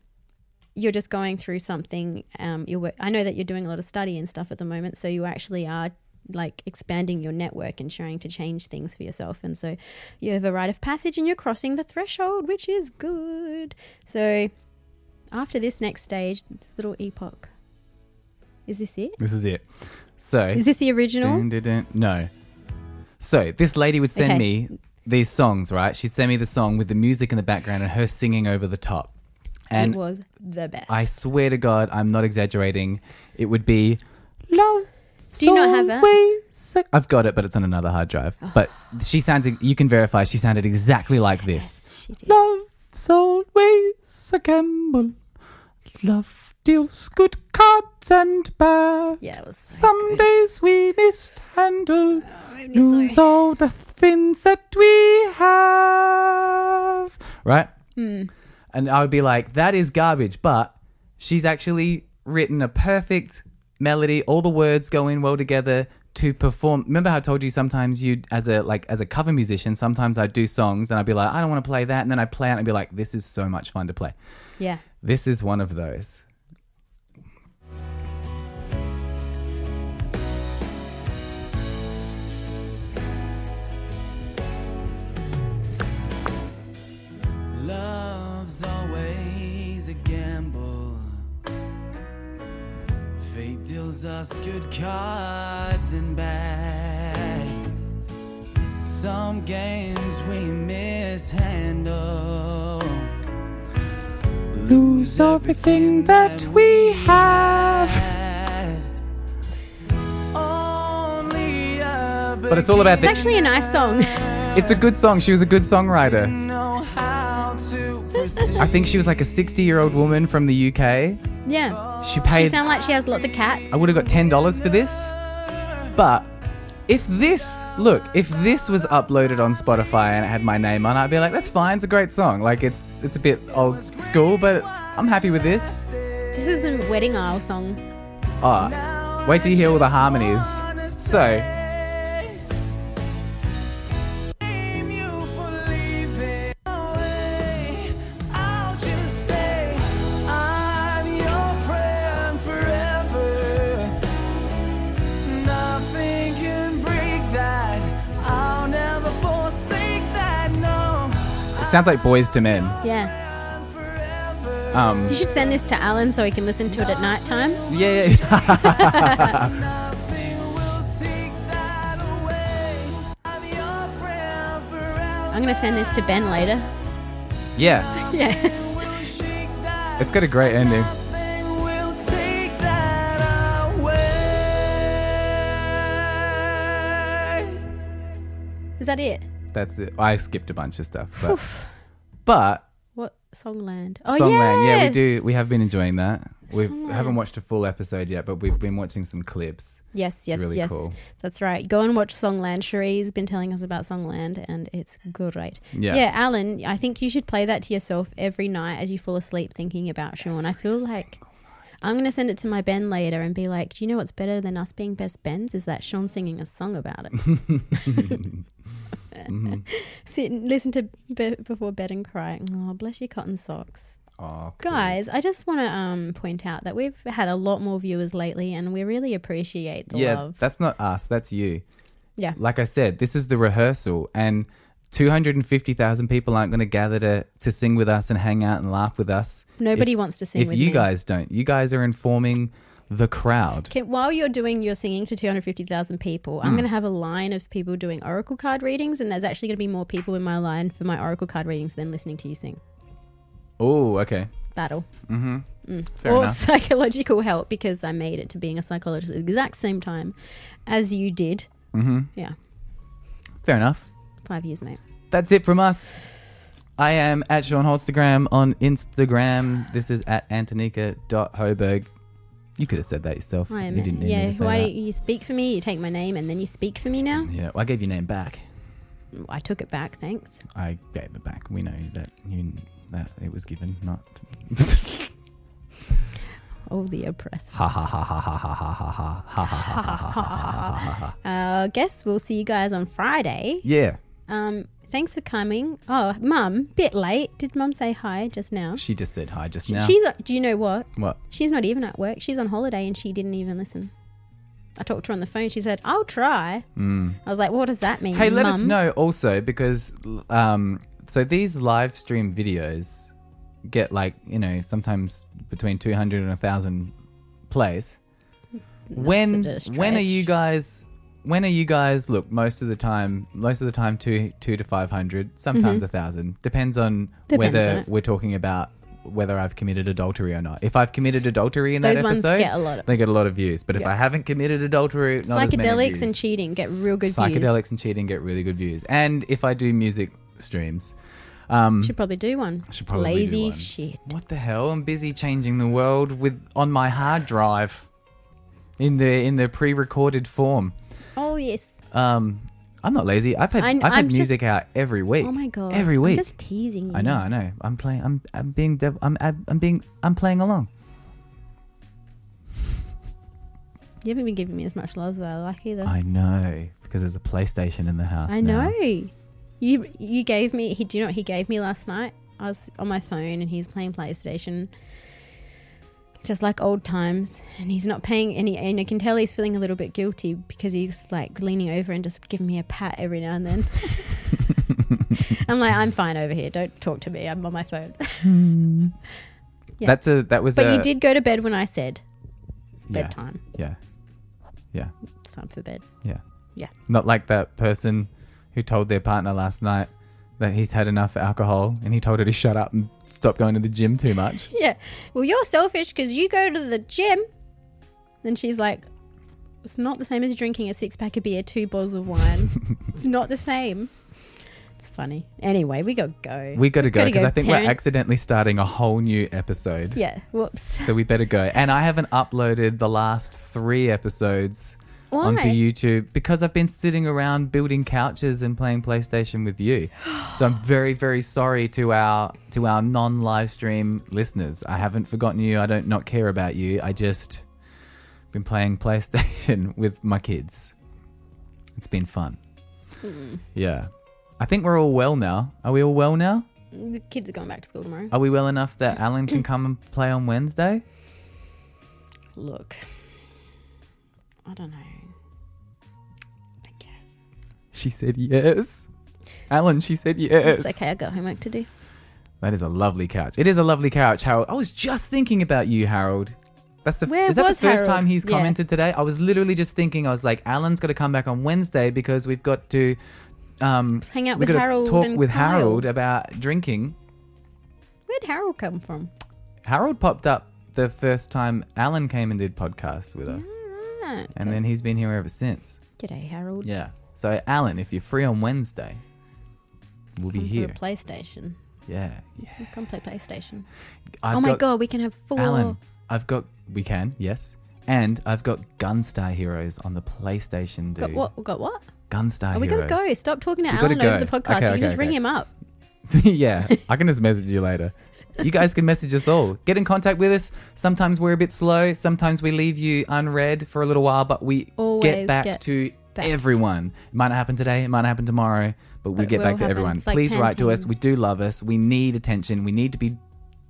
B: you're just going through something. Um, you're, wo- I know that you're doing a lot of study and stuff at the moment, so you actually are like expanding your network and trying to change things for yourself. And so you have a rite of passage and you're crossing the threshold, which is good. So after this next stage, this little epoch. Is this it?
A: This is it. So
B: Is this the original?
A: Dun, dun, dun. No. So this lady would send
B: Okay.
A: me these songs, right? She'd send me the song with the music in the background and her singing over the top.
B: it
A: And
B: was the best.
A: I swear to God, I'm not exaggerating. It would be love.
B: Do you not have it?
A: it? I've got it, but it's on another hard drive. But she sounds. You can verify. She sounded exactly like this.
B: yes, she did.
A: Love's always a gamble. Love deals good cards and bad.
B: Yeah, it was so
A: Some
B: good.
A: days we mishandle,
B: I'm
A: lose all the things that we have. Right? And I would be like, that is garbage, but she's actually written a perfect melody. All the words go in well together to perform. Remember how I told you sometimes you, as a like as a cover musician, sometimes I do songs and I'd be like, I don't want to play that, and then I play it and be like, this is so much fun to play.
B: Yeah.
A: This is one of those.
C: Love's always a gamble. Fate deals us good cards and bad. Some games we mishandle. Lose everything that we have. Only a
A: But it's all about
B: It's
A: the.
B: actually a nice song.
A: It's a good song. She was a good songwriter.
C: know how to proceed.
A: I think she was like a 60 year old woman from the UK.
B: Yeah.
A: She
B: She
A: paid,
B: sounds like she has lots of cats.
A: I would have got $10 for this. But if this, look, if this was uploaded on Spotify and it had my name on it, I'd be like, that's fine, it's a great song. Like, it's it's a bit old school, but I'm happy with this.
B: This is a wedding aisle song.
A: Oh, wait till you hear all the harmonies. So,
C: Blame you for leaving away. I'll just say I'm your friend forever. Nothing can break that. I'll never forsake that. No,
A: it sounds like Boys to Men.
B: Yeah.
C: I'm forever.
A: Um,
B: You should send this to Alan so he can listen to it at night time.
A: yeah, yeah.
C: Nothing will take that away. I'm your friend forever.
B: I'm going to send this to Ben later.
A: yeah.
B: Yeah.
C: We'll shake that.
A: It's got a great ending.
C: Nothing will take that away.
B: Is that it?
A: That's it. I skipped a bunch of stuff. But, but
B: What? Songland. Oh,
A: Songland. Yeah, we
B: yes.
A: do. We have been enjoying that. We
B: Songland.
A: haven't watched a full episode yet, but we've been watching some clips.
B: yes, yes,
A: really
B: yes.
A: cool.
B: That's right. Go and watch Songland. Cherie's been telling us about Songland and it's great.
A: Yeah.
B: Yeah, Alan, I think you should play that to yourself every night as you fall asleep thinking about Sean. I feel like I'm going to send it to my Ben later and be like, do you know what's better than us being best Bens? Is that Sean singing a song about it.
A: Mm-hmm.
B: Sit and listen to be- Before Bed and Cry. Oh, bless your cotton socks.
A: Oh, cool.
B: Guys, I just want to um, point out that we've had a lot more viewers lately, and we really appreciate the
A: yeah,
B: love.
A: that's not us. That's you.
B: Yeah.
A: Like I said, this is the rehearsal, and 250,000 people aren't going to gather to to sing with us and hang out and laugh with us.
B: Nobody
A: if,
B: wants to sing
A: If
B: with
A: you
B: me.
A: guys don't, you guys are informing the crowd.
B: Can, while you're doing your singing to 250,000 people,
A: Hmm.
B: I'm going to have a line of people doing oracle card readings, and there's actually going to be more people in my line for my oracle card readings than listening to you sing.
A: Oh, okay. Mm-hmm.
B: That'll.
A: Fair
B: or
A: enough.
B: psychological help because I made it to being a psychologist at the exact same time as you did. Mm-hmm. Yeah,
A: Fair enough.
B: five years, mate.
A: That's it from us. I am at Sean Holstagram on Instagram. This is at Antonika.Hoberg. You could have said that yourself.
B: I am.
A: you didn't need
B: yeah,
A: me to say
B: why
A: that.
B: don't you speak for me? You take my name and then you speak for me now.
A: Yeah, well, I gave your name back.
B: I took it back, thanks.
A: I gave it back. We know that you that it was given, not.
B: Oh, the oppressed.
A: Ha ha ha ha ha ha ha ha ha ha ha ha ha ha ha ha.
B: I guess we'll see you guys on Friday.
A: Yeah,
B: Um, thanks for coming. Oh, mum, bit late. Did mum say hi just now?
A: she just said hi just now.
B: She's. uh, Do you know what?
A: what?
B: She's not even at work. She's on holiday and she didn't even listen. I talked to her on the phone. She said, "I'll try." I was like, "What does that mean?"
A: Hey, let us
B: Mum?
A: know also because um, so these live stream videos get like you know sometimes between two hundred and a thousand plays. When
B: That's a
A: when are
B: stretch.
A: you guys? When are you guys? Look, most of the time, most of the time, two two to five hundred, sometimes a thousand. Depends on
B: Mm-hmm. Depends
A: whether
B: on it.
A: we're talking about whether I've committed adultery or not. If I've committed adultery in
B: Those
A: that
B: ones
A: episode,
B: get a lot of-
A: they get a lot of views. But if I haven't committed adultery, not as many
B: Psychedelics
A: views
B: and cheating get real good
A: psychedelics
B: views.
A: and cheating get really good views. And if I do music streams, um,
B: Should probably do one.
A: should probably do
B: Lazy
A: one.
B: shit.
A: what the hell? I'm busy changing the world with on my hard drive, in the in the pre-recorded form.
B: Oh yes.
A: Um, I'm not lazy. I've had I,
B: I
A: have
B: kn-
A: had
B: I'm
A: music
B: just-
A: out every week.
B: Oh my god.
A: every week.
B: I'm just teasing you.
A: I know, I know. I'm playing. I'm I'm being. Dev- I'm I'm being. I'm playing along.
B: You haven't been giving me as much love as I like either.
A: I know because there's a PlayStation in the house.
B: I
A: now.
B: know. You you gave me. He, do you know what he gave me last night? I was on my phone and he's playing PlayStation, just like old times. And he's not paying any. And I can tell he's feeling a little bit guilty because he's like leaning over and just giving me a pat every now and then. I'm like, I'm fine over here. Don't talk to me. I'm on my phone. Yeah.
A: That's a that was.
B: But
A: a,
B: you did go to bed when I said
A: yeah,
B: bedtime.
A: Yeah, yeah.
B: It's time for bed.
A: Yeah.
B: Yeah.
A: Not like that person who told their partner last night that he's had enough alcohol and he told her to shut up and stop going to the gym too much.
B: Yeah. Well, you're selfish because you go to the gym. And she's like, it's not the same as drinking a six pack of beer, two bottles of wine. it's not the same. It's funny. Anyway, we got go.
A: we got to go
B: Gotta
A: because
B: go,
A: I think
B: parent.
A: we're accidentally starting a whole new episode.
B: yeah. Whoops.
A: So we better go. And I haven't uploaded the last three episodes
B: Why?
A: onto YouTube because I've been sitting around building couches and playing PlayStation with you. So I'm very, very sorry to our to our non live stream listeners. I haven't forgotten you. I don't not care about you. I just been playing PlayStation with my kids. It's been fun. Yeah. I think we're all well now. Are we all well now?
B: The kids are going back to school tomorrow.
A: Are we well enough that Alan can come and play on Wednesday?
B: Look. I don't know. I guess.
A: She said yes. Alan, she said yes.
B: It's okay. I got homework to do.
A: That is a lovely couch. It is a lovely couch, Harold. I was just thinking about you, Harold. That's the
B: Where
A: is that
B: was
A: the first
B: Harold?
A: time he's
B: Yeah.
A: commented today? I was literally just thinking. I was like, Alan's got to come back on Wednesday because we've got to um,
B: Hang out
A: we've
B: with
A: got to
B: Harold
A: talk
B: and
A: with
B: Kyle.
A: Harold about drinking.
B: Where'd Harold come from?
A: Harold popped up the first time Alan came and did podcast with us,
B: Ah,
A: and then he's been here ever since.
B: G'day, Harold.
A: Yeah. So Alan, if you're free on Wednesday, we'll be
B: Come
A: here.
B: For a PlayStation.
A: yeah. Yeah.
B: Come play PlayStation.
A: I've
B: oh my
A: got-
B: god, we can have four.
A: Alan, I've got. We can, yes. And I've got Gunstar Heroes on the PlayStation, dude.
B: Got what? Got what?
A: Gunstar
B: Oh, we gotta
A: Heroes.
B: go. Stop talking to
A: We gotta
B: Alan
A: go.
B: over the podcast.
A: Okay,
B: you
A: okay,
B: can just ring
A: okay.
B: him up.
A: yeah, I can just message you later. You guys can message us all. Get in contact with us. Sometimes we're a bit slow. Sometimes we leave you unread for a little while, but we
B: Always
A: get back
B: get
A: to
B: back.
A: everyone. It might not happen today. It might not happen tomorrow, but we
B: But
A: get
B: we'll
A: back to
B: have
A: everyone.
B: them. It's like
A: Please write to
B: Pantene.
A: us. We do love us. We need attention. We need to be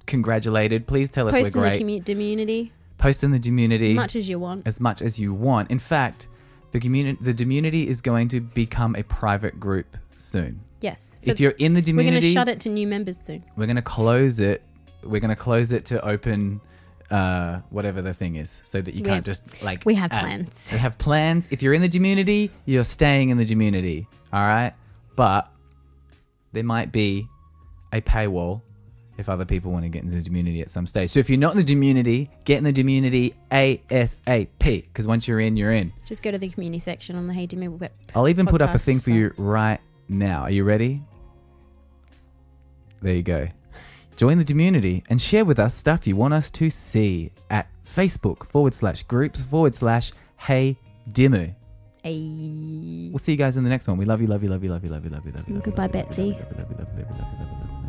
A: congratulated. Please tell us
B: Post in
A: we're
B: the
A: great.
B: commu- community,
A: Post in the community
B: much as you want.
A: as much as you want. In fact, the community the community is going to become a private group soon.
B: Yes.
A: if you're in the
B: we're
A: community,
B: going to shut it to new members soon.
A: we're gonna close it. We're gonna close it to open uh, whatever the thing is, so that you
B: We-
A: can't just like
B: we have
A: add-
B: plans.
A: We have plans. If you're in the community, you're staying in the community. All right, but there might be a paywall if other people want to get into the community at some stage. So if you're not in the community, get in the community asap. Because once you're in, you're in.
B: Just go to the community section on the Hey Jimmy web.
A: I'll even put up a
B: Podcast
A: thing for
B: stuff.
A: you right now. Are you ready? There you go. Join the community and share with us stuff you want us to see at Facebook forward slash groups forward slash hey Dimu.
B: Ayy.
A: We'll see you guys in the next one. We love you, love you, love you, love you, love you, love you, love you. love you,
B: Goodbye,
A: love you, love you,
B: Betsy.
A: love you, love you, love you, love you, love you, love you, love you.